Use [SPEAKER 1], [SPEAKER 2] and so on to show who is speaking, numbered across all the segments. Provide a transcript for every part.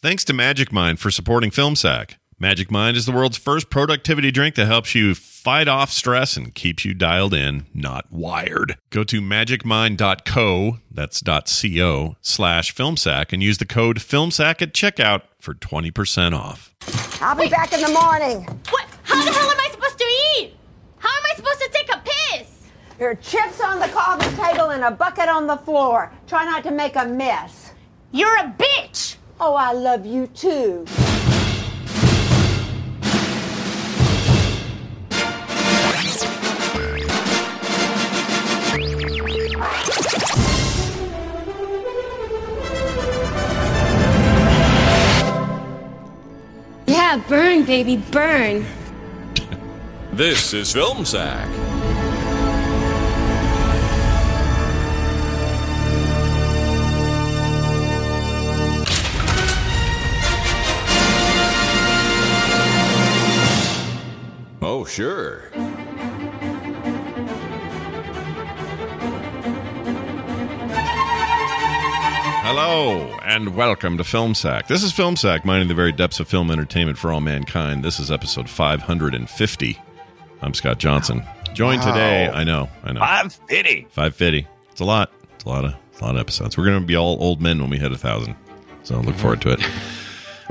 [SPEAKER 1] Thanks to Magic Mind for supporting FilmSack. Magic Mind is the world's first productivity drink that helps you fight off stress and keeps you dialed in, not wired. Go to magicmind.co, that's .co, slash FilmSack, and use the code FilmSack at checkout for 20% off.
[SPEAKER 2] I'll be back in the morning.
[SPEAKER 3] What? How the hell am I supposed to eat? How am I supposed to take a piss?
[SPEAKER 2] There are chips on the coffee table and a bucket on the floor. Try not to make a mess.
[SPEAKER 3] You're a bitch!
[SPEAKER 2] Oh, I love you too.
[SPEAKER 4] Yeah, burn, baby, burn.
[SPEAKER 5] This is Film Sack. Oh, sure.
[SPEAKER 1] Hello and welcome to FilmSack. This is FilmSack, mining the very depths of film entertainment for all mankind. This is episode 550. I'm Scott Johnson. Joined today, I know, I know,
[SPEAKER 6] Five fifty.
[SPEAKER 1] 550. It's a lot. It's a lot of, it's a lot of episodes. We're going to be all old men when we hit a thousand. So look forward to it.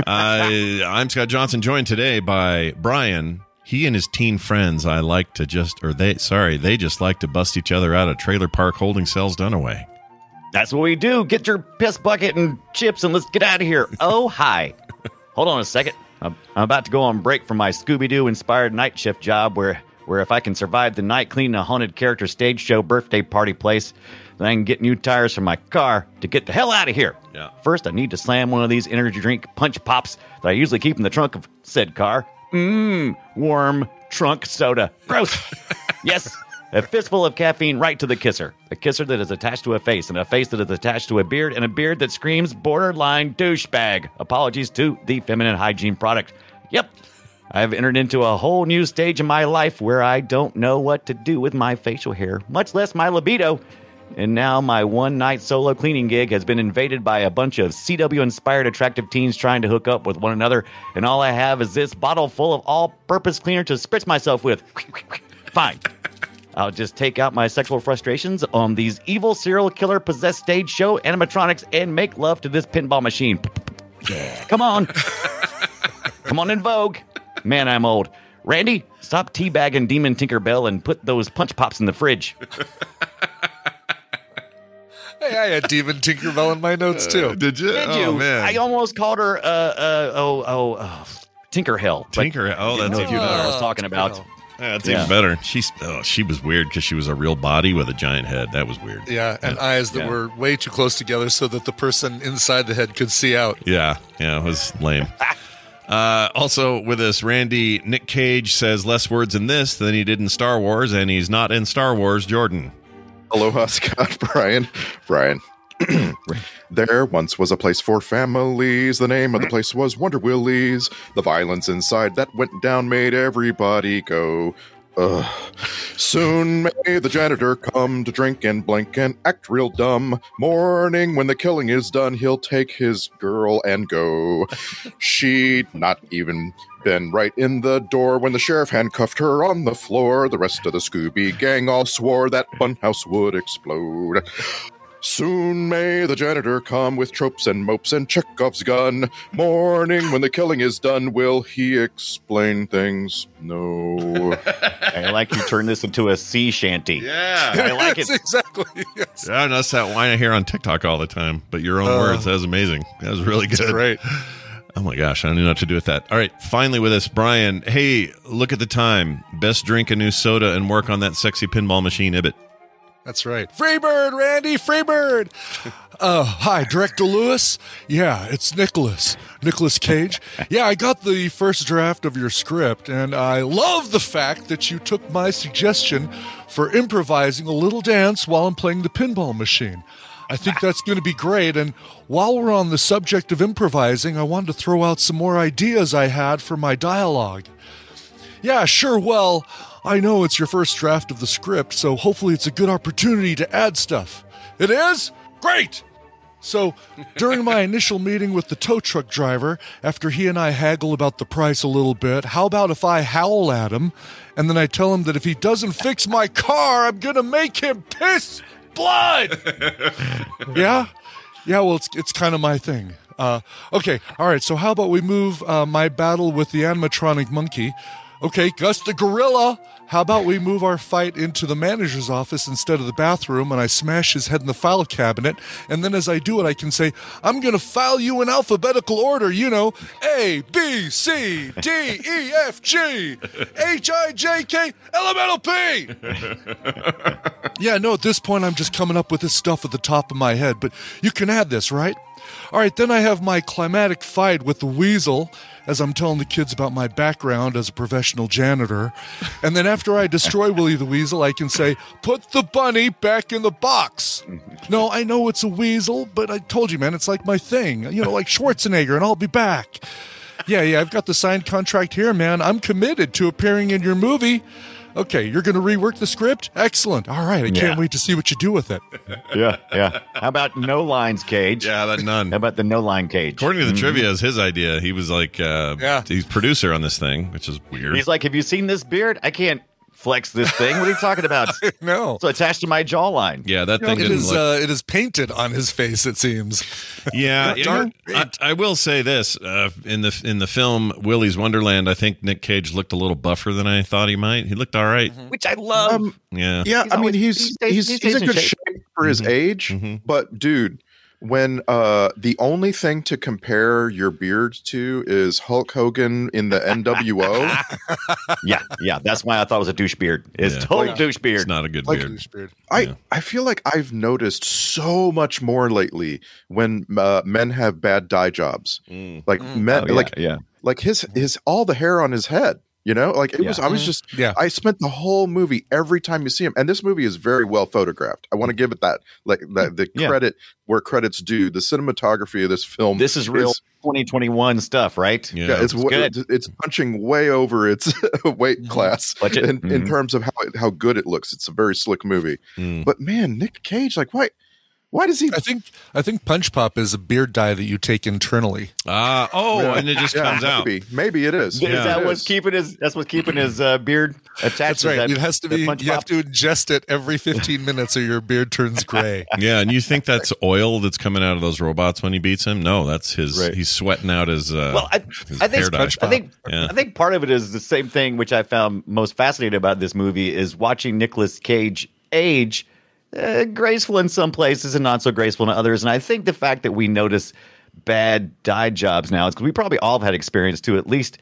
[SPEAKER 1] uh, I'm Scott Johnson, joined today by Brian. He and his teen friends, I like to just, or they, sorry, they just like to bust each other out of trailer park holding cells Dunaway.
[SPEAKER 6] That's what we do. Get your piss bucket and chips, and let's get out of here. Oh hi. Hold on a second. I'm, I'm about to go on break from my Scooby Doo inspired night shift job, where where if I can survive the night cleaning a haunted character stage show birthday party place, then I can get new tires for my car to get the hell out of here.
[SPEAKER 1] Yeah.
[SPEAKER 6] First, I need to slam one of these energy drink punch pops that I usually keep in the trunk of said car. Mmm, warm trunk soda. Gross. yes, a fistful of caffeine right to the kisser. A kisser that is attached to a face, and a face that is attached to a beard, and a beard that screams borderline douchebag. Apologies to the feminine hygiene product. Yep. I've entered into a whole new stage in my life where I don't know what to do with my facial hair, much less my libido. And now my one night solo cleaning gig has been invaded by a bunch of CW inspired attractive teens trying to hook up with one another. And all I have is this bottle full of all purpose cleaner to spritz myself with. Fine. I'll just take out my sexual frustrations on these evil serial killer possessed stage show animatronics and make love to this pinball machine. Yeah, come on. Come on in Vogue. Man, I'm old. Randy, stop teabagging Demon Tinkerbell and put those punch pops in the fridge.
[SPEAKER 7] Hey, I had Demon Tinkerbell in my notes too.
[SPEAKER 6] Uh,
[SPEAKER 1] Did you?
[SPEAKER 6] Did
[SPEAKER 1] oh,
[SPEAKER 6] you?
[SPEAKER 1] Man.
[SPEAKER 6] I almost called her uh, uh oh oh uh, Tinker Hell. but
[SPEAKER 1] Tinker. Oh, that's
[SPEAKER 6] I
[SPEAKER 1] even
[SPEAKER 6] didn't know if you know what I was talking about.
[SPEAKER 1] Yeah, that's
[SPEAKER 6] Yeah.
[SPEAKER 1] even better. She's oh, she was weird because she was a real body with a giant head. That was weird.
[SPEAKER 7] Yeah, and eyes that
[SPEAKER 6] Yeah.
[SPEAKER 7] were way too close together so that the person inside the head could see out.
[SPEAKER 1] Yeah, yeah, it was lame. Uh, also with us, Randy Nick Cage says less words in this than he did in Star Wars, and he's not in Star Wars. Jordan.
[SPEAKER 8] Aloha, Scott, Brian, Brian. there once was a place for families. The name of the place was Wonder Willies. The violence inside that went down made everybody go. Ugh. Soon may the janitor come to drink and blink and act real dumb. Morning, when the killing is done, he'll take his girl and go. She'd not even been right in the door when the sheriff handcuffed her on the floor. The rest of the Scooby gang all swore that funhouse would explode. Soon may the janitor come with tropes and mopes and Chekhov's gun. Morning, when the killing is done, will he explain things? No.
[SPEAKER 6] I like you turn this into a sea shanty.
[SPEAKER 1] Yeah.
[SPEAKER 6] I like
[SPEAKER 7] Yes,
[SPEAKER 6] it.
[SPEAKER 7] exactly. Yes.
[SPEAKER 1] I know that's that line I hear on TikTok all the time, but your own
[SPEAKER 7] Uh,
[SPEAKER 1] words. That was amazing. That was really good.
[SPEAKER 7] It's great.
[SPEAKER 1] Oh my gosh, I don't know what to do with that. All right, finally with us, Brian. Hey, look at the time. Best drink a new soda and work on that sexy pinball machine, Ibbit.
[SPEAKER 7] That's right. Freebird, Randy, Freebird. Uh, hi, Director Lewis. Yeah, it's Nicholas. Nicholas Cage. Yeah, I got the first draft of your script, and I love the fact that you took my suggestion for improvising a little dance while I'm playing the pinball machine. I think that's going to be great. And while we're on the subject of improvising, I wanted to throw out some more ideas I had for my dialogue. Yeah, sure. Well, I know it's your first draft of the script, so hopefully it's a good opportunity to add stuff. It is? Great! So, during my initial meeting with the tow truck driver, after he and I haggle about the price a little bit, how about if I howl at him and then I tell him that if he doesn't fix my car, I'm going to make him piss blood? yeah? Yeah, well, it's, it's kind of my thing. Uh, okay, all right, so how about we move uh, my battle with the animatronic monkey? Okay, Gus the gorilla. How about we move our fight into the manager's office instead of the bathroom and I smash his head in the file cabinet? And then as I do it, I can say, I'm going to file you in alphabetical order, you know, A, B, C, D, E, F, G, H, I, J, K, elemental P. Yeah, no, at this point, I'm just coming up with this stuff at the top of my head, but you can add this, right? All right, then I have my climatic fight with the weasel as I'm telling the kids about my background as a professional janitor. And then after I destroy Willie the Weasel, I can say, put the bunny back in the box. No, I know it's a weasel, but I told you, man, it's like my thing, you know, like Schwarzenegger, and I'll be back. Yeah, yeah, I've got the signed contract here, man. I'm committed to appearing in your movie. Okay, you're going to rework the script? Excellent. All right, I can't
[SPEAKER 6] Yeah.
[SPEAKER 7] wait to see what you do with it.
[SPEAKER 6] Yeah, yeah. How about no lines cage?
[SPEAKER 1] Yeah, that none.
[SPEAKER 6] How about the no line cage?
[SPEAKER 1] According to the trivia, is his idea. He was like, uh,
[SPEAKER 7] Yeah.
[SPEAKER 1] he's producer on this thing, which is weird.
[SPEAKER 6] He's like, "Have you seen this beard? I can't flex this thing. What are you talking about?
[SPEAKER 7] No.
[SPEAKER 6] It's attached to my jawline."
[SPEAKER 1] yeah, that thing
[SPEAKER 7] It
[SPEAKER 1] didn't
[SPEAKER 7] is
[SPEAKER 1] look.
[SPEAKER 7] uh, it is painted on his face. It seems.
[SPEAKER 1] yeah,
[SPEAKER 7] Not dark
[SPEAKER 1] you know, I, I will say this uh, in the in the film Willy's Wonderland. I think Nick Cage looked a little buffer than I thought he might. He looked all right.
[SPEAKER 6] which I love.
[SPEAKER 1] Yeah,
[SPEAKER 8] Um, Yeah, I mean
[SPEAKER 6] always-
[SPEAKER 8] he's
[SPEAKER 6] he
[SPEAKER 8] he's
[SPEAKER 6] stays-
[SPEAKER 8] he's,
[SPEAKER 6] he stays
[SPEAKER 8] in
[SPEAKER 6] in
[SPEAKER 8] good
[SPEAKER 6] shape. Mm-hmm.
[SPEAKER 8] shape, for his age, but dude, when uh the only thing to compare your beard to is Hulk Hogan in the NWO,
[SPEAKER 6] yeah, yeah. That's why I thought it was a douche beard. It's
[SPEAKER 1] Yeah.
[SPEAKER 6] total douche beard.
[SPEAKER 1] it's not a good
[SPEAKER 8] Like-
[SPEAKER 1] beard.
[SPEAKER 8] I
[SPEAKER 1] Yeah.
[SPEAKER 8] I feel like I've noticed so much more lately when uh, men have bad dye jobs.
[SPEAKER 1] Mm.
[SPEAKER 8] Like men,
[SPEAKER 6] Oh, yeah,
[SPEAKER 8] like
[SPEAKER 6] yeah.
[SPEAKER 8] like his his all the hair on his head. You know, like it was. I was just.
[SPEAKER 7] Yeah.
[SPEAKER 8] I spent the whole movie every time you see him, and this movie is very well photographed. I want to give it that, like the, the
[SPEAKER 6] Yeah.
[SPEAKER 8] credit where credits due. The cinematography of this film.
[SPEAKER 6] This is real 2021 stuff, right?
[SPEAKER 1] Yeah,
[SPEAKER 8] Yeah, it's
[SPEAKER 6] it's
[SPEAKER 8] wa-
[SPEAKER 6] good.
[SPEAKER 8] it's, it's punching way over its weight class
[SPEAKER 6] Budget.
[SPEAKER 8] in, in
[SPEAKER 6] Mhm.
[SPEAKER 8] terms of how it, how good it looks. It's a very slick movie.
[SPEAKER 1] Mm.
[SPEAKER 8] But man, Nick Cage, like why why does he
[SPEAKER 7] I think I think Punch Pop is a beard dye that you take internally.
[SPEAKER 1] Ah, oh,
[SPEAKER 8] Yeah.
[SPEAKER 1] and it just
[SPEAKER 8] Yeah,
[SPEAKER 1] comes out.
[SPEAKER 8] maybe, Maybe it is.
[SPEAKER 6] Is
[SPEAKER 1] Yeah.
[SPEAKER 6] that
[SPEAKER 8] It
[SPEAKER 6] what's
[SPEAKER 8] is.
[SPEAKER 6] keeping his? That's what's keeping his uh, beard attached.
[SPEAKER 7] That's
[SPEAKER 6] is
[SPEAKER 7] right.
[SPEAKER 6] that-
[SPEAKER 7] it has to
[SPEAKER 6] that
[SPEAKER 7] be. You
[SPEAKER 6] punch
[SPEAKER 7] have
[SPEAKER 6] pop?
[SPEAKER 7] to ingest it every 15 minutes, or your beard turns gray.
[SPEAKER 1] Yeah, and you think that's oil that's coming out of those robots when he beats him? No, that's his.
[SPEAKER 6] Right.
[SPEAKER 1] He's sweating out his. Uh,
[SPEAKER 6] Well, I,
[SPEAKER 1] his
[SPEAKER 6] I think
[SPEAKER 1] hair dye.
[SPEAKER 6] I think
[SPEAKER 1] Yeah.
[SPEAKER 6] I think part of it is the same thing, which I found most fascinating about this movie is watching Nicolas Cage age, uh, graceful in some places and not so graceful in others. And I think the fact that we notice bad dye jobs now is because we probably all have had experience to at least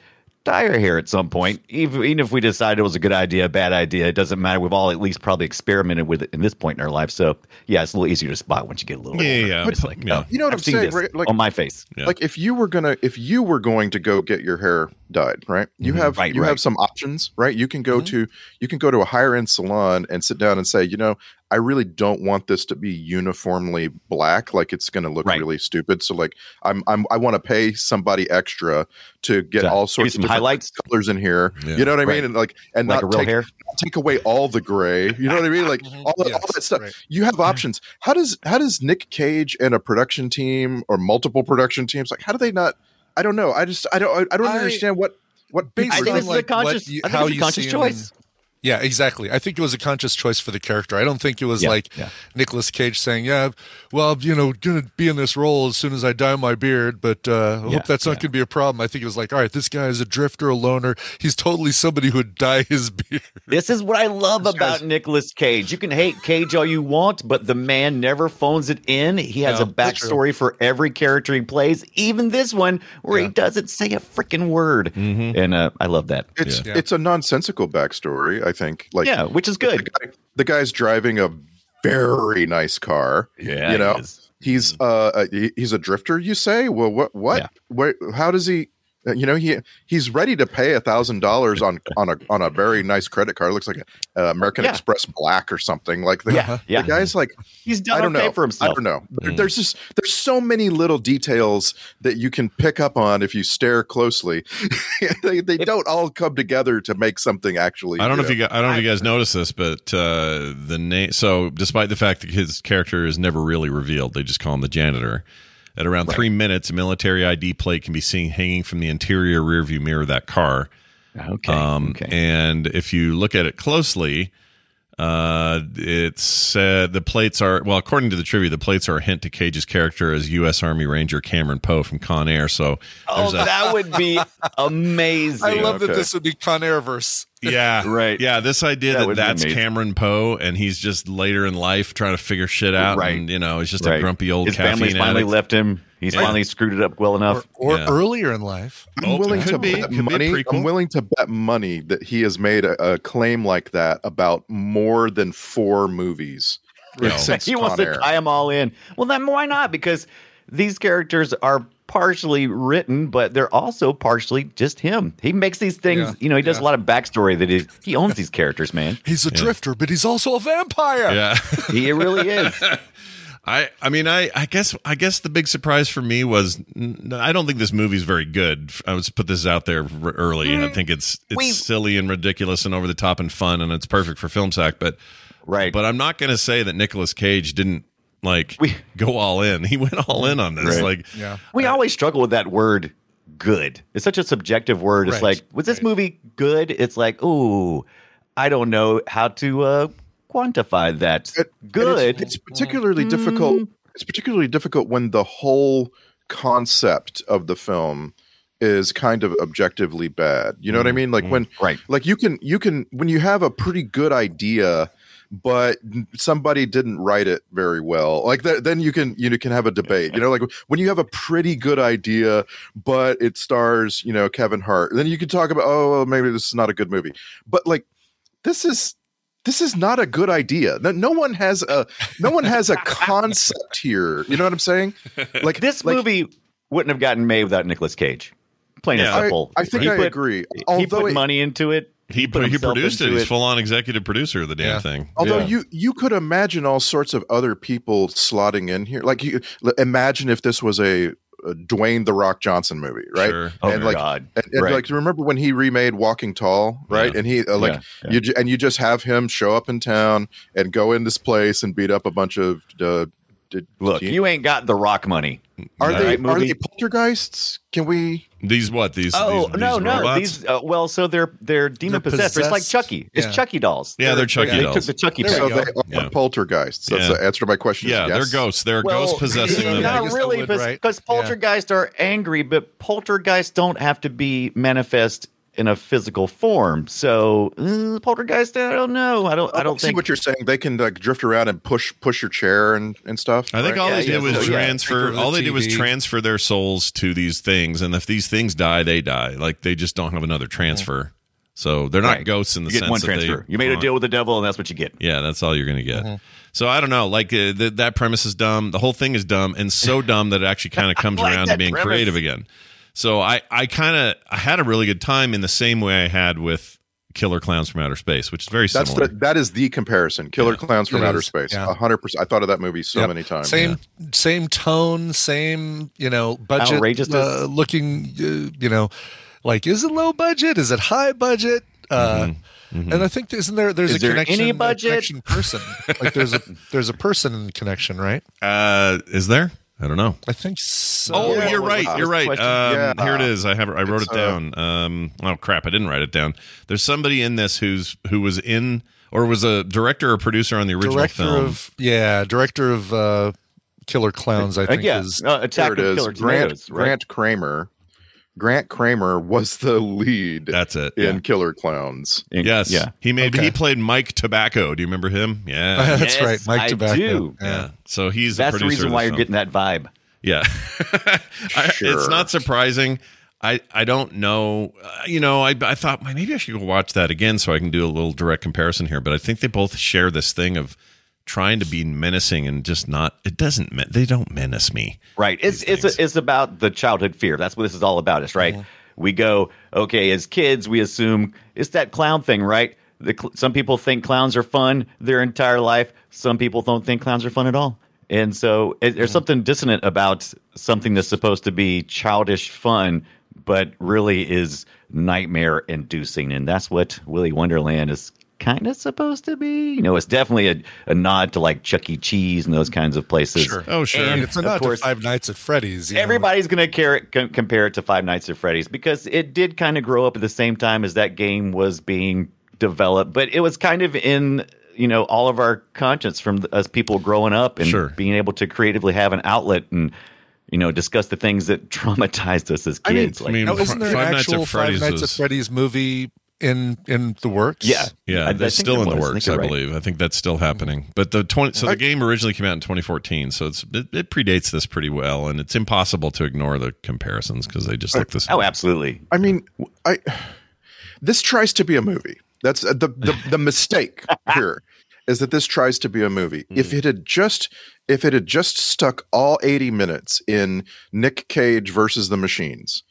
[SPEAKER 6] dye our hair at some point. Even even if we decided it was a good idea, bad idea, it doesn't matter. We've all at least probably experimented with it in this point in our life. So yeah, it's a little easier to spot once you get a little
[SPEAKER 1] Yeah,
[SPEAKER 6] older.
[SPEAKER 1] yeah, yeah.
[SPEAKER 6] It's like,
[SPEAKER 1] Yeah.
[SPEAKER 6] oh,
[SPEAKER 8] You know what
[SPEAKER 6] I've
[SPEAKER 8] I'm
[SPEAKER 6] seen
[SPEAKER 8] saying,
[SPEAKER 6] this
[SPEAKER 8] right? Like-
[SPEAKER 6] on my face.
[SPEAKER 1] Yeah.
[SPEAKER 8] Like if you were gonna if you were going to go get your hair dyed, right? You have
[SPEAKER 6] Mm-hmm. Right,
[SPEAKER 8] you
[SPEAKER 6] right. Mm-hmm.
[SPEAKER 8] have some options, right? You can go to you can go to a higher end salon and sit down and say, you know, I really don't want this to be uniformly black. Like it's gonna look
[SPEAKER 6] Right.
[SPEAKER 8] really stupid. So like I'm I'm I wanna pay somebody extra to get
[SPEAKER 6] To give
[SPEAKER 8] all
[SPEAKER 6] you
[SPEAKER 8] sorts
[SPEAKER 6] some
[SPEAKER 8] of different
[SPEAKER 6] highlights.
[SPEAKER 8] colors in here.
[SPEAKER 1] Yeah.
[SPEAKER 8] You know what I mean?
[SPEAKER 6] Right.
[SPEAKER 8] And like and
[SPEAKER 6] Like
[SPEAKER 8] not
[SPEAKER 6] a real
[SPEAKER 8] take,
[SPEAKER 6] hair?
[SPEAKER 8] not take away all the gray. You know what I mean? Like
[SPEAKER 6] Mm-hmm.
[SPEAKER 8] all that, all
[SPEAKER 7] Yes,
[SPEAKER 8] that stuff
[SPEAKER 7] right.
[SPEAKER 8] you have options. How does how does Nick Cage and a production team or multiple production teams like how do they not? I don't know. I just I don't I don't
[SPEAKER 7] I-
[SPEAKER 8] understand what what
[SPEAKER 6] I
[SPEAKER 8] basically
[SPEAKER 6] think
[SPEAKER 7] Basically,
[SPEAKER 6] it's
[SPEAKER 7] like,
[SPEAKER 6] a conscious.
[SPEAKER 7] what you-
[SPEAKER 6] I
[SPEAKER 7] how
[SPEAKER 6] think it's a
[SPEAKER 7] you
[SPEAKER 6] conscious
[SPEAKER 7] see
[SPEAKER 6] choice.
[SPEAKER 7] Yeah, exactly. I think it was a conscious choice for the character. I don't think it was
[SPEAKER 6] Yeah,
[SPEAKER 7] like
[SPEAKER 6] yeah.
[SPEAKER 7] Nicolas Cage saying, "Yeah, well, you know, gonna be in this role as soon as I dye my beard, but uh, I
[SPEAKER 6] Yeah,
[SPEAKER 7] hope that's not
[SPEAKER 6] yeah.
[SPEAKER 7] gonna be a problem." I think it was like, "All right, this guy is a drifter, a loner. He's totally somebody who would dye his beard."
[SPEAKER 6] This is what I love about Nicolas Cage. You can hate Cage all you want, but the man never phones it in. He has
[SPEAKER 7] No,
[SPEAKER 6] a
[SPEAKER 7] that's true.
[SPEAKER 6] backstory for every character he plays, even this one where he doesn't say a freaking word. And uh, I love that.
[SPEAKER 8] it's
[SPEAKER 7] Yeah.
[SPEAKER 8] it's a nonsensical backstory. I think like
[SPEAKER 6] yeah, which is
[SPEAKER 8] the,
[SPEAKER 6] good.
[SPEAKER 8] guy, the guy's driving a very nice car.
[SPEAKER 6] Yeah,
[SPEAKER 8] you know
[SPEAKER 6] he is.
[SPEAKER 8] he's uh uh, he- he's a drifter. You say well what what
[SPEAKER 6] Mm-hmm. Yeah.
[SPEAKER 8] Wait, how does he? Uh, You know, he he's ready to pay a thousand dollars on on a on a very nice credit card. It looks like a, uh, American
[SPEAKER 6] Yeah.
[SPEAKER 8] Express Black or something. Like the,
[SPEAKER 6] Yeah, yeah.
[SPEAKER 8] the guy's like,
[SPEAKER 6] He's done
[SPEAKER 8] I don't
[SPEAKER 6] okay
[SPEAKER 8] know
[SPEAKER 6] for himself. Mm.
[SPEAKER 8] I don't know. There- There's just there's so many little details that you can pick up on if you stare closely. they they don't all come together to make something actually.
[SPEAKER 1] I don't know if
[SPEAKER 8] know.
[SPEAKER 1] you guys, I don't know if you guys noticed this, but uh, the name. So, despite the fact that his character is never really revealed, they just call him the janitor. At around three minutes, a military ID plate can be seen hanging from the interior rearview mirror of that car.
[SPEAKER 6] Okay.
[SPEAKER 1] Um,
[SPEAKER 6] okay.
[SPEAKER 1] And if you look at it closely, uh, it's uh, the plates are well, according to the trivia, the plates are a hint to Cage's character as U.S. Army Ranger Cameron Poe from Con Air. So,
[SPEAKER 6] oh, that would be amazing.
[SPEAKER 7] I love that
[SPEAKER 6] Okay.
[SPEAKER 7] this would be Con Airverse.
[SPEAKER 1] yeah,
[SPEAKER 6] Right.
[SPEAKER 1] Yeah, this idea
[SPEAKER 6] That
[SPEAKER 1] that,
[SPEAKER 6] would be
[SPEAKER 1] that's
[SPEAKER 6] amazing.
[SPEAKER 1] Cameron Poe and he's just later in life trying to figure shit out,
[SPEAKER 6] Right.
[SPEAKER 1] And you know, he's just a
[SPEAKER 6] Right.
[SPEAKER 1] grumpy old
[SPEAKER 6] His
[SPEAKER 1] caffeine
[SPEAKER 6] family's finally
[SPEAKER 1] addict.
[SPEAKER 6] left him. He's
[SPEAKER 1] Yeah.
[SPEAKER 6] finally screwed it up well
[SPEAKER 7] Or,
[SPEAKER 6] enough.
[SPEAKER 7] or
[SPEAKER 1] Yeah.
[SPEAKER 7] earlier in life.
[SPEAKER 8] I'm
[SPEAKER 1] Oh,
[SPEAKER 8] willing
[SPEAKER 1] could
[SPEAKER 8] to
[SPEAKER 1] be.
[SPEAKER 8] bet
[SPEAKER 1] Could be
[SPEAKER 8] money.
[SPEAKER 1] prequel.
[SPEAKER 8] I'm willing to bet money that he has made a, a claim like that about more than four movies.
[SPEAKER 1] No.
[SPEAKER 8] Since
[SPEAKER 6] he wants to
[SPEAKER 8] Con Air.
[SPEAKER 6] tie them all in. Well, then why not? Because these characters are partially written, but they're also partially just him. He makes these things.
[SPEAKER 7] Yeah,
[SPEAKER 6] You know, he does
[SPEAKER 7] yeah.
[SPEAKER 6] a lot of backstory that he he owns these characters, man.
[SPEAKER 7] He's a drifter, but he's also a vampire.
[SPEAKER 1] Yeah.
[SPEAKER 6] He really is.
[SPEAKER 1] I, I mean I, I guess I guess the big surprise for me was n- I don't think this movie's very good. I was put this out there r- early, and I think it's it's
[SPEAKER 6] We-
[SPEAKER 1] silly and ridiculous and over the top and fun, and it's perfect for film sack. But
[SPEAKER 6] Right.
[SPEAKER 1] but I'm not going to say that Nicolas Cage didn't like
[SPEAKER 6] We-
[SPEAKER 1] go all in. He went all in on this.
[SPEAKER 6] Right.
[SPEAKER 1] Like
[SPEAKER 7] Yeah.
[SPEAKER 6] we always struggle with that word good. It's such a subjective word. It's
[SPEAKER 7] Right,
[SPEAKER 6] like, was this movie good? It's like, ooh, I don't know how to uh, quantify that.
[SPEAKER 8] It- and
[SPEAKER 6] good.
[SPEAKER 8] It's, it's particularly difficult. It's particularly difficult when the whole concept of the film is kind of objectively bad. You know what I mean? Like when
[SPEAKER 6] Right.
[SPEAKER 8] like you can you can when you have a pretty good idea but somebody didn't write it very well like that then you can you can have a debate you know like when you have a pretty good idea but it stars you know kevin hart then you can talk about oh maybe this is not a good movie but like this is this is not a good idea no, no one has a no one has a concept here you know what i'm saying like
[SPEAKER 6] this
[SPEAKER 8] like,
[SPEAKER 6] movie wouldn't have gotten made without Nicolas Cage. Plain
[SPEAKER 1] Yeah.
[SPEAKER 6] and
[SPEAKER 8] I,
[SPEAKER 6] simple.
[SPEAKER 8] I think
[SPEAKER 6] He
[SPEAKER 8] I
[SPEAKER 6] put-
[SPEAKER 8] agree
[SPEAKER 6] he
[SPEAKER 8] although
[SPEAKER 6] put
[SPEAKER 8] it,
[SPEAKER 6] money into it.
[SPEAKER 1] he
[SPEAKER 6] put
[SPEAKER 1] put he
[SPEAKER 6] himself
[SPEAKER 1] produced it.
[SPEAKER 6] into
[SPEAKER 1] He's
[SPEAKER 6] it.
[SPEAKER 1] full on executive producer of the damn
[SPEAKER 7] Yeah.
[SPEAKER 1] thing.
[SPEAKER 8] Although
[SPEAKER 6] Yeah.
[SPEAKER 8] you you could imagine all sorts of other people slotting in here, like you l- imagine if this was a, a Dwayne the Rock Johnson movie, right?
[SPEAKER 1] Sure.
[SPEAKER 6] Oh
[SPEAKER 8] and
[SPEAKER 6] my
[SPEAKER 8] like,
[SPEAKER 6] god!
[SPEAKER 8] and, and
[SPEAKER 6] Right.
[SPEAKER 8] like, remember when he remade Walking Tall, right?
[SPEAKER 1] Yeah.
[SPEAKER 8] And he uh, like
[SPEAKER 6] Yeah, yeah.
[SPEAKER 8] you ju- and you just have him show up in town and go in this place and beat up a bunch of. Uh, d-
[SPEAKER 6] Look,
[SPEAKER 8] d-
[SPEAKER 6] you ain't got the rock money.
[SPEAKER 8] are
[SPEAKER 6] All
[SPEAKER 8] they
[SPEAKER 6] right,
[SPEAKER 8] are
[SPEAKER 6] movie.
[SPEAKER 8] they poltergeists? Can we?
[SPEAKER 1] These what these?
[SPEAKER 6] Oh
[SPEAKER 1] these,
[SPEAKER 6] no,
[SPEAKER 1] these
[SPEAKER 6] no,
[SPEAKER 1] robots?
[SPEAKER 6] these. Uh, well, so they're they're demon possessed. It's like
[SPEAKER 7] possessed.
[SPEAKER 6] Chucky. It's
[SPEAKER 7] Yeah.
[SPEAKER 6] Chucky dolls.
[SPEAKER 1] Yeah, they're Chucky
[SPEAKER 6] they
[SPEAKER 1] dolls.
[SPEAKER 6] took the Chucky.
[SPEAKER 7] There
[SPEAKER 6] path.
[SPEAKER 8] So
[SPEAKER 7] you
[SPEAKER 8] they
[SPEAKER 7] go.
[SPEAKER 8] are
[SPEAKER 1] Yeah.
[SPEAKER 8] poltergeists. That's
[SPEAKER 1] Yeah.
[SPEAKER 8] the answer to my question.
[SPEAKER 1] yeah,
[SPEAKER 8] is yes.
[SPEAKER 1] they're ghosts. They're
[SPEAKER 6] Well,
[SPEAKER 1] ghosts possessing them.
[SPEAKER 7] I
[SPEAKER 6] Not
[SPEAKER 7] guess I
[SPEAKER 6] really,
[SPEAKER 7] would,
[SPEAKER 6] because
[SPEAKER 7] right? Yeah.
[SPEAKER 6] poltergeists are angry, but poltergeists don't have to be manifest in a physical form. So uh, poltergeist, I don't know. I don't. I don't
[SPEAKER 8] see
[SPEAKER 6] think
[SPEAKER 8] what you're saying. They can like drift around and push push your chair and and stuff.
[SPEAKER 1] I think
[SPEAKER 8] right?
[SPEAKER 1] all
[SPEAKER 6] Yeah,
[SPEAKER 1] they did
[SPEAKER 6] yeah,
[SPEAKER 1] was
[SPEAKER 6] so, yeah.
[SPEAKER 1] transfer.
[SPEAKER 7] Think of the
[SPEAKER 1] all they did was
[SPEAKER 7] TV.
[SPEAKER 1] transfer their souls to these things, and if these things die, they die. Like they just don't have another transfer, so they're not
[SPEAKER 6] Right.
[SPEAKER 1] ghosts in the
[SPEAKER 6] you get
[SPEAKER 1] sense
[SPEAKER 6] one
[SPEAKER 1] that
[SPEAKER 6] transfer.
[SPEAKER 1] they.
[SPEAKER 6] You made a
[SPEAKER 1] aren't.
[SPEAKER 6] deal with the devil, and that's what you get.
[SPEAKER 1] Yeah, that's all you're gonna get. So I don't know. Like uh, th- that premise is dumb. The whole thing is dumb, and so dumb that it actually kind of comes
[SPEAKER 6] like
[SPEAKER 1] around to
[SPEAKER 6] that
[SPEAKER 1] being
[SPEAKER 6] premise.
[SPEAKER 1] creative again. So I, I kind of, I had a really good time in the same way I had with Killer Clowns from Outer Space, which is very
[SPEAKER 8] That's
[SPEAKER 1] similar.
[SPEAKER 8] the that is the comparison. Killer Clowns from
[SPEAKER 7] It
[SPEAKER 8] Outer
[SPEAKER 7] is,
[SPEAKER 8] Space.
[SPEAKER 7] yeah.
[SPEAKER 8] A hundred percent. I thought of that movie so
[SPEAKER 7] Yep.
[SPEAKER 8] many times.
[SPEAKER 7] Same same tone, same you know budget
[SPEAKER 6] Outrageousness.
[SPEAKER 7] uh, looking. Uh, you know, like is it low budget? Is it high budget? Uh, And I think isn't there there's
[SPEAKER 6] Mm-hmm. Is
[SPEAKER 7] a
[SPEAKER 6] there
[SPEAKER 7] connection
[SPEAKER 6] any
[SPEAKER 7] a
[SPEAKER 6] budget?
[SPEAKER 7] connection person like there's a there's a person connection right
[SPEAKER 1] uh, is there? I don't know.
[SPEAKER 7] I think so
[SPEAKER 1] Oh,
[SPEAKER 8] Yeah,
[SPEAKER 1] you're
[SPEAKER 8] what
[SPEAKER 1] right.
[SPEAKER 8] was
[SPEAKER 1] You're
[SPEAKER 6] the
[SPEAKER 1] right.
[SPEAKER 6] question?
[SPEAKER 1] Um,
[SPEAKER 8] Yeah.
[SPEAKER 1] Here it is. I have. I wrote
[SPEAKER 8] It's,
[SPEAKER 1] it
[SPEAKER 8] uh,
[SPEAKER 1] down. Um, oh crap! I didn't write it down. There's somebody in this who's who was in or was a director or producer on the original
[SPEAKER 7] director
[SPEAKER 1] film.
[SPEAKER 7] of yeah director of uh, Killer Clowns I
[SPEAKER 6] Uh,
[SPEAKER 7] think
[SPEAKER 6] yeah,
[SPEAKER 7] is
[SPEAKER 6] uh,
[SPEAKER 8] There
[SPEAKER 6] attack
[SPEAKER 8] it
[SPEAKER 6] of
[SPEAKER 8] is.
[SPEAKER 6] killer
[SPEAKER 8] Grant
[SPEAKER 6] tomatoes. right?
[SPEAKER 8] Grant Kramer. Grant Kramer was the lead
[SPEAKER 1] That's it.
[SPEAKER 8] in Killer Clowns.
[SPEAKER 6] In-
[SPEAKER 1] Yes.
[SPEAKER 6] Yeah.
[SPEAKER 1] He made.
[SPEAKER 7] Okay.
[SPEAKER 1] He played Mike Tobacco. Do you remember him? Yeah.
[SPEAKER 7] that's
[SPEAKER 6] Yes,
[SPEAKER 7] right Mike
[SPEAKER 6] I
[SPEAKER 7] Tobacco
[SPEAKER 6] do.
[SPEAKER 7] Yeah.
[SPEAKER 1] yeah. So he's
[SPEAKER 6] That's
[SPEAKER 1] the
[SPEAKER 6] the
[SPEAKER 1] producer.
[SPEAKER 6] reason
[SPEAKER 1] of
[SPEAKER 6] why
[SPEAKER 1] this
[SPEAKER 6] you're
[SPEAKER 1] film.
[SPEAKER 6] getting that vibe.
[SPEAKER 1] Yeah. I, It's
[SPEAKER 8] Sure.
[SPEAKER 1] not surprising. I, I don't know. Uh, you know, I, I thought "Man, maybe I should go watch that again so I can do a little direct comparison here. But I think they both share this thing of trying to be menacing and just not. It doesn't. men- They don't menace me.
[SPEAKER 6] Right. It's
[SPEAKER 1] these
[SPEAKER 6] it's
[SPEAKER 1] things.
[SPEAKER 6] it's about the childhood fear. That's what this is all about. It's right. we go, okay, as kids, we assume it's that clown thing, right? The cl- some people think clowns are fun their entire life. Some people don't think clowns are fun at all. And so it, there's something dissonant about something that's supposed to be childish fun, but really is nightmare inducing. And that's what Willy Wonderland is kind of supposed to be. You know, it's definitely a, a nod to like Chuck E. Cheese and those kinds of places.
[SPEAKER 1] Oh, sure.
[SPEAKER 6] And,
[SPEAKER 7] It's a
[SPEAKER 6] of
[SPEAKER 7] nod to
[SPEAKER 6] course,
[SPEAKER 7] Five Nights at Freddy's. you know.
[SPEAKER 6] Everybody's going to care, com- compare it to Five Nights at Freddy's because it did kind of grow up at the same time as that game was being developed, but it was kind of in you know all of our conscience from th- us people growing up and
[SPEAKER 1] Sure.
[SPEAKER 6] being able to creatively have an outlet and you know discuss the things that traumatized us as
[SPEAKER 7] I mean-
[SPEAKER 6] kids.
[SPEAKER 1] I mean,
[SPEAKER 7] Now, isn't there
[SPEAKER 1] Five
[SPEAKER 7] an
[SPEAKER 1] Nights at
[SPEAKER 7] actual
[SPEAKER 1] Freddy's
[SPEAKER 7] Five Nights
[SPEAKER 1] was-
[SPEAKER 7] at Freddy's movie in in the works?
[SPEAKER 6] yeah,
[SPEAKER 1] Yeah,
[SPEAKER 6] I- I think
[SPEAKER 1] that's still
[SPEAKER 6] it
[SPEAKER 1] in the
[SPEAKER 6] was. I
[SPEAKER 1] works,
[SPEAKER 6] think
[SPEAKER 1] I
[SPEAKER 6] you're right.
[SPEAKER 1] believe. I think that's still happening. But the twenty, so the game originally came out in 2014, so it's it, it predates this pretty well, and it's impossible to ignore the comparisons because they just look the same.
[SPEAKER 6] Oh, absolutely.
[SPEAKER 8] I mean, I this tries to be a movie. That's uh, the the, the mistake here is that this tries to be a movie. If it had just if it had just stuck all 80 minutes in Nick Cage versus the machines,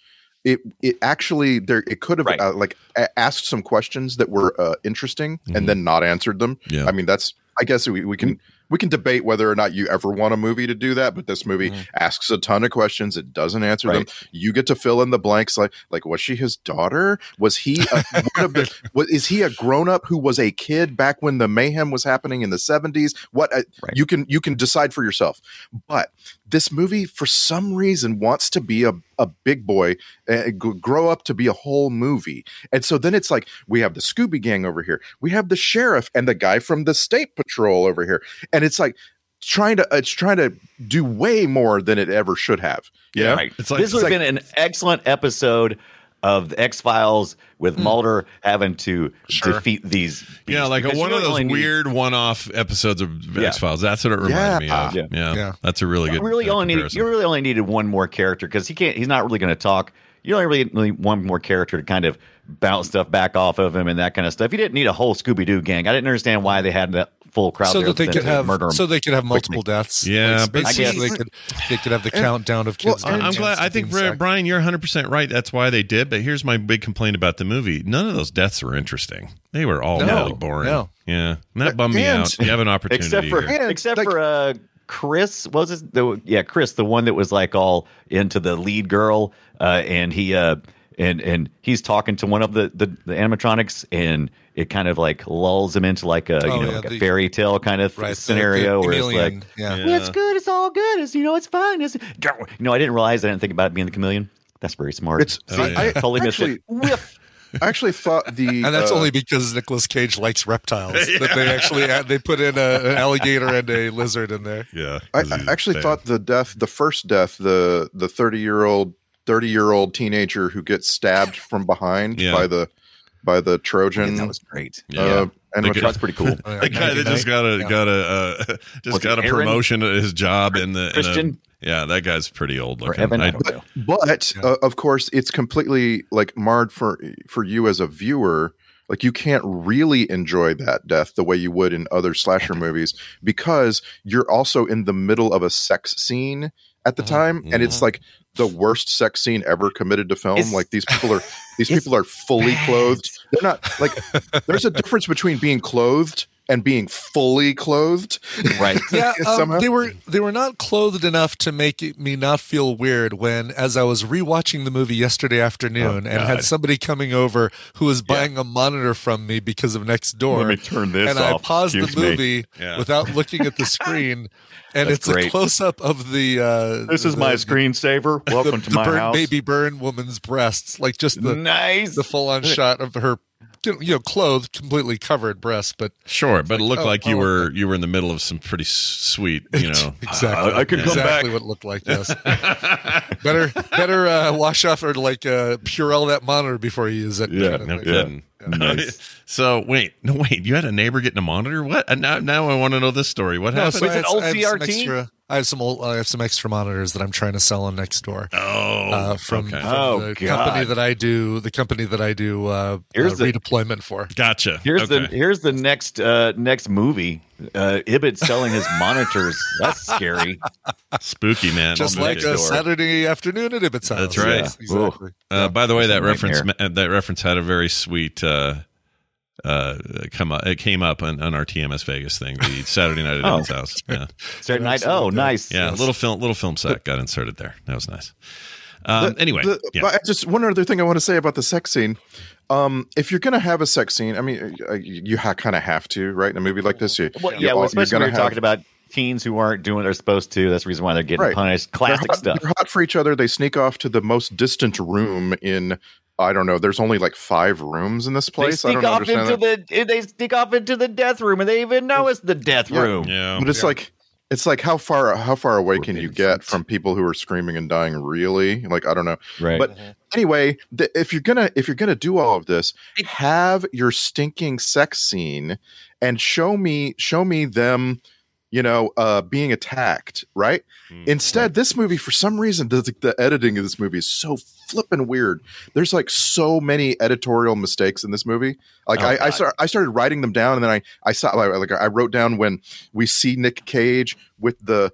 [SPEAKER 8] it it actually there it could have
[SPEAKER 6] Right.
[SPEAKER 8] uh, like a- asked some questions that were uh, interesting and then not answered them.
[SPEAKER 1] Yeah.
[SPEAKER 8] I mean, that's I guess we, we can we can debate whether or not you ever want a movie to do that, but this movie asks a ton of questions. It doesn't answer
[SPEAKER 6] Right.
[SPEAKER 8] them. You get to fill in the blanks, like like was she his daughter? Was he a, one of the? Was, is he a grown up who was a kid back when the mayhem was happening in the seventies? What uh,
[SPEAKER 6] Right.
[SPEAKER 8] you can you can decide for yourself. But this movie, for some reason, wants to be a a big boy, uh, g- grow up to be a whole movie, and so then it's like we have the Scooby Gang over here, we have the sheriff and the guy from the state patrol over here, and it's like trying to it's trying to do way more than it ever should have. Yeah,
[SPEAKER 6] Right.
[SPEAKER 1] It's like-
[SPEAKER 6] this would
[SPEAKER 1] it's
[SPEAKER 6] have been an excellent episode of the X Files with Mulder having to defeat these.
[SPEAKER 1] Hmm. Yeah,
[SPEAKER 6] beasts,
[SPEAKER 1] like a,
[SPEAKER 6] because
[SPEAKER 1] one
[SPEAKER 6] you
[SPEAKER 1] of those
[SPEAKER 6] really need-
[SPEAKER 8] need-
[SPEAKER 1] weird one-off episodes of
[SPEAKER 6] Yeah.
[SPEAKER 1] X Files. That's what it reminded
[SPEAKER 8] Yeah.
[SPEAKER 1] me of. Yeah.
[SPEAKER 7] Yeah.
[SPEAKER 1] that's a really
[SPEAKER 6] You
[SPEAKER 1] good.
[SPEAKER 6] really
[SPEAKER 1] uh,
[SPEAKER 6] only needed,
[SPEAKER 1] comparison.
[SPEAKER 6] you really only needed one more character because he can't. He's not really going to talk. You only really need one more character to kind of bounce stuff back off of him and that kind of stuff. You didn't need a whole Scooby Doo gang. I didn't understand why they had that full crowd
[SPEAKER 7] So
[SPEAKER 6] there
[SPEAKER 7] that they
[SPEAKER 6] then
[SPEAKER 7] could
[SPEAKER 6] to
[SPEAKER 7] have
[SPEAKER 6] murder him.
[SPEAKER 7] so they could have multiple deaths.
[SPEAKER 1] Yeah,
[SPEAKER 7] Like,
[SPEAKER 1] but
[SPEAKER 7] basically
[SPEAKER 6] I guess-
[SPEAKER 7] they could they could have the countdown of kids.
[SPEAKER 8] Well,
[SPEAKER 1] I-
[SPEAKER 7] getting
[SPEAKER 1] I'm glad.
[SPEAKER 7] chance
[SPEAKER 1] I
[SPEAKER 7] of
[SPEAKER 1] think
[SPEAKER 7] being
[SPEAKER 1] Bri-
[SPEAKER 7] sacked.
[SPEAKER 1] Brian, you're 100 percent right. That's why they did. But here's my big complaint about the movie: none of those deaths were interesting. They were all
[SPEAKER 7] No,
[SPEAKER 1] really boring.
[SPEAKER 7] no.
[SPEAKER 1] Yeah, and that bummed me
[SPEAKER 8] and-
[SPEAKER 1] out. You have an opportunity.
[SPEAKER 6] except for
[SPEAKER 1] here.
[SPEAKER 8] And,
[SPEAKER 6] except
[SPEAKER 8] like-
[SPEAKER 6] for uh chris what was his the yeah chris the one that was like all into the lead girl uh and he uh and and he's talking to one of the the, the animatronics and it kind of like lulls him into like a
[SPEAKER 7] Oh,
[SPEAKER 6] you know
[SPEAKER 7] yeah,
[SPEAKER 6] like
[SPEAKER 7] the-
[SPEAKER 6] a fairy tale kind of
[SPEAKER 7] Right, the- the
[SPEAKER 6] scenario where it's
[SPEAKER 7] chameleon,
[SPEAKER 6] like
[SPEAKER 7] yeah.
[SPEAKER 1] Yeah.
[SPEAKER 6] "Well, it's good it's all good it's you know it's fun it's you know i didn't realize i didn't think about it being the chameleon that's very smart
[SPEAKER 8] It's-
[SPEAKER 6] See,
[SPEAKER 1] Oh, yeah.
[SPEAKER 6] I, totally missed
[SPEAKER 8] actually-
[SPEAKER 6] it Whiff.
[SPEAKER 8] I actually thought the
[SPEAKER 7] And that's
[SPEAKER 8] uh,
[SPEAKER 7] only because Nicolas Cage likes reptiles. That they actually add, they put in a, an alligator and a lizard in there.
[SPEAKER 1] Yeah,
[SPEAKER 8] I,
[SPEAKER 1] 'cause he's
[SPEAKER 8] I actually
[SPEAKER 1] bad.
[SPEAKER 8] thought the death, the first death, the the thirty year old thirty year old teenager who gets stabbed from behind
[SPEAKER 1] Yeah.
[SPEAKER 8] by the by the Trojan.
[SPEAKER 6] that was great
[SPEAKER 1] Yeah.
[SPEAKER 8] uh, and
[SPEAKER 1] They
[SPEAKER 6] that's pretty cool
[SPEAKER 1] The guy that just got a got a uh, just
[SPEAKER 6] Was it
[SPEAKER 1] got a
[SPEAKER 6] Aaron?
[SPEAKER 1] promotion at his job in the in a-
[SPEAKER 6] Christian?
[SPEAKER 1] yeah, that guy's pretty old
[SPEAKER 6] or
[SPEAKER 1] looking.
[SPEAKER 6] evan
[SPEAKER 1] I-
[SPEAKER 6] uh, I don't know.
[SPEAKER 8] but uh, of course, it's completely like marred for for you as a viewer. Like you can't really enjoy that death the way you would in other slasher movies because you're also in the middle of a sex scene at the time, and it's like the worst sex scene ever committed to film.
[SPEAKER 6] It's-
[SPEAKER 8] like these people are these
[SPEAKER 6] it's
[SPEAKER 8] people are fully
[SPEAKER 6] bad.
[SPEAKER 8] clothed. They're not like there's a difference between being clothed and being fully clothed.
[SPEAKER 6] right
[SPEAKER 7] yeah, um,
[SPEAKER 8] Somehow.
[SPEAKER 7] they were they were not clothed enough to make it, me not feel weird when, as I was rewatching the movie yesterday
[SPEAKER 6] Oh,
[SPEAKER 7] afternoon, and had somebody coming over who was buying a monitor from me because of next door.
[SPEAKER 6] Let me turn this
[SPEAKER 7] and I
[SPEAKER 6] off.
[SPEAKER 7] paused the
[SPEAKER 6] Excuse me.
[SPEAKER 7] movie
[SPEAKER 1] Yeah.
[SPEAKER 7] without looking at the screen, and
[SPEAKER 6] That's
[SPEAKER 7] it's a
[SPEAKER 6] great.
[SPEAKER 7] close up of the. Uh,
[SPEAKER 6] This is
[SPEAKER 7] the-
[SPEAKER 6] my
[SPEAKER 7] the-
[SPEAKER 6] screensaver.
[SPEAKER 7] The,
[SPEAKER 6] Welcome to
[SPEAKER 7] the
[SPEAKER 6] my
[SPEAKER 7] burn,
[SPEAKER 6] house.
[SPEAKER 7] baby burn woman's breasts, like just the
[SPEAKER 6] nice.
[SPEAKER 7] the full on shot of her, you know, clothed, completely covered breasts, but
[SPEAKER 1] Sure, but it looked
[SPEAKER 7] oh,
[SPEAKER 1] like you
[SPEAKER 7] oh,
[SPEAKER 1] were you were in the middle of some pretty s- sweet, you know.
[SPEAKER 7] Exactly.
[SPEAKER 6] I- I could come
[SPEAKER 7] exactly
[SPEAKER 6] back.
[SPEAKER 7] what it looked like. Yes. better better uh, wash off or like uh, Purell that monitor before you use it.
[SPEAKER 6] Yeah,
[SPEAKER 7] Kind
[SPEAKER 1] No
[SPEAKER 7] of thing.
[SPEAKER 1] kidding. so wait, no wait. You had a neighbor getting a monitor. What? And Uh, now, now I want to know this story. What
[SPEAKER 7] No,
[SPEAKER 1] happened?
[SPEAKER 7] so
[SPEAKER 6] Was
[SPEAKER 7] I
[SPEAKER 6] it
[SPEAKER 7] had- I had some
[SPEAKER 6] OCRT?
[SPEAKER 7] extra- I have some old, I have some extra monitors that I'm trying to sell on next door.
[SPEAKER 1] Oh,
[SPEAKER 7] uh, from,
[SPEAKER 1] okay.
[SPEAKER 7] from
[SPEAKER 6] Oh,
[SPEAKER 7] the
[SPEAKER 6] God.
[SPEAKER 7] company that I do, the company that I do uh,
[SPEAKER 6] Here's
[SPEAKER 7] uh,
[SPEAKER 6] the-
[SPEAKER 7] redeployment for.
[SPEAKER 1] gotcha.
[SPEAKER 6] Here's the
[SPEAKER 1] okay.
[SPEAKER 6] here's the next uh, next movie. Uh, Ibid selling his monitors. That's scary.
[SPEAKER 1] spooky man.
[SPEAKER 7] Just
[SPEAKER 1] I'll
[SPEAKER 7] like
[SPEAKER 1] make
[SPEAKER 7] a
[SPEAKER 1] it.
[SPEAKER 7] Saturday afternoon at Ibbot's house.
[SPEAKER 1] That's right.
[SPEAKER 7] Yes,
[SPEAKER 6] Yeah. Ooh.
[SPEAKER 7] exactly.
[SPEAKER 1] Uh, by the way, that
[SPEAKER 6] Nightmare.
[SPEAKER 1] reference uh, that reference had a very sweet uh, uh, come up. It came up on, on our TMS Vegas thing, the Saturday night at
[SPEAKER 6] Oh.
[SPEAKER 1] Evan's house. Yeah,
[SPEAKER 6] Saturday night. Oh, nice.
[SPEAKER 1] yeah. Little film, little film set got inserted there. That was nice. Um,
[SPEAKER 8] The-
[SPEAKER 1] anyway,
[SPEAKER 8] the-
[SPEAKER 1] yeah.
[SPEAKER 8] but I just one other thing I want to say about the sex scene. Um, if you're gonna have a sex scene, I mean, uh, you, you ha- kind of have to, right? In a movie like this, you,
[SPEAKER 6] Well,
[SPEAKER 8] you
[SPEAKER 6] yeah, well,
[SPEAKER 8] all-
[SPEAKER 6] especially when
[SPEAKER 8] gonna
[SPEAKER 6] you're talking about teens who aren't doing what they're supposed to. That's the reason why they're getting
[SPEAKER 8] Right.
[SPEAKER 6] punished.
[SPEAKER 8] they're
[SPEAKER 6] Classic
[SPEAKER 8] hot,
[SPEAKER 6] stuff.
[SPEAKER 8] They're hot for each other. They sneak off to the most distant room in. I don't know. There's only like five rooms in this place.
[SPEAKER 6] They
[SPEAKER 8] I
[SPEAKER 6] sneak
[SPEAKER 8] don't
[SPEAKER 6] off
[SPEAKER 8] understand
[SPEAKER 6] into
[SPEAKER 8] that.
[SPEAKER 6] the they sneak off into the death room, and they even know it's the death
[SPEAKER 8] Yeah.
[SPEAKER 6] room.
[SPEAKER 1] yeah.
[SPEAKER 8] but it's like it's like how far how far away can you
[SPEAKER 6] innocent.
[SPEAKER 8] get from people who are screaming and dying? Really? Like I don't know.
[SPEAKER 6] Right.
[SPEAKER 8] But anyway, th- if you're gonna if you're gonna do all of this, have your stinking sex scene and show me show me them, you know, uh, being attacked. Right.
[SPEAKER 6] Mm-hmm.
[SPEAKER 1] Mm.
[SPEAKER 8] Instead, this movie for some reason the, the editing of this movie is so flippin' weird. There's like so many editorial mistakes in this movie. Like
[SPEAKER 6] Oh,
[SPEAKER 8] I I,
[SPEAKER 6] God.
[SPEAKER 8] start, I started writing them down and then I I saw like like, I wrote down when we see Nick Cage with the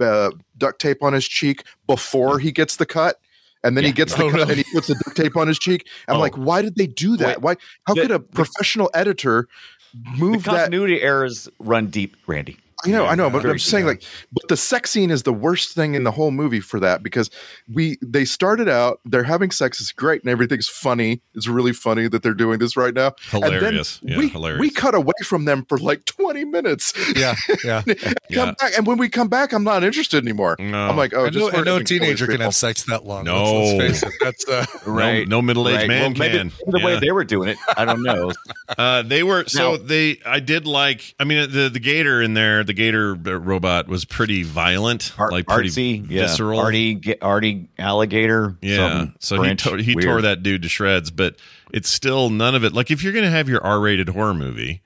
[SPEAKER 8] uh, duct tape on his cheek before he gets the cut. And then he gets the
[SPEAKER 7] Oh,
[SPEAKER 8] cut
[SPEAKER 7] really?
[SPEAKER 8] and he puts the duct tape on his cheek. I'm
[SPEAKER 6] Oh.
[SPEAKER 8] like, why did they do that? Why? How
[SPEAKER 6] The-
[SPEAKER 8] could a
[SPEAKER 6] the-
[SPEAKER 8] professional editor
[SPEAKER 6] the
[SPEAKER 8] move that?
[SPEAKER 6] continuity errors run deep, Randy.
[SPEAKER 8] I know, I know, but
[SPEAKER 6] Very
[SPEAKER 8] I'm just saying,
[SPEAKER 6] good.
[SPEAKER 8] like, but the sex scene is the worst thing in the whole movie for that because we they started out they're having sex, it's great, and everything's funny. It's really funny that they're doing this right now.
[SPEAKER 1] Hilarious.
[SPEAKER 8] And
[SPEAKER 1] Yeah,
[SPEAKER 8] then we,
[SPEAKER 1] hilarious.
[SPEAKER 8] We cut away from them for like 20 minutes.
[SPEAKER 7] Yeah, yeah.
[SPEAKER 1] Yeah.
[SPEAKER 8] Come back, and when we come back, I'm not interested anymore.
[SPEAKER 1] No.
[SPEAKER 8] I'm like, oh,
[SPEAKER 7] and
[SPEAKER 8] just
[SPEAKER 7] no, and
[SPEAKER 8] for-
[SPEAKER 7] no
[SPEAKER 8] for
[SPEAKER 7] teenager can
[SPEAKER 8] people.
[SPEAKER 7] have sex that long.
[SPEAKER 1] No.
[SPEAKER 7] Let's, let's face it. That's uh,
[SPEAKER 1] Right. No- no middle-aged man
[SPEAKER 6] maybe
[SPEAKER 1] can.
[SPEAKER 6] the way
[SPEAKER 1] Yeah.
[SPEAKER 6] they were doing it, I don't know.
[SPEAKER 1] Uh, they were so
[SPEAKER 6] Now-
[SPEAKER 1] they. I did like. I mean, the the gator in there, the gator uh, robot was pretty violent,
[SPEAKER 6] Art,
[SPEAKER 1] like pretty
[SPEAKER 6] artsy, yeah.
[SPEAKER 1] visceral.
[SPEAKER 6] Arty, ge- arty alligator.
[SPEAKER 1] Yeah.
[SPEAKER 6] something
[SPEAKER 1] So
[SPEAKER 6] French,
[SPEAKER 1] he, to- he
[SPEAKER 6] weird.
[SPEAKER 1] tore that dude to shreds, but it's still none of it. Like if you're going to have your R-rated horror movie,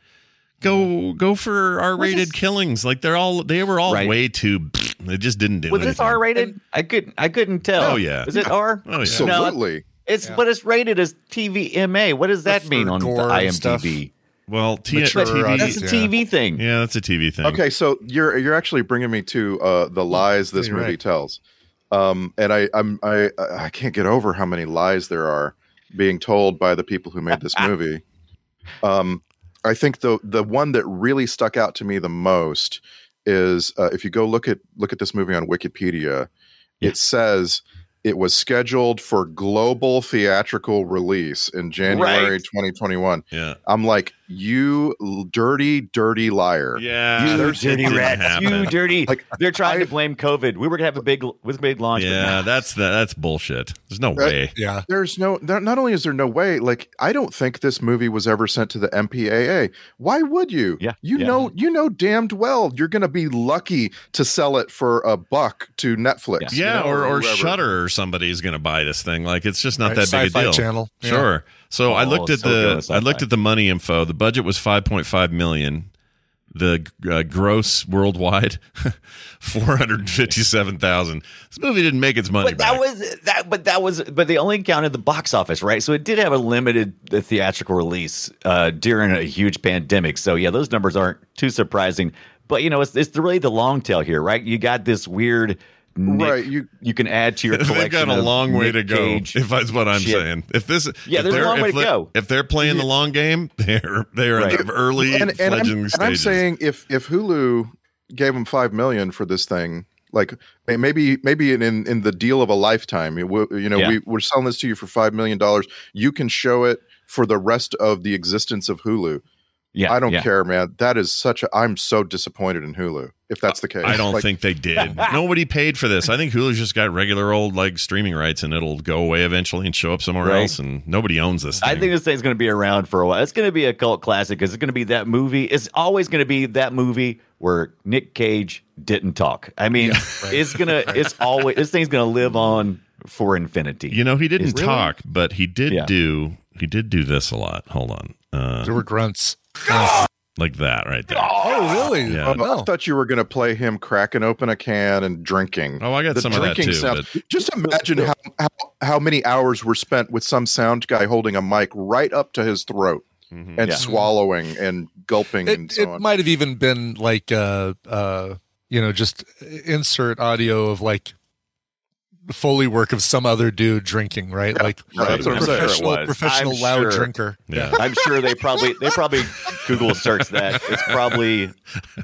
[SPEAKER 1] go go for R-rated killings. Like they're all they were all
[SPEAKER 6] Right.
[SPEAKER 1] way too they just didn't do
[SPEAKER 6] Was
[SPEAKER 1] anything.
[SPEAKER 6] this R rated? I couldn't. I couldn't tell.
[SPEAKER 1] Oh, yeah.
[SPEAKER 6] Is it R?
[SPEAKER 1] Oh, yeah.
[SPEAKER 8] Absolutely.
[SPEAKER 6] It's but it's rated as TVMA. What does that
[SPEAKER 7] for
[SPEAKER 6] mean on the
[SPEAKER 7] gore and stuff.
[SPEAKER 6] IMDb?
[SPEAKER 1] Well, T-
[SPEAKER 7] Mature
[SPEAKER 1] TV.
[SPEAKER 6] That's
[SPEAKER 7] audience.
[SPEAKER 6] a
[SPEAKER 7] Yeah.
[SPEAKER 6] TV thing.
[SPEAKER 1] yeah, that's a TV thing.
[SPEAKER 8] Okay, so you're you're actually bringing me to uh, the lies this
[SPEAKER 7] You're
[SPEAKER 8] movie
[SPEAKER 7] right.
[SPEAKER 8] tells, um, and I I'm, I I can't get over how many lies there are being told by the people who made this movie. Um, I think the the one that really stuck out to me the most is uh, if you go look at look at this movie on Wikipedia, it says it was scheduled for global theatrical release in January
[SPEAKER 6] Right.
[SPEAKER 8] 2021.
[SPEAKER 1] Yeah.
[SPEAKER 8] I'm like, you l- dirty, dirty liar.
[SPEAKER 1] Yeah.
[SPEAKER 6] You
[SPEAKER 1] that shit
[SPEAKER 6] dirty
[SPEAKER 1] didn't
[SPEAKER 6] rats. You
[SPEAKER 1] happen.
[SPEAKER 6] dirty.
[SPEAKER 8] Like,
[SPEAKER 6] They're trying
[SPEAKER 8] I-
[SPEAKER 6] to blame COVID. We were gonna have a big with big launch. but
[SPEAKER 1] yeah,
[SPEAKER 6] nah.
[SPEAKER 1] that's the, that's bullshit. There's no
[SPEAKER 8] That-
[SPEAKER 1] way.
[SPEAKER 7] yeah.
[SPEAKER 8] there's no there, not only is there no way like i don't think this movie was ever sent to the mpaa why would you
[SPEAKER 6] Yeah,
[SPEAKER 8] you
[SPEAKER 6] yeah.
[SPEAKER 8] know you know damned well you're gonna be lucky to sell it for a buck to netflix you
[SPEAKER 1] Yeah,
[SPEAKER 8] know,
[SPEAKER 1] or or
[SPEAKER 8] whoever.
[SPEAKER 1] Shutter or somebody's going to buy this thing. Like it's just not
[SPEAKER 7] Right,
[SPEAKER 1] that big
[SPEAKER 7] Sci-Fi
[SPEAKER 1] a deal.
[SPEAKER 7] Channel. Yeah.
[SPEAKER 1] Sure. So I
[SPEAKER 6] Oh,
[SPEAKER 1] looked at
[SPEAKER 6] so good with
[SPEAKER 1] the I looked
[SPEAKER 6] sci-fi.
[SPEAKER 1] at the money info. The budget was 5.5 million. The uh, gross worldwide 457,000. This movie didn't make its money
[SPEAKER 6] But that
[SPEAKER 1] back.
[SPEAKER 6] was that. But that was. But they only counted the box office, right? So it did have a limited uh, theatrical release uh, during a huge pandemic. So yeah, those numbers aren't too surprising. But you know, it's it's really the long tail here, right? You got this weird. Nick
[SPEAKER 8] Right, you-
[SPEAKER 6] you can add to your collection.
[SPEAKER 1] They've got a
[SPEAKER 6] of
[SPEAKER 1] long way
[SPEAKER 6] Nick
[SPEAKER 1] to go.
[SPEAKER 6] Cage.
[SPEAKER 1] If that's what I'm
[SPEAKER 6] shit.
[SPEAKER 1] saying, if this,
[SPEAKER 6] Yeah,
[SPEAKER 1] if
[SPEAKER 6] there's a
[SPEAKER 1] they're-
[SPEAKER 6] long way
[SPEAKER 1] if
[SPEAKER 6] to
[SPEAKER 1] they-
[SPEAKER 6] go.
[SPEAKER 1] If they're playing the long game, they're they're
[SPEAKER 6] Right.
[SPEAKER 1] in the early
[SPEAKER 8] and, and, I'm,
[SPEAKER 1] fledgling
[SPEAKER 8] and
[SPEAKER 1] stages.
[SPEAKER 8] I'm saying if if hulu gave him five million for this thing like may- maybe maybe in in, in the deal of a lifetime you w- you know
[SPEAKER 6] Yeah.
[SPEAKER 8] we, we're selling this to you for five million dollars you can show it for the rest of the existence of hulu
[SPEAKER 6] yeah,
[SPEAKER 8] I don't
[SPEAKER 6] yeah.
[SPEAKER 8] care, man. That is such a. I'm so disappointed in Hulu if that's the case.
[SPEAKER 1] I don't
[SPEAKER 8] Like,
[SPEAKER 1] think they did. Nobody paid for this. I think Hulu's just got regular old like streaming rights, and it'll go away eventually and show up somewhere
[SPEAKER 6] Right.
[SPEAKER 1] else. And nobody owns this. Thing.
[SPEAKER 6] I think this thing's going to be around for a while. It's going to be a cult classic because it's going to be that movie. It's always going to be that movie where Nick Cage didn't talk. I mean, it's gonna. It's always this thing's going to live on for infinity.
[SPEAKER 1] You know, he didn't
[SPEAKER 6] Is- Really?
[SPEAKER 1] talk, but he did
[SPEAKER 6] Yeah.
[SPEAKER 1] do he did do this a lot. Hold on. Uh,
[SPEAKER 7] There were grunts.
[SPEAKER 1] Like that right there.
[SPEAKER 7] Oh, really?
[SPEAKER 1] Yeah.
[SPEAKER 7] No.
[SPEAKER 8] I thought you were going to play him cracking open a can and drinking.
[SPEAKER 1] Oh, I got
[SPEAKER 8] The
[SPEAKER 1] some of that too,
[SPEAKER 8] drinking sound- Just imagine how, how how many hours were spent with some sound guy holding a mic right up to his throat
[SPEAKER 1] mm-hmm.
[SPEAKER 8] and
[SPEAKER 6] Yeah.
[SPEAKER 8] swallowing and gulping and
[SPEAKER 7] it,
[SPEAKER 8] so
[SPEAKER 7] it
[SPEAKER 8] on.
[SPEAKER 7] might have even been like uh uh you know just insert audio of like foley work of some other dude drinking right like
[SPEAKER 8] Right. That's what I'm saying.
[SPEAKER 7] professional
[SPEAKER 6] Sure it was.
[SPEAKER 7] professional
[SPEAKER 6] I'm
[SPEAKER 7] loud
[SPEAKER 6] sure.
[SPEAKER 7] drinker
[SPEAKER 1] Yeah.
[SPEAKER 6] I'm sure they probably they probably Google search that. It's probably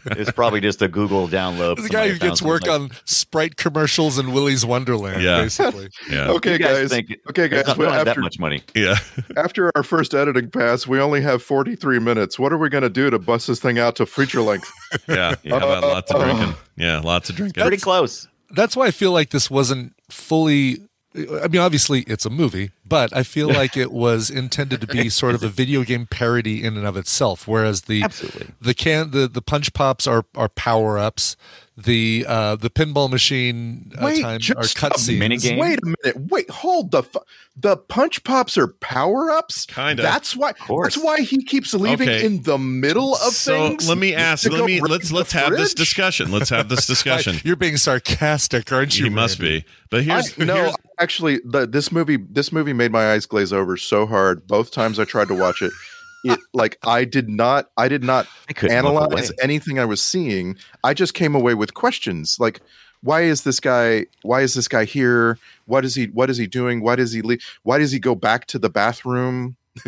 [SPEAKER 6] it's probably just a Google download.
[SPEAKER 7] the guy who
[SPEAKER 6] Somebody
[SPEAKER 7] gets
[SPEAKER 6] found
[SPEAKER 7] work
[SPEAKER 6] something.
[SPEAKER 7] on sprite commercials and willy's wonderland
[SPEAKER 1] Yeah.
[SPEAKER 7] basically
[SPEAKER 1] Yeah.
[SPEAKER 8] Okay,
[SPEAKER 6] You guys
[SPEAKER 8] guys.
[SPEAKER 6] think it-
[SPEAKER 8] okay,
[SPEAKER 6] it's
[SPEAKER 8] guys.
[SPEAKER 6] not- we
[SPEAKER 8] Well,
[SPEAKER 6] don't have that
[SPEAKER 8] after,
[SPEAKER 6] much money.
[SPEAKER 1] Yeah.
[SPEAKER 8] after our first editing pass, we only have 43 minutes. What are we going to do to bust this thing out to feature length?
[SPEAKER 1] Yeah. How about lots of drinking? Yeah. Lots of drinking.
[SPEAKER 6] Pretty close.
[SPEAKER 7] that's why i feel like this wasn't fully I mean, obviously, it's a movie, but I feel like it was intended to be sort of a video game parody in and of itself. Whereas the
[SPEAKER 6] Absolutely.
[SPEAKER 7] the can the, the punch pops are are power ups. The uh, the pinball machine uh,
[SPEAKER 8] Wait,
[SPEAKER 7] time
[SPEAKER 8] just
[SPEAKER 7] are cutscenes.
[SPEAKER 6] minute game.
[SPEAKER 8] Wait a minute. Wait, hold the fu- the punch pops are power ups.
[SPEAKER 1] Kinda.
[SPEAKER 8] That's why.
[SPEAKER 6] course.
[SPEAKER 8] That's why he keeps leaving
[SPEAKER 1] Okay.
[SPEAKER 8] in the middle of
[SPEAKER 1] so
[SPEAKER 8] things.
[SPEAKER 1] let me ask.
[SPEAKER 8] to
[SPEAKER 1] Let
[SPEAKER 8] go
[SPEAKER 1] me
[SPEAKER 8] raid
[SPEAKER 1] let's
[SPEAKER 8] the
[SPEAKER 1] let's have this
[SPEAKER 8] fridge?
[SPEAKER 1] discussion. Let's have this
[SPEAKER 7] I-
[SPEAKER 1] discussion.
[SPEAKER 7] you're being sarcastic, aren't you?
[SPEAKER 1] He must
[SPEAKER 7] Randy?
[SPEAKER 1] be. But here's
[SPEAKER 8] I, no,
[SPEAKER 1] here's-
[SPEAKER 8] actually, the, this movie this movie made my eyes glaze over so hard both times I tried to watch it. It like I did not I did not
[SPEAKER 6] I couldn't look
[SPEAKER 8] analyze
[SPEAKER 6] away.
[SPEAKER 8] anything I was seeing. I just came away with questions like, why is this guy? Why is this guy here? What is he? What is he doing? Why does he leave? Why does he go back to the bathroom?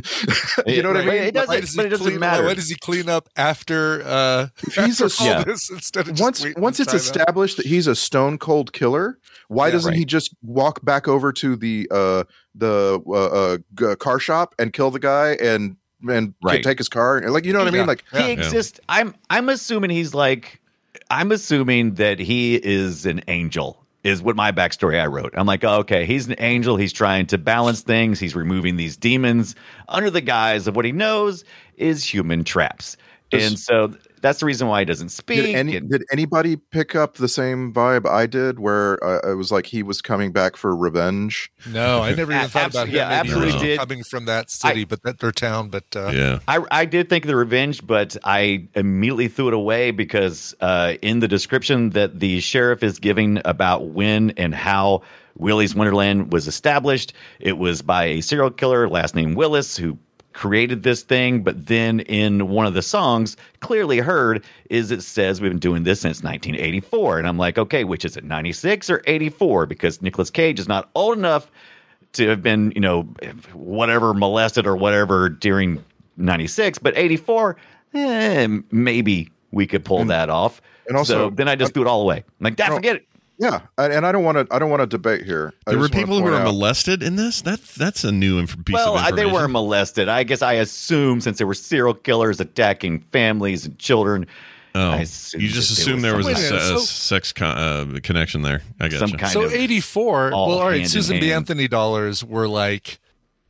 [SPEAKER 8] you know what I
[SPEAKER 6] Right.
[SPEAKER 8] mean?
[SPEAKER 6] It doesn't-
[SPEAKER 7] Why does
[SPEAKER 6] but
[SPEAKER 7] he
[SPEAKER 6] it doesn't
[SPEAKER 7] clean-
[SPEAKER 6] matter.
[SPEAKER 7] Why does he clean up after? Uh,
[SPEAKER 8] Jesus.
[SPEAKER 7] after all
[SPEAKER 6] Yeah.
[SPEAKER 7] this instead of just
[SPEAKER 8] once
[SPEAKER 7] waiting
[SPEAKER 8] once
[SPEAKER 7] to
[SPEAKER 8] it's
[SPEAKER 7] time out?
[SPEAKER 8] established that he's a stone cold killer, why
[SPEAKER 7] Yeah,
[SPEAKER 8] doesn't he
[SPEAKER 6] right.
[SPEAKER 8] just walk back over to the uh, the uh, uh, g- uh, car shop and kill the guy and and
[SPEAKER 6] Right.
[SPEAKER 8] ki- take his car? And, Like you know what I
[SPEAKER 7] Yeah.
[SPEAKER 8] mean? Like
[SPEAKER 7] Yeah.
[SPEAKER 6] He exists. I'm I'm assuming he's like I'm assuming that he is an angel. Is what my backstory I wrote. I'm like, oh, okay, he's an angel. He's trying to balance things. He's removing these demons under the guise of what he knows is human traps.
[SPEAKER 8] Does-
[SPEAKER 6] and so that's the reason why he doesn't speak.
[SPEAKER 8] did, any,
[SPEAKER 6] and-
[SPEAKER 8] did anybody pick up the same vibe I did, where uh, it was like he was coming back for revenge?
[SPEAKER 7] No, I never even
[SPEAKER 6] A-
[SPEAKER 7] thought about
[SPEAKER 6] abso-
[SPEAKER 7] him
[SPEAKER 6] yeah,
[SPEAKER 7] maybe
[SPEAKER 1] absolutely
[SPEAKER 7] originally
[SPEAKER 6] did.
[SPEAKER 7] coming from that city, but that their town. But uh,
[SPEAKER 1] yeah.
[SPEAKER 6] I, I did think of the revenge, but I immediately threw it away because uh, in the description that the sheriff is giving about when and how Willie's Wonderland was established, it was by a serial killer, last name Willis, who created this thing. But then in one of the songs, clearly heard, is it says we've been doing this since 1984. And I'm like, okay, which is it, 96 or 84? Because Nicolas Cage is not old enough to have been, you know, whatever molested or whatever during 96, but 84, eh, maybe we could pull that off.
[SPEAKER 8] and also-
[SPEAKER 6] so then I just threw it all away. I'm like, that,
[SPEAKER 8] No.
[SPEAKER 6] forget it.
[SPEAKER 8] Yeah, I, and I don't want to. I don't want to debate here. I
[SPEAKER 1] There were
[SPEAKER 8] just wanna
[SPEAKER 1] people who
[SPEAKER 8] point
[SPEAKER 1] were
[SPEAKER 8] out-
[SPEAKER 1] molested in this. That that's a new inf- piece
[SPEAKER 6] Well,
[SPEAKER 1] of
[SPEAKER 6] I, they
[SPEAKER 1] information.
[SPEAKER 6] were molested. I guess I assume since they were serial killers attacking families and children.
[SPEAKER 1] Oh,
[SPEAKER 6] I
[SPEAKER 1] you just
[SPEAKER 6] that
[SPEAKER 1] assume there was a,
[SPEAKER 7] Wait a
[SPEAKER 1] se-
[SPEAKER 7] minute,
[SPEAKER 1] a
[SPEAKER 7] so-
[SPEAKER 1] sex con- uh, connection there. I got
[SPEAKER 6] Some
[SPEAKER 1] you.
[SPEAKER 6] kind
[SPEAKER 7] so
[SPEAKER 6] of
[SPEAKER 7] 84 well
[SPEAKER 6] all
[SPEAKER 7] all right
[SPEAKER 6] hand in
[SPEAKER 7] susan b
[SPEAKER 6] hand.
[SPEAKER 7] anthony dollars were like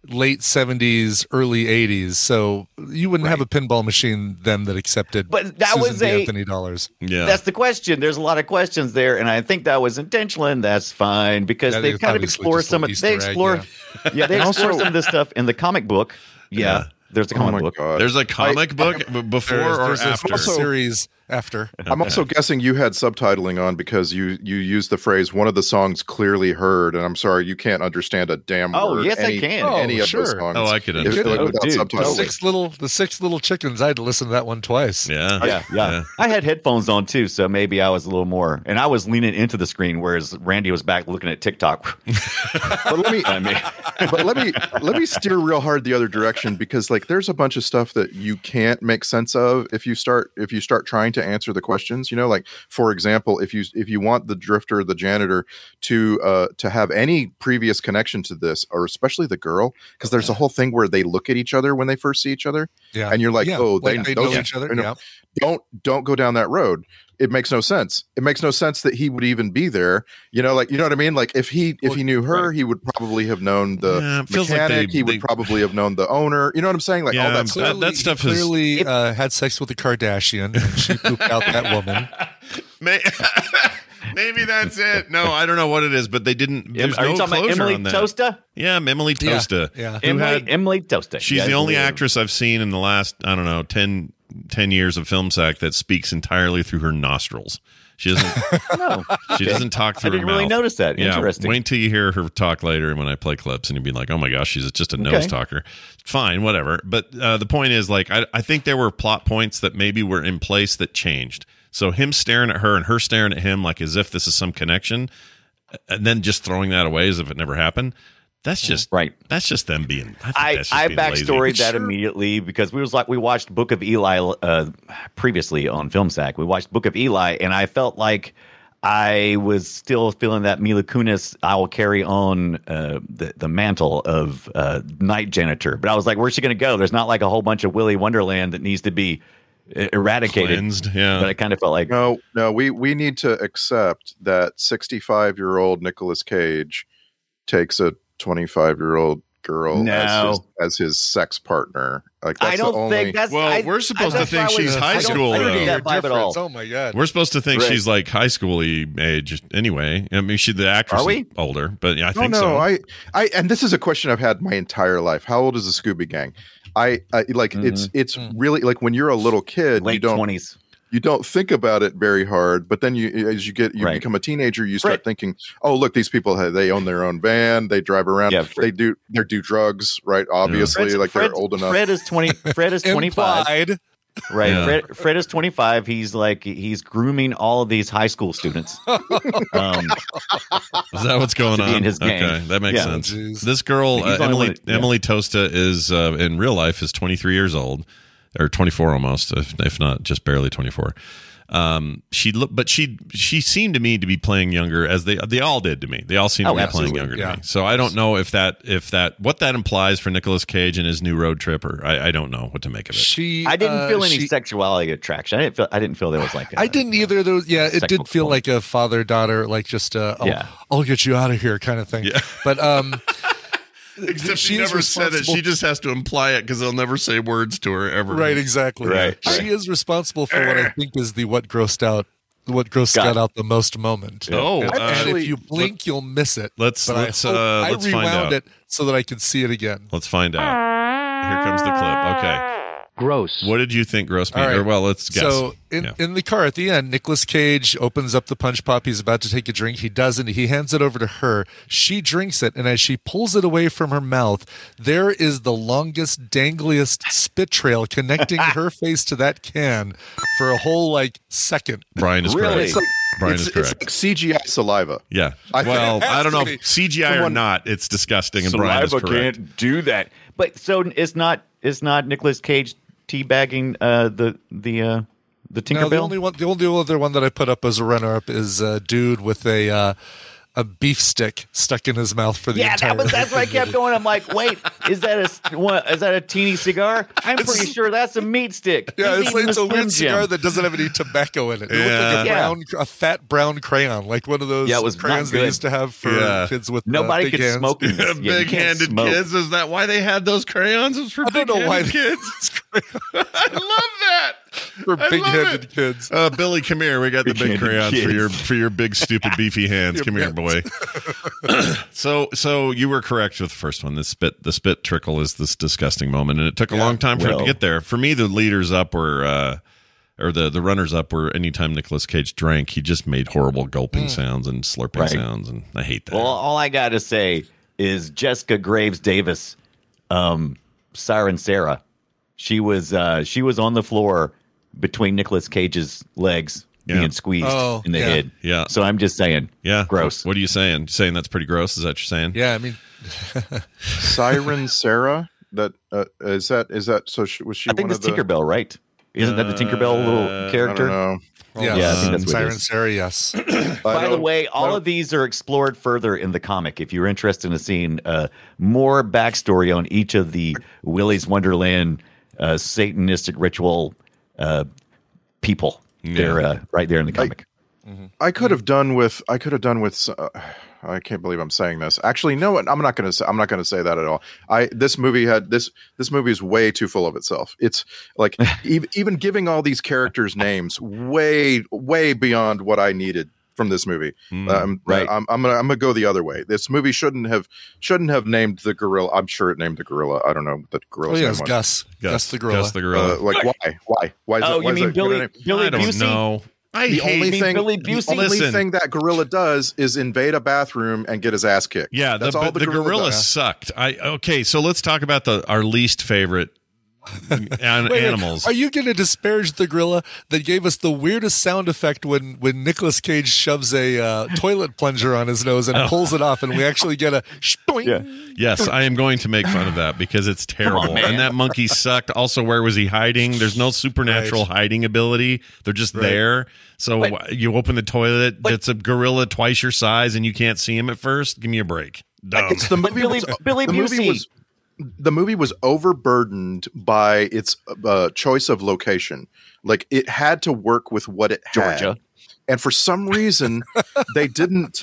[SPEAKER 7] late 70s early 80s so you wouldn't have a pinball machine then that accepted
[SPEAKER 6] But that
[SPEAKER 7] susan
[SPEAKER 6] was
[SPEAKER 7] b
[SPEAKER 6] a-
[SPEAKER 7] anthony dollars
[SPEAKER 1] Yeah,
[SPEAKER 6] That's the question. There's a lot of questions there, and I think that was intentional, and that's fine because
[SPEAKER 7] That
[SPEAKER 6] they
[SPEAKER 7] is
[SPEAKER 6] kind of
[SPEAKER 7] obviously
[SPEAKER 6] explore
[SPEAKER 7] just
[SPEAKER 6] some.
[SPEAKER 7] an
[SPEAKER 6] Of,
[SPEAKER 7] Easter
[SPEAKER 6] they
[SPEAKER 7] egg,
[SPEAKER 6] explore, yeah, they explore
[SPEAKER 8] also-
[SPEAKER 6] some of this stuff in the comic book. Yeah,
[SPEAKER 1] Yeah.
[SPEAKER 6] there's a
[SPEAKER 8] Oh
[SPEAKER 6] comic
[SPEAKER 8] my
[SPEAKER 6] book.
[SPEAKER 8] god!
[SPEAKER 1] there's a comic book b- before
[SPEAKER 7] There's-
[SPEAKER 1] or
[SPEAKER 7] there's a
[SPEAKER 1] after.
[SPEAKER 8] also-
[SPEAKER 7] series after
[SPEAKER 8] I'm also guessing you had subtitling on because you you used the phrase one of the songs clearly heard, and I'm sorry you can't understand a damn
[SPEAKER 6] Oh,
[SPEAKER 8] word.
[SPEAKER 6] yes, I
[SPEAKER 8] any,
[SPEAKER 6] can.
[SPEAKER 7] Oh,
[SPEAKER 8] any of
[SPEAKER 7] sure.
[SPEAKER 8] those songs.
[SPEAKER 1] Oh, I could
[SPEAKER 8] If-
[SPEAKER 1] understand.
[SPEAKER 8] like,
[SPEAKER 6] Oh,
[SPEAKER 8] without
[SPEAKER 6] dude,
[SPEAKER 7] the
[SPEAKER 8] subtitles.
[SPEAKER 6] totally.
[SPEAKER 7] six little the six little chickens i had to listen to that one twice
[SPEAKER 1] Oh, yeah.
[SPEAKER 6] Yeah, yeah,
[SPEAKER 1] Yeah.
[SPEAKER 6] I had headphones on too, so maybe I was a little more, and I was leaning into the screen, whereas Randy was back looking at TikTok.
[SPEAKER 8] But let me
[SPEAKER 6] I mean,
[SPEAKER 8] but let me let me steer real hard the other direction because like there's a bunch of stuff that you can't make sense of if you start if you start trying to answer the questions you know like for example if you if you want the drifter the janitor to uh to have any previous connection to this or especially the girl because there's a whole thing where they look at each other when they first see each other
[SPEAKER 7] yeah
[SPEAKER 8] and you're like
[SPEAKER 7] Yeah,
[SPEAKER 8] oh they,
[SPEAKER 7] they know
[SPEAKER 8] those-
[SPEAKER 7] each other
[SPEAKER 8] I know.
[SPEAKER 7] yeah.
[SPEAKER 8] don't don't go down that road it makes no sense it makes no sense that he would even be there you know like you know what i mean like if he if he knew her he would probably have known the
[SPEAKER 1] Yeah, it feels like
[SPEAKER 8] mechanic
[SPEAKER 1] they-
[SPEAKER 8] he would
[SPEAKER 1] they-
[SPEAKER 8] probably have known the owner you know what i'm saying like all
[SPEAKER 1] Yeah,
[SPEAKER 8] that
[SPEAKER 1] I'm-
[SPEAKER 8] stuff
[SPEAKER 1] That- that
[SPEAKER 7] Clearly-
[SPEAKER 1] stuff
[SPEAKER 7] he
[SPEAKER 1] is-
[SPEAKER 7] clearly uh, had sex with a Kardashian, and she pooped out that woman.
[SPEAKER 1] May- Maybe that's it. No, I don't know what it is, but they didn't.
[SPEAKER 6] Em-
[SPEAKER 1] There's
[SPEAKER 6] are you
[SPEAKER 1] no
[SPEAKER 6] talking about
[SPEAKER 1] closure
[SPEAKER 6] Emily
[SPEAKER 1] on that.
[SPEAKER 6] Tosta?
[SPEAKER 1] Yeah, Emily
[SPEAKER 7] Yeah,
[SPEAKER 1] Tosta.
[SPEAKER 7] yeah.
[SPEAKER 1] Who
[SPEAKER 6] Emily,
[SPEAKER 1] had,
[SPEAKER 6] Emily Tosta.
[SPEAKER 1] she's
[SPEAKER 6] Yeah,
[SPEAKER 1] the only
[SPEAKER 6] it's-
[SPEAKER 1] actress I've seen in the last I don't know ten ten years of film sack that speaks entirely through her nostrils. She doesn't.
[SPEAKER 6] No,
[SPEAKER 1] she doesn't talk
[SPEAKER 6] I
[SPEAKER 1] through.
[SPEAKER 6] didn't
[SPEAKER 1] her
[SPEAKER 6] really
[SPEAKER 1] mouth.
[SPEAKER 6] notice that.
[SPEAKER 1] Yeah,
[SPEAKER 6] Interesting.
[SPEAKER 1] Wait until you hear her talk later when I play clips, and you'd be like, "Oh my gosh, she's just a nose
[SPEAKER 6] Okay.
[SPEAKER 1] talker." Fine, whatever. But uh, the point is, like, I, I think there were plot points that maybe were in place that changed. So him staring at her and her staring at him, like as if this is some connection, and then just throwing that away as if it never happened. That's just
[SPEAKER 6] Right.
[SPEAKER 1] That's just them being. I think
[SPEAKER 6] I,
[SPEAKER 1] that's just
[SPEAKER 6] I
[SPEAKER 1] being lazy.
[SPEAKER 6] backstoried that immediately because we was like we watched Book of Eli uh, previously on Film Sack. We watched Book of Eli, and I felt like I was still feeling that Mila Kunis. I will carry on uh, the the mantle of uh, night janitor, but I was like, where's she going to go? There's not like a whole bunch of Willy Wonderland that needs to be e- eradicated.
[SPEAKER 1] Cleansed, yeah.
[SPEAKER 6] But I kind of felt like
[SPEAKER 8] No, no, we we need to accept that 65 year old Nicolas Cage takes a 25 year old girl
[SPEAKER 6] No.
[SPEAKER 8] as, his, as his sex partner. Like that's
[SPEAKER 6] I don't
[SPEAKER 8] the only,
[SPEAKER 6] think that's.
[SPEAKER 1] Well,
[SPEAKER 6] I-
[SPEAKER 1] we're
[SPEAKER 6] I-
[SPEAKER 1] supposed to
[SPEAKER 6] that's
[SPEAKER 1] think
[SPEAKER 6] why I was-
[SPEAKER 1] she's high
[SPEAKER 6] I don't-
[SPEAKER 1] school,
[SPEAKER 6] I don't
[SPEAKER 1] though.
[SPEAKER 6] get that vibe at all.
[SPEAKER 7] Oh my god.
[SPEAKER 1] We're supposed to think
[SPEAKER 6] Right.
[SPEAKER 1] she's like high schooly age anyway. I mean, she the actress
[SPEAKER 6] Are we?
[SPEAKER 1] is older, but yeah, I
[SPEAKER 8] I
[SPEAKER 1] think
[SPEAKER 8] no,
[SPEAKER 1] so.
[SPEAKER 8] I, I, and this is a question I've had my entire life. How old is the Scooby Gang? I, I like it's it's
[SPEAKER 6] Mm.
[SPEAKER 8] really like when you're a little kid, you
[SPEAKER 6] Mm-hmm. Late
[SPEAKER 8] don't
[SPEAKER 6] twenties.
[SPEAKER 8] you don't think about it very hard but then you as you get you
[SPEAKER 6] Right.
[SPEAKER 8] become a teenager you start
[SPEAKER 6] Right.
[SPEAKER 8] thinking oh look these people have, they own their own van they drive around
[SPEAKER 6] Yeah, Fred-
[SPEAKER 8] they do they do drugs right obviously like they're old enough
[SPEAKER 6] Fred is twenty. Fred is twenty five.
[SPEAKER 7] Implied.
[SPEAKER 6] Right.
[SPEAKER 1] Yeah.
[SPEAKER 6] Fred, Fred is 25. He's like, he's grooming all of these high school students. um,
[SPEAKER 1] Is that what's going
[SPEAKER 6] To be
[SPEAKER 1] on?
[SPEAKER 6] in his gang.
[SPEAKER 1] Okay, that makes
[SPEAKER 6] Yeah.
[SPEAKER 1] sense.
[SPEAKER 7] Jeez.
[SPEAKER 1] This girl,
[SPEAKER 6] He's
[SPEAKER 1] uh,
[SPEAKER 6] the only
[SPEAKER 1] Emily
[SPEAKER 6] one that- yeah.
[SPEAKER 1] Emily Tosta, is uh, in real life is 23 years old, or 24 almost, if, if not just barely 24. Um, she looked, but she she seemed to me to be playing younger, as they they all did to me. They all seemed
[SPEAKER 6] Oh,
[SPEAKER 1] to be
[SPEAKER 6] absolutely.
[SPEAKER 1] playing younger
[SPEAKER 7] Yeah.
[SPEAKER 1] to me. So I don't know if that if that what that implies for Nicolas Cage and his new road trip, or I, I don't know what to make of it.
[SPEAKER 7] She.
[SPEAKER 6] I didn't
[SPEAKER 7] uh,
[SPEAKER 6] feel any
[SPEAKER 7] she-
[SPEAKER 6] sexuality attraction. I didn't feel, I didn't feel there was like, I
[SPEAKER 7] I didn't either. There was, yeah, it
[SPEAKER 6] sexual
[SPEAKER 7] did feel
[SPEAKER 6] component.
[SPEAKER 7] like a father daughter, like just uh, I'll,
[SPEAKER 6] Yeah.
[SPEAKER 7] I'll get you out of here kind of thing.
[SPEAKER 1] Yeah.
[SPEAKER 7] But um,
[SPEAKER 1] Except she
[SPEAKER 7] she is
[SPEAKER 1] never said it.
[SPEAKER 7] responsible-
[SPEAKER 1] She just has to imply it because they'll never say words to her ever.
[SPEAKER 7] right, exactly.
[SPEAKER 6] Right,
[SPEAKER 7] She is responsible for what I think is the what grossed out, what grossed
[SPEAKER 6] Got
[SPEAKER 7] God
[SPEAKER 6] it.
[SPEAKER 7] out the most moment.
[SPEAKER 1] Oh,
[SPEAKER 7] and,
[SPEAKER 1] uh,
[SPEAKER 7] and
[SPEAKER 8] actually-
[SPEAKER 7] if you blink, you'll miss it.
[SPEAKER 1] Let's-
[SPEAKER 7] I
[SPEAKER 1] let's,
[SPEAKER 7] hope-
[SPEAKER 1] uh,
[SPEAKER 7] I
[SPEAKER 1] let's find
[SPEAKER 7] rewound
[SPEAKER 1] out.
[SPEAKER 7] it so that I could see it again.
[SPEAKER 1] Let's find out. Here comes the clip. Okay. Gross. What did you think gross mean?
[SPEAKER 7] All right.
[SPEAKER 1] Or, well, let's guess.
[SPEAKER 7] So in,
[SPEAKER 1] Yeah.
[SPEAKER 7] in the car at the end, Nicolas Cage opens up the punch pop. He's about to take a drink. He doesn't. He hands it over to her. She drinks it, and as she pulls it away from her mouth, there is the longest, dangliest spit trail connecting her face to that can for a whole like second.
[SPEAKER 1] Brian is
[SPEAKER 6] Really?
[SPEAKER 1] correct.
[SPEAKER 8] it's like
[SPEAKER 1] Brian
[SPEAKER 8] it's,
[SPEAKER 1] is
[SPEAKER 8] it's
[SPEAKER 1] correct.
[SPEAKER 8] like CGI saliva
[SPEAKER 1] yeah.
[SPEAKER 8] I-
[SPEAKER 1] well,
[SPEAKER 8] It has
[SPEAKER 1] I don't know
[SPEAKER 7] to
[SPEAKER 1] if CGI or
[SPEAKER 8] Someone-
[SPEAKER 1] not. It's disgusting, and Brian is correct.
[SPEAKER 6] can't do that. But so it's not, it's not Nicolas Cage teabagging, uh, the, the, uh, the
[SPEAKER 7] Now,
[SPEAKER 6] Tinkerbell.
[SPEAKER 7] the only one, the only other one that I put up as a runner-up is a dude with a uh, a beef stick stuck in his mouth for the
[SPEAKER 6] yeah,
[SPEAKER 7] entire.
[SPEAKER 6] that was that's what I kept going. I'm like, wait, is that a s- what, is that a teeny cigar? I'm pretty sure that's a meat stick.
[SPEAKER 7] Yeah,
[SPEAKER 6] He's
[SPEAKER 7] it's, like,
[SPEAKER 6] eating
[SPEAKER 7] it's a
[SPEAKER 6] Slim
[SPEAKER 7] weird
[SPEAKER 6] Jim.
[SPEAKER 7] cigar that uh, doesn't have any tobacco in it. It looked like a
[SPEAKER 1] Yeah.
[SPEAKER 7] brown, a fat brown crayon, like one of those
[SPEAKER 6] Yeah, it was not
[SPEAKER 7] crayons they
[SPEAKER 6] good.
[SPEAKER 7] used to have for
[SPEAKER 1] Yeah.
[SPEAKER 7] kids with uh,
[SPEAKER 6] Nobody
[SPEAKER 7] big
[SPEAKER 6] could
[SPEAKER 7] hands.
[SPEAKER 6] smoke. in this. Yeah, you can't
[SPEAKER 1] Big-handed
[SPEAKER 6] smoke.
[SPEAKER 1] kids. Is that why they had those crayons? It was for
[SPEAKER 7] I don't know why
[SPEAKER 1] big-handed kids. I love that.
[SPEAKER 7] for
[SPEAKER 1] I love
[SPEAKER 7] big-handed
[SPEAKER 1] it.
[SPEAKER 7] kids.
[SPEAKER 1] Uh, Billy, come here. We got the big
[SPEAKER 6] Big-handed
[SPEAKER 1] crayons for
[SPEAKER 6] kids.
[SPEAKER 1] your for your big stupid beefy hands. come here, boy. so so you were correct with the first one. The spit the spit trickle is this disgusting moment, and it took a long time for it to
[SPEAKER 6] Well-
[SPEAKER 1] get there. For me, the leaders up were uh, or the the runners up were anytime Nicolas Cage drank, he just made horrible gulping sounds and slurping
[SPEAKER 6] Mm. Right.
[SPEAKER 1] sounds, and I hate that.
[SPEAKER 6] Well, all I got to say is Jessica Graves Davis, um, Siren Sarah. She was uh, she was on the floor between Nicolas Cage's legs
[SPEAKER 1] Yeah.
[SPEAKER 6] being squeezed
[SPEAKER 7] Oh,
[SPEAKER 6] in the
[SPEAKER 7] yeah.
[SPEAKER 6] head.
[SPEAKER 1] Yeah.
[SPEAKER 6] So I'm just saying,
[SPEAKER 1] yeah,
[SPEAKER 6] gross.
[SPEAKER 1] What are you saying? Saying that's pretty gross? Is that what you're saying?
[SPEAKER 7] Yeah, I mean,
[SPEAKER 8] Siren Sarah that uh, is that is that so she, was she
[SPEAKER 6] I think
[SPEAKER 8] one
[SPEAKER 6] that's
[SPEAKER 8] of the Uh,
[SPEAKER 6] Tinkerbell, right? Isn't that the Tinkerbell little
[SPEAKER 8] I
[SPEAKER 6] character?
[SPEAKER 8] don't know
[SPEAKER 7] yeah,
[SPEAKER 6] Yeah, I think that's what it
[SPEAKER 7] Siren
[SPEAKER 6] is.
[SPEAKER 7] Sarah, yes.
[SPEAKER 8] I
[SPEAKER 6] By the
[SPEAKER 8] don't-
[SPEAKER 6] way,
[SPEAKER 8] I
[SPEAKER 6] all
[SPEAKER 8] don't-
[SPEAKER 6] of these are explored further in the comic. If you're interested in seeing uh, more backstory on each of the Willy's Wonderland uh, Satanistic ritual uh, people, they're uh, right there in the comic.
[SPEAKER 8] I could have done with I could have done with s- uh, I can't believe I'm saying this. Actually, no, I'm not going to say I'm not going to say that at all. I this movie had this this movie is way too full of itself. It's like even, even giving all these characters names way way beyond what I needed from this movie.
[SPEAKER 1] Mm,
[SPEAKER 8] um,
[SPEAKER 6] right.
[SPEAKER 8] I'm, I'm gonna I'm gonna go the other way. This movie shouldn't have shouldn't have named the gorilla. I'm sure it named the gorilla. I don't know what the
[SPEAKER 7] Oh
[SPEAKER 8] gorilla's
[SPEAKER 7] yeah,
[SPEAKER 8] name
[SPEAKER 7] it's
[SPEAKER 8] was.
[SPEAKER 7] Gus. Gus. the gorilla.
[SPEAKER 1] Gus the gorilla.
[SPEAKER 8] Uh, like why? Why? Why is
[SPEAKER 6] oh,
[SPEAKER 8] it? Why
[SPEAKER 6] you
[SPEAKER 8] is
[SPEAKER 6] mean
[SPEAKER 8] it good
[SPEAKER 6] Billy?
[SPEAKER 8] name?
[SPEAKER 6] Billy
[SPEAKER 1] I don't
[SPEAKER 6] Busey?
[SPEAKER 1] know. I
[SPEAKER 8] The
[SPEAKER 1] hate.
[SPEAKER 8] only
[SPEAKER 6] mean
[SPEAKER 8] thing
[SPEAKER 6] Billy
[SPEAKER 8] the
[SPEAKER 6] Busey?
[SPEAKER 8] only
[SPEAKER 1] Listen.
[SPEAKER 8] thing that gorilla does is invade a bathroom and get his ass kicked.
[SPEAKER 1] yeah, the,
[SPEAKER 8] that's all
[SPEAKER 1] but the gorilla,
[SPEAKER 8] does.
[SPEAKER 1] sucked. I okay. So let's talk about the our least favorite an-
[SPEAKER 7] Wait, wait,
[SPEAKER 1] animals.
[SPEAKER 7] Are you going to disparage the gorilla that gave us the weirdest sound effect when when Nicolas Cage shoves a uh, toilet plunger on his nose and pulls it off, and we actually get a shpoink?
[SPEAKER 6] Oh. Yeah.
[SPEAKER 1] yes, I am going to make fun of that because it's terrible.
[SPEAKER 6] man.
[SPEAKER 1] and that monkey sucked. Also, where was he hiding? There's no supernatural hiding ability. They're just there. So wh- you open the toilet. It's a gorilla twice your size, and you can't see him at first. Give me a break. Dumb.
[SPEAKER 8] It's the
[SPEAKER 6] But
[SPEAKER 8] movie.
[SPEAKER 6] Billy-
[SPEAKER 8] was,
[SPEAKER 6] Billy
[SPEAKER 8] the movie
[SPEAKER 6] Busey.
[SPEAKER 8] was the movie was overburdened by its uh, choice of location. Like it had to work with what it had.
[SPEAKER 6] Georgia.
[SPEAKER 8] and for some reason they didn't.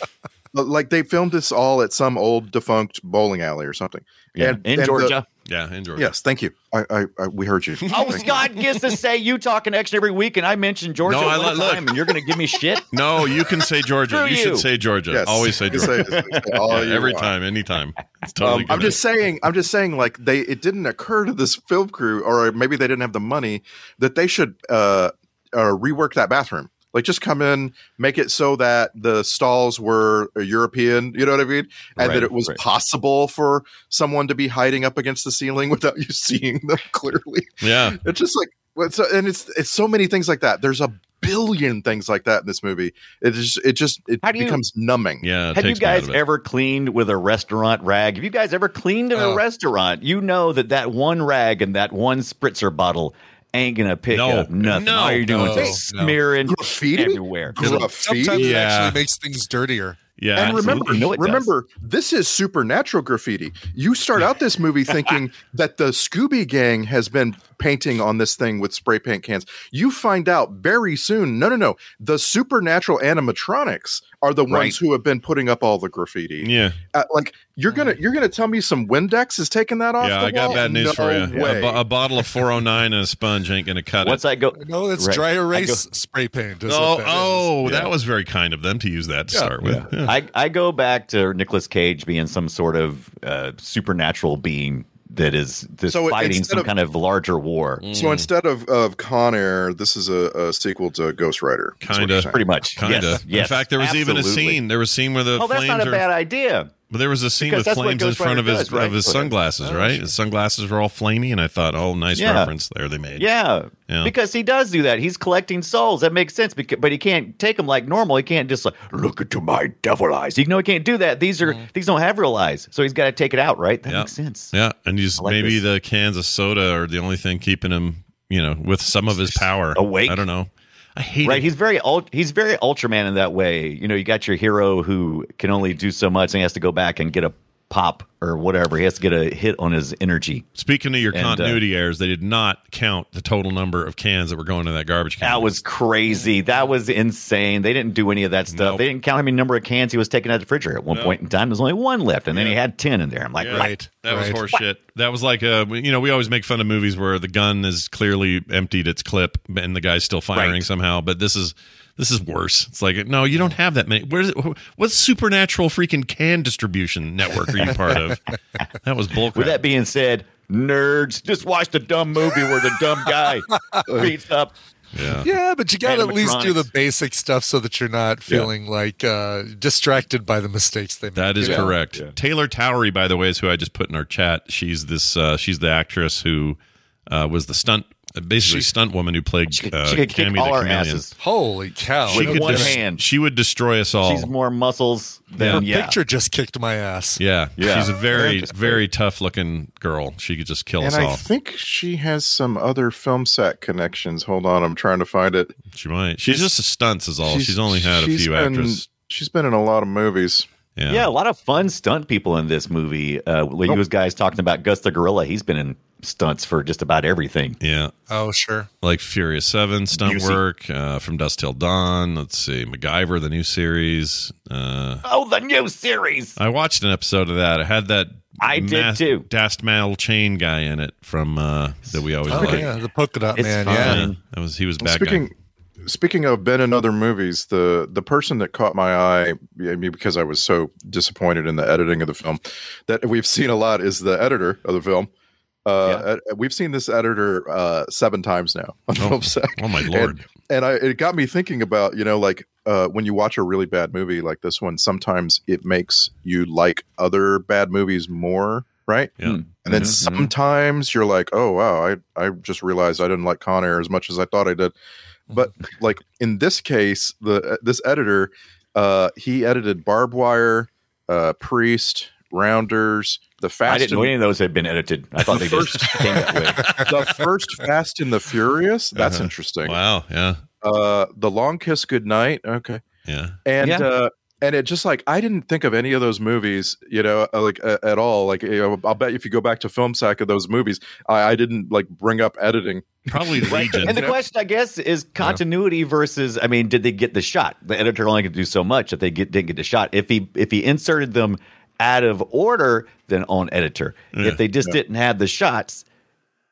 [SPEAKER 8] uh, Like they filmed this all at some old defunct bowling alley or something.
[SPEAKER 6] Yeah.
[SPEAKER 8] And- uh,
[SPEAKER 6] in
[SPEAKER 8] and the-
[SPEAKER 6] Georgia.
[SPEAKER 1] Yeah, enjoy.
[SPEAKER 8] Yes, thank you. I, I, I we heard you.
[SPEAKER 6] oh,
[SPEAKER 8] Thank you.
[SPEAKER 6] Scott gets to say you talk an action every week, and I mention Georgia
[SPEAKER 1] No, I
[SPEAKER 6] one
[SPEAKER 1] li- look.
[SPEAKER 6] time, and you're going to give me shit.
[SPEAKER 1] No, you can say Georgia.
[SPEAKER 6] Screw
[SPEAKER 1] you should
[SPEAKER 6] you.
[SPEAKER 1] say Georgia.
[SPEAKER 8] Yes.
[SPEAKER 1] Always say
[SPEAKER 8] You
[SPEAKER 1] Georgia.
[SPEAKER 8] say all
[SPEAKER 1] Yeah,
[SPEAKER 8] you
[SPEAKER 1] every
[SPEAKER 8] want.
[SPEAKER 1] time, anytime. It's
[SPEAKER 8] Um,
[SPEAKER 1] totally
[SPEAKER 8] I'm
[SPEAKER 1] good.
[SPEAKER 8] just saying. I'm just saying. Like they, it didn't occur to this film crew, or maybe they didn't have the money that they should uh, uh, rework that bathroom. Like just come in, make it so that the stalls were European. You know what I mean? And
[SPEAKER 6] Right,
[SPEAKER 8] that it was
[SPEAKER 6] right.
[SPEAKER 8] possible for someone to be hiding up against the ceiling without you seeing them clearly.
[SPEAKER 1] yeah.
[SPEAKER 8] It's just like well, it's and it's it's so many things like that. There's a billion things like that in this movie. It just it just it
[SPEAKER 6] How do you-
[SPEAKER 8] becomes numbing.
[SPEAKER 1] Yeah. it
[SPEAKER 6] Have you
[SPEAKER 1] takes me out
[SPEAKER 6] guys
[SPEAKER 1] of it.
[SPEAKER 6] ever cleaned with a restaurant rag? Have you guys ever cleaned in a
[SPEAKER 7] Oh.
[SPEAKER 6] restaurant? You know that that one rag and that one spritzer bottle ain't going to pick
[SPEAKER 1] No.
[SPEAKER 6] up nothing.
[SPEAKER 1] No.
[SPEAKER 6] All you're doing
[SPEAKER 7] No.
[SPEAKER 6] is just
[SPEAKER 7] No.
[SPEAKER 6] smearing
[SPEAKER 8] Graffiti?
[SPEAKER 6] everywhere.
[SPEAKER 8] Graffiti?
[SPEAKER 7] Sometimes it
[SPEAKER 1] Yeah.
[SPEAKER 7] actually makes things dirtier.
[SPEAKER 1] Yeah.
[SPEAKER 8] And remember,
[SPEAKER 6] absolutely. No, it does.
[SPEAKER 8] remember, this is supernatural graffiti. You start out this movie thinking that the Scooby Gang has been painting on this thing with spray paint cans. You find out very soon, no, no, no, the supernatural animatronics are the ones
[SPEAKER 6] Right.
[SPEAKER 8] who have been putting up all the graffiti.
[SPEAKER 1] yeah.
[SPEAKER 8] Uh, like you're gonna, you're gonna tell me some Windex is taking that off?
[SPEAKER 1] Yeah.
[SPEAKER 8] the
[SPEAKER 1] I got
[SPEAKER 8] wall?
[SPEAKER 1] bad news
[SPEAKER 8] No
[SPEAKER 1] for you.
[SPEAKER 8] way.
[SPEAKER 1] A, bo- a bottle of 409 and a sponge ain't going to cut
[SPEAKER 6] What's
[SPEAKER 1] it.
[SPEAKER 6] that go?
[SPEAKER 7] No, that's
[SPEAKER 6] Right.
[SPEAKER 7] dry
[SPEAKER 6] I go-
[SPEAKER 7] erase spray paint. Is
[SPEAKER 1] Oh,
[SPEAKER 7] what that is.
[SPEAKER 1] oh, that was very kind of them to use that to
[SPEAKER 7] Yeah.
[SPEAKER 1] start with. Yeah.
[SPEAKER 6] I, I go back to Nicolas Cage being some sort of uh, supernatural being that is this
[SPEAKER 8] So
[SPEAKER 6] fighting
[SPEAKER 8] instead
[SPEAKER 6] some
[SPEAKER 8] of-
[SPEAKER 6] kind of larger war.
[SPEAKER 1] Mm.
[SPEAKER 8] So instead of, of Con Air, this is a, a sequel to Ghost Rider. is what
[SPEAKER 1] Kinda.
[SPEAKER 8] you're saying.
[SPEAKER 6] Pretty much.
[SPEAKER 1] Kind of.
[SPEAKER 6] Yes, yes,
[SPEAKER 1] In fact, there was even a
[SPEAKER 6] absolutely.
[SPEAKER 1] scene. There was a scene where the
[SPEAKER 6] Oh, that's
[SPEAKER 1] flames
[SPEAKER 6] not a
[SPEAKER 1] are.
[SPEAKER 6] bad idea.
[SPEAKER 1] but there was a scene
[SPEAKER 6] because
[SPEAKER 1] with
[SPEAKER 6] that's what
[SPEAKER 1] flames in
[SPEAKER 6] Ghost
[SPEAKER 1] front
[SPEAKER 6] Rider
[SPEAKER 1] of his
[SPEAKER 6] does, right? Oh,
[SPEAKER 1] of his
[SPEAKER 6] Okay.
[SPEAKER 1] sunglasses, right? His sunglasses were all flamey, and I thought, oh, nice
[SPEAKER 6] Yeah.
[SPEAKER 1] reference there they made.
[SPEAKER 6] Yeah,
[SPEAKER 1] Yeah.
[SPEAKER 6] because he does do that. He's collecting souls. That makes sense. Because, but he can't take them like normal. He can't just like look into my devil eyes. You know, he can't do that. These are these don't have real eyes. So he's got to take it out, right? That
[SPEAKER 1] Mm-hmm. Yeah.
[SPEAKER 6] makes sense.
[SPEAKER 1] Yeah, and he's
[SPEAKER 6] I like
[SPEAKER 1] maybe
[SPEAKER 6] this.
[SPEAKER 1] the cans of soda are the only thing keeping him, you know, with some of his power
[SPEAKER 6] Awake.
[SPEAKER 1] I don't know. I hate
[SPEAKER 6] Right,
[SPEAKER 1] it.
[SPEAKER 6] he's very ult- he's very Ultraman in that way. You know, you got your hero who can only do so much, and he has to go back and get a pop or whatever. He has to get a hit on his energy.
[SPEAKER 1] Speaking of your
[SPEAKER 6] And, uh,
[SPEAKER 1] continuity errors, they did not count the total number of cans that were going to that garbage can.
[SPEAKER 6] That was crazy. That was insane. They didn't do any of that stuff.
[SPEAKER 1] Nope.
[SPEAKER 6] They didn't count how many number of cans he was taking out of the refrigerator. At one point in time, there's only one left, and then he had ten in there. I'm like,
[SPEAKER 1] Yeah,
[SPEAKER 6] what?
[SPEAKER 7] Right,
[SPEAKER 1] That
[SPEAKER 7] right.
[SPEAKER 1] was horseshit. That was like uh you know we always make fun of movies where the gun is clearly emptied its clip and the guy's still firing
[SPEAKER 6] Right.
[SPEAKER 1] somehow. But this is this is worse. It's like no, you don't have that many. Where's it, what supernatural freaking can distribution network are you part of? that was bullcrap.
[SPEAKER 6] With that being said, nerds, just watch the dumb movie where the dumb guy beats up.
[SPEAKER 1] yeah.
[SPEAKER 7] Yeah, but you got to at least do the
[SPEAKER 6] Animatronics.
[SPEAKER 7] basic stuff so that you're not feeling like uh, distracted by the mistakes they make.
[SPEAKER 1] That is
[SPEAKER 7] you know?
[SPEAKER 1] correct. Taylor Towery, by the way, is who I just put in our chat. She's this. Uh, she's the actress who uh, was the stunt, basically stunt woman who played
[SPEAKER 6] She could,
[SPEAKER 1] uh,
[SPEAKER 6] she could
[SPEAKER 1] Cammy
[SPEAKER 6] kick
[SPEAKER 1] the
[SPEAKER 6] all our
[SPEAKER 1] Chameleon.
[SPEAKER 6] asses.
[SPEAKER 7] Holy cow!
[SPEAKER 1] She
[SPEAKER 6] With
[SPEAKER 1] could
[SPEAKER 6] one
[SPEAKER 1] just-
[SPEAKER 6] hand.
[SPEAKER 1] She would destroy us all.
[SPEAKER 6] She's more muscles
[SPEAKER 7] Her
[SPEAKER 6] than yeah.
[SPEAKER 7] picture just kicked my ass.
[SPEAKER 1] yeah,
[SPEAKER 6] Yeah.
[SPEAKER 1] She's a very,
[SPEAKER 6] Yeah.
[SPEAKER 1] very tough looking girl. She could just kill
[SPEAKER 8] And
[SPEAKER 1] us
[SPEAKER 8] I
[SPEAKER 1] all.
[SPEAKER 8] think she has some other film set connections. Hold on, I'm trying to find it.
[SPEAKER 1] she might. She's, just a stunts is all. Oh, She's, only had a
[SPEAKER 8] she's
[SPEAKER 1] few
[SPEAKER 8] been-
[SPEAKER 1] actresses.
[SPEAKER 8] She's been in a lot of movies.
[SPEAKER 1] Yeah.
[SPEAKER 6] yeah. a lot of fun stunt people in this movie. Uh, you was guys talking about Gus the Gorilla. He's been in stunts for just about everything.
[SPEAKER 1] Yeah.
[SPEAKER 7] Oh sure.
[SPEAKER 1] like Furious Seven stunt
[SPEAKER 6] Busey.
[SPEAKER 1] work uh, from Dust Till Dawn. Let's see, MacGyver, the new series. Uh,
[SPEAKER 6] Oh, the new series.
[SPEAKER 1] I watched an episode of that. It had that
[SPEAKER 6] I did too.
[SPEAKER 1] Dast Mal Chain guy in it from uh, that we always
[SPEAKER 7] Oh
[SPEAKER 1] like.
[SPEAKER 7] yeah, the polka dot
[SPEAKER 6] It's
[SPEAKER 7] man.
[SPEAKER 6] fine.
[SPEAKER 7] Yeah.
[SPEAKER 1] Yeah, that was he was back.
[SPEAKER 8] speaking Speaking of been in other movies, the the person that caught my eye, I mean, because I was so disappointed in the editing of the film, that we've seen a lot is the editor of the film. Uh, ed- We've seen this editor uh, seven times now on film sack.
[SPEAKER 1] Oh my lord!
[SPEAKER 8] And, and I, it got me thinking about you know like uh, when you watch a really bad movie like this one, sometimes it makes you like other bad movies more, right?
[SPEAKER 1] Yeah.
[SPEAKER 8] And then
[SPEAKER 6] Mhm.
[SPEAKER 8] sometimes you're like, oh wow, I I just realized I didn't like Con Air as much as I thought I did. But like in this case, the this editor, uh, he edited Barbed Wire, uh, Priest, Rounders, the Fast.
[SPEAKER 6] I didn't
[SPEAKER 8] and-
[SPEAKER 6] know any of those had been edited. I thought they just came that way.
[SPEAKER 8] the first Fast and the Furious. That's
[SPEAKER 1] Uh-huh.
[SPEAKER 8] interesting.
[SPEAKER 1] Wow. Yeah.
[SPEAKER 8] Uh, the Long Kiss Goodnight. Okay,
[SPEAKER 1] Yeah.
[SPEAKER 8] and
[SPEAKER 6] Yeah.
[SPEAKER 8] uh, and it just like I didn't think of any of those movies, you know, uh, like uh, at all. Like you know, I'll bet if you go back to film sack of those movies, I, I didn't like bring up editing.
[SPEAKER 1] Probably Legion.
[SPEAKER 6] And the question, I guess, is continuity versus. I mean, did they get the shot? The editor only could do so much if they get, didn't get the shot. If he if he inserted them out of order, then on editor.
[SPEAKER 1] Yeah.
[SPEAKER 6] If they just didn't have the shots,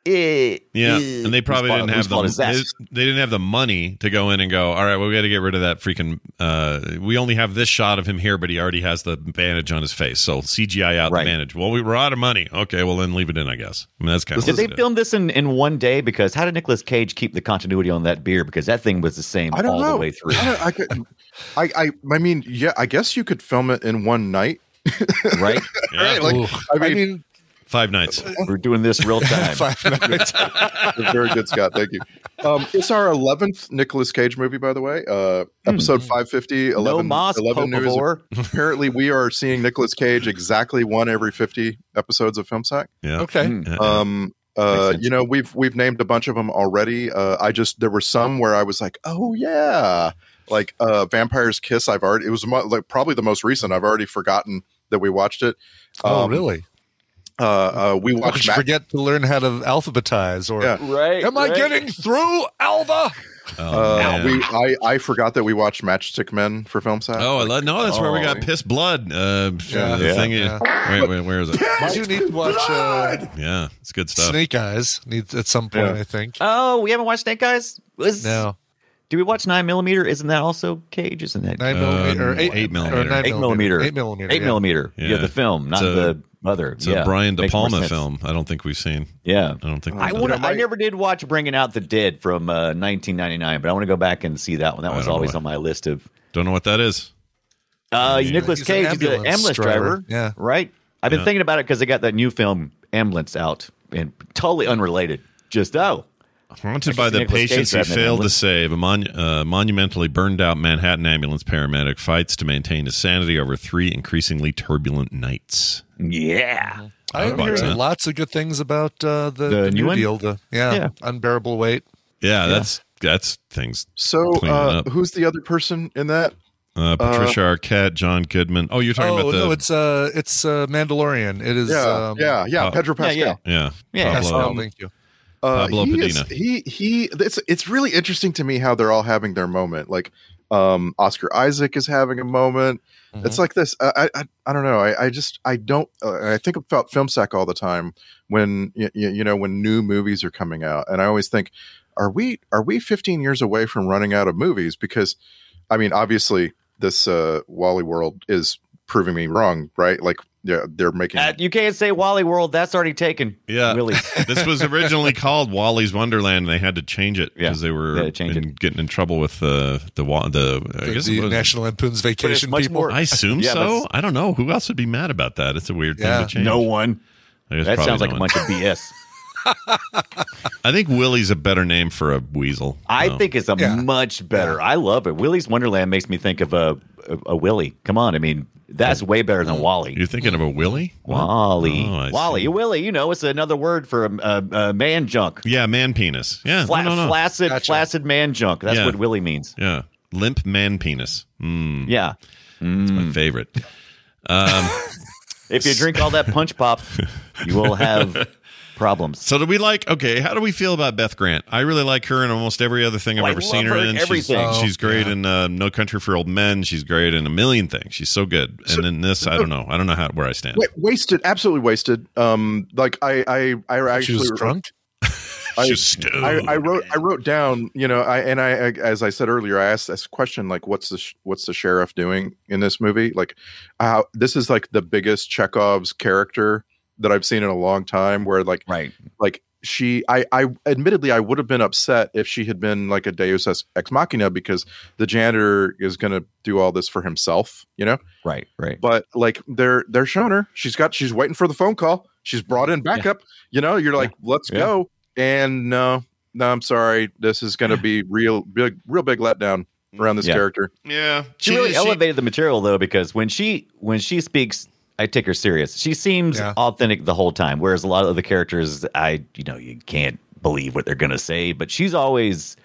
[SPEAKER 6] it,
[SPEAKER 1] Yeah,
[SPEAKER 6] it-
[SPEAKER 1] and they
[SPEAKER 6] whose
[SPEAKER 1] probably
[SPEAKER 6] fault-
[SPEAKER 1] didn't
[SPEAKER 6] whose
[SPEAKER 1] have
[SPEAKER 6] fault
[SPEAKER 1] the
[SPEAKER 6] is that?
[SPEAKER 1] they, they didn't have the money to go in and go. All right, well, we got to get rid of that freaking. Uh, we only have this shot of him here, but he already has the bandage on his face, so CGI out
[SPEAKER 6] Right.
[SPEAKER 1] the bandage. Well, we were out of money. Okay, well then leave it in, I guess. I mean, that's kind of
[SPEAKER 6] Did they film this in, in one day? Because how did Nicolas Cage keep the continuity on that beer? Because that thing was the same
[SPEAKER 8] I don't
[SPEAKER 6] all
[SPEAKER 8] know.
[SPEAKER 6] the way through.
[SPEAKER 8] I, don't- I, could, I, I I mean, yeah, I guess you could film it in one night.
[SPEAKER 6] right? uh,
[SPEAKER 1] Yeah.
[SPEAKER 8] Right, like,
[SPEAKER 7] Ooh.
[SPEAKER 8] I mean,
[SPEAKER 1] five nights.
[SPEAKER 6] We're doing this real time.
[SPEAKER 7] Five Nights.
[SPEAKER 8] very good, Scott. Thank you. Um, it's our eleventh Nicolas Cage movie, by the way. Uh, episode five fifty.
[SPEAKER 6] Hmm. no
[SPEAKER 8] 11,
[SPEAKER 6] moss,
[SPEAKER 8] 11 news.
[SPEAKER 6] Popivore.
[SPEAKER 8] Apparently, we are seeing Nicolas Cage exactly one every fifty episodes of film sack.
[SPEAKER 1] Yeah.
[SPEAKER 7] Okay.
[SPEAKER 6] Mm.
[SPEAKER 1] Yeah.
[SPEAKER 8] Um, uh,
[SPEAKER 6] Makes sense.
[SPEAKER 8] you know, we've we've named a bunch of them already. Uh, I just there were some where I was like, oh yeah, like uh, Vampire's Kiss. I've already it was mo- like probably the most recent. I've already forgotten that we watched it.
[SPEAKER 7] Oh,
[SPEAKER 8] Um,
[SPEAKER 7] really?
[SPEAKER 8] Uh, uh, we
[SPEAKER 7] Did
[SPEAKER 8] watched.
[SPEAKER 7] you
[SPEAKER 8] Mac-
[SPEAKER 7] forget to learn how to alphabetize or
[SPEAKER 8] Yeah.
[SPEAKER 6] Right.
[SPEAKER 7] Am I getting through, Alva?
[SPEAKER 1] Oh,
[SPEAKER 8] uh,
[SPEAKER 1] man.
[SPEAKER 8] we I, I forgot that we watched Matchstick Men for film sack.
[SPEAKER 1] Oh, I love, no, that's where we got
[SPEAKER 8] Oh.
[SPEAKER 1] piss blood. Uh,
[SPEAKER 7] Yeah.
[SPEAKER 1] the
[SPEAKER 7] Yeah.
[SPEAKER 1] thing is- Wait, wait, where is it?
[SPEAKER 7] I do need to watch uh,
[SPEAKER 1] Yeah, it's good stuff.
[SPEAKER 7] Snake Eyes needs at some point,
[SPEAKER 8] Yeah.
[SPEAKER 7] I think.
[SPEAKER 6] Oh, we haven't watched Snake Eyes? Was,
[SPEAKER 7] No.
[SPEAKER 6] Do we watch 9mm? Isn't that also Cage? Isn't that?
[SPEAKER 7] Nine
[SPEAKER 1] Uh,
[SPEAKER 7] millimeter or eight,
[SPEAKER 1] eight millimeter.
[SPEAKER 7] Or nine
[SPEAKER 6] Eight millimeter.
[SPEAKER 7] Eight millimeter.
[SPEAKER 6] 8
[SPEAKER 7] yeah.
[SPEAKER 6] millimeter. Yeah.
[SPEAKER 1] Yeah.
[SPEAKER 6] the film, not
[SPEAKER 1] It's a-
[SPEAKER 6] the other.
[SPEAKER 1] It's
[SPEAKER 6] yeah.
[SPEAKER 1] a Brian De
[SPEAKER 6] Makes more
[SPEAKER 1] Palma
[SPEAKER 6] sense.
[SPEAKER 1] film. I don't think we've seen.
[SPEAKER 6] Yeah.
[SPEAKER 1] I don't think. we've
[SPEAKER 6] I
[SPEAKER 1] done
[SPEAKER 6] want.
[SPEAKER 1] that.
[SPEAKER 6] I never did watch Bringing Out the Dead from uh, 1999, but I want to go back and see that one. That
[SPEAKER 1] I
[SPEAKER 6] was
[SPEAKER 1] don't
[SPEAKER 6] always
[SPEAKER 1] know.
[SPEAKER 6] on my list of
[SPEAKER 1] Don't know what that is.
[SPEAKER 6] Uh,
[SPEAKER 1] Yeah.
[SPEAKER 6] Nicholas
[SPEAKER 7] He's an
[SPEAKER 6] Cage is the
[SPEAKER 7] ambulance
[SPEAKER 6] ambulance
[SPEAKER 7] driver.
[SPEAKER 6] driver.
[SPEAKER 7] Yeah.
[SPEAKER 6] Right? I've been
[SPEAKER 1] Yeah.
[SPEAKER 6] thinking about it because they got that new film, Ambulance, out and totally unrelated. Just, oh,
[SPEAKER 1] Haunted
[SPEAKER 6] I
[SPEAKER 1] by
[SPEAKER 6] can see
[SPEAKER 1] the
[SPEAKER 6] Nicolas Cage
[SPEAKER 1] patients he
[SPEAKER 6] driving an
[SPEAKER 1] failed to
[SPEAKER 6] ambulance.
[SPEAKER 1] save, a mon- uh, monumentally burned out Manhattan ambulance paramedic fights to maintain his sanity over three increasingly turbulent nights.
[SPEAKER 6] yeah.
[SPEAKER 7] I
[SPEAKER 1] I'd
[SPEAKER 7] am
[SPEAKER 1] watch
[SPEAKER 7] hearing
[SPEAKER 1] that.
[SPEAKER 7] lots of good things about uh,
[SPEAKER 6] The
[SPEAKER 7] the, the
[SPEAKER 6] new
[SPEAKER 7] new
[SPEAKER 6] one?
[SPEAKER 7] deal. The yeah,
[SPEAKER 6] Yeah.
[SPEAKER 7] unbearable weight.
[SPEAKER 1] Yeah, that's that's things.
[SPEAKER 8] So,
[SPEAKER 1] Clean it
[SPEAKER 8] uh,
[SPEAKER 1] up.
[SPEAKER 8] who's the other person in that?
[SPEAKER 1] Uh, Patricia Arquette, John Goodman. Oh, you're talking
[SPEAKER 7] Oh
[SPEAKER 1] about the
[SPEAKER 7] no, it's uh, it's uh, Mandalorian. It is.
[SPEAKER 8] Yeah,
[SPEAKER 7] um,
[SPEAKER 8] yeah, yeah.
[SPEAKER 1] uh,
[SPEAKER 8] Pedro
[SPEAKER 6] Yeah,
[SPEAKER 8] Pascal.
[SPEAKER 6] yeah.
[SPEAKER 1] yeah,
[SPEAKER 6] Yeah.
[SPEAKER 1] Pablo.
[SPEAKER 7] Pascal, thank you.
[SPEAKER 8] Uh,
[SPEAKER 1] Pablo
[SPEAKER 8] he is-
[SPEAKER 1] Padilla.
[SPEAKER 8] he he. It's it's really interesting to me how they're all having their moment. Like um, Oscar Isaac is having a moment.
[SPEAKER 1] Mm-hmm.
[SPEAKER 8] It's like this. I I, I- I don't know. I, I just I don't. Uh, I think about film sack all the time when you, you know when new movies are coming out, and I always think, are we are we 15 years away from running out of movies? Because I mean, obviously this uh, Wally World is proving me wrong, right? Like yeah, they're making.
[SPEAKER 6] Uh, you can't say Wally World. That's already taken.
[SPEAKER 1] Yeah.
[SPEAKER 6] Really.
[SPEAKER 1] this was originally called Wally's Wonderland, and they had to change it
[SPEAKER 6] Yeah,
[SPEAKER 1] because they were
[SPEAKER 6] they had to change
[SPEAKER 1] in- getting in trouble with the the wa- the. I
[SPEAKER 7] The,
[SPEAKER 1] guess
[SPEAKER 7] the
[SPEAKER 1] it was-
[SPEAKER 7] National Lampoon's Vacation
[SPEAKER 6] much
[SPEAKER 7] people.
[SPEAKER 6] more-
[SPEAKER 1] I assume
[SPEAKER 6] Yeah,
[SPEAKER 1] so.
[SPEAKER 6] that's-
[SPEAKER 1] I don't know who else would be mad about that. It's a weird
[SPEAKER 7] Yeah.
[SPEAKER 1] thing to change.
[SPEAKER 6] no one.
[SPEAKER 1] I guess
[SPEAKER 6] That
[SPEAKER 1] probably
[SPEAKER 6] sounds
[SPEAKER 1] no
[SPEAKER 6] like a
[SPEAKER 1] one.
[SPEAKER 6] bunch of BS.
[SPEAKER 1] I think Willie's a better name for a weasel.
[SPEAKER 6] I
[SPEAKER 1] No.
[SPEAKER 6] think it's a
[SPEAKER 7] Yeah.
[SPEAKER 6] much better. I love it. Willie's Wonderland makes me think of a, a, a Willie. Come on. I mean, that's way better than Wally.
[SPEAKER 1] you're thinking of a Willie.
[SPEAKER 6] Wally.
[SPEAKER 1] Oh, I see.
[SPEAKER 6] Wally. Willie, you know, it's another word for a, a, a man junk.
[SPEAKER 1] Yeah, man penis. Yeah,
[SPEAKER 6] Fla-
[SPEAKER 1] no, no, no.
[SPEAKER 6] Flaccid,
[SPEAKER 7] Gotcha.
[SPEAKER 6] flaccid man junk. That's
[SPEAKER 1] Yeah.
[SPEAKER 6] what Willie means.
[SPEAKER 1] Yeah, limp man penis. Mm,
[SPEAKER 6] Yeah.
[SPEAKER 1] it's
[SPEAKER 6] Mm.
[SPEAKER 1] my favorite.
[SPEAKER 6] If you drink all that punch pop, you will have problems.
[SPEAKER 1] So do we like? Okay, how do we feel about Beth Grant? I really like her in almost every other thing I've
[SPEAKER 6] Oh, I
[SPEAKER 1] ever
[SPEAKER 6] love
[SPEAKER 1] seen her,
[SPEAKER 6] her in
[SPEAKER 1] in.
[SPEAKER 6] everything.
[SPEAKER 1] She's,
[SPEAKER 7] Oh,
[SPEAKER 1] she's great
[SPEAKER 7] yeah.
[SPEAKER 1] in uh, No Country for Old Men. She's great in a million things. She's so good. And in this, I don't know. I don't know how where I stand.
[SPEAKER 8] Wa- wasted, absolutely wasted. Um, like I, I, I
[SPEAKER 7] She
[SPEAKER 8] actually
[SPEAKER 7] was drunk.
[SPEAKER 8] I-
[SPEAKER 1] just stoned.
[SPEAKER 8] I, I wrote I wrote down you know I and I, I as I said earlier I asked this question like what's the sh- what's the sheriff doing in this movie like how this is like the biggest Chekhov's character that I've seen in a long time where like
[SPEAKER 6] Right.
[SPEAKER 8] like she I I admittedly I would have been upset if she had been like a Deus ex ex machina because the janitor is gonna do all this for himself you know
[SPEAKER 6] Right. Right.
[SPEAKER 8] but like they're they're showing her she's got she's waiting for the phone call she's brought in backup you know you're like let's
[SPEAKER 6] Yeah.
[SPEAKER 8] go and no no i'm sorry this is going to be real big real big letdown around this
[SPEAKER 6] Yeah.
[SPEAKER 8] character
[SPEAKER 1] yeah,
[SPEAKER 6] she, really
[SPEAKER 1] she-
[SPEAKER 6] elevated the material though because when she when she speaks i take her serious she seems
[SPEAKER 7] Yeah.
[SPEAKER 6] authentic the whole time whereas a lot of the characters i you know you can't believe what they're gonna say but she's always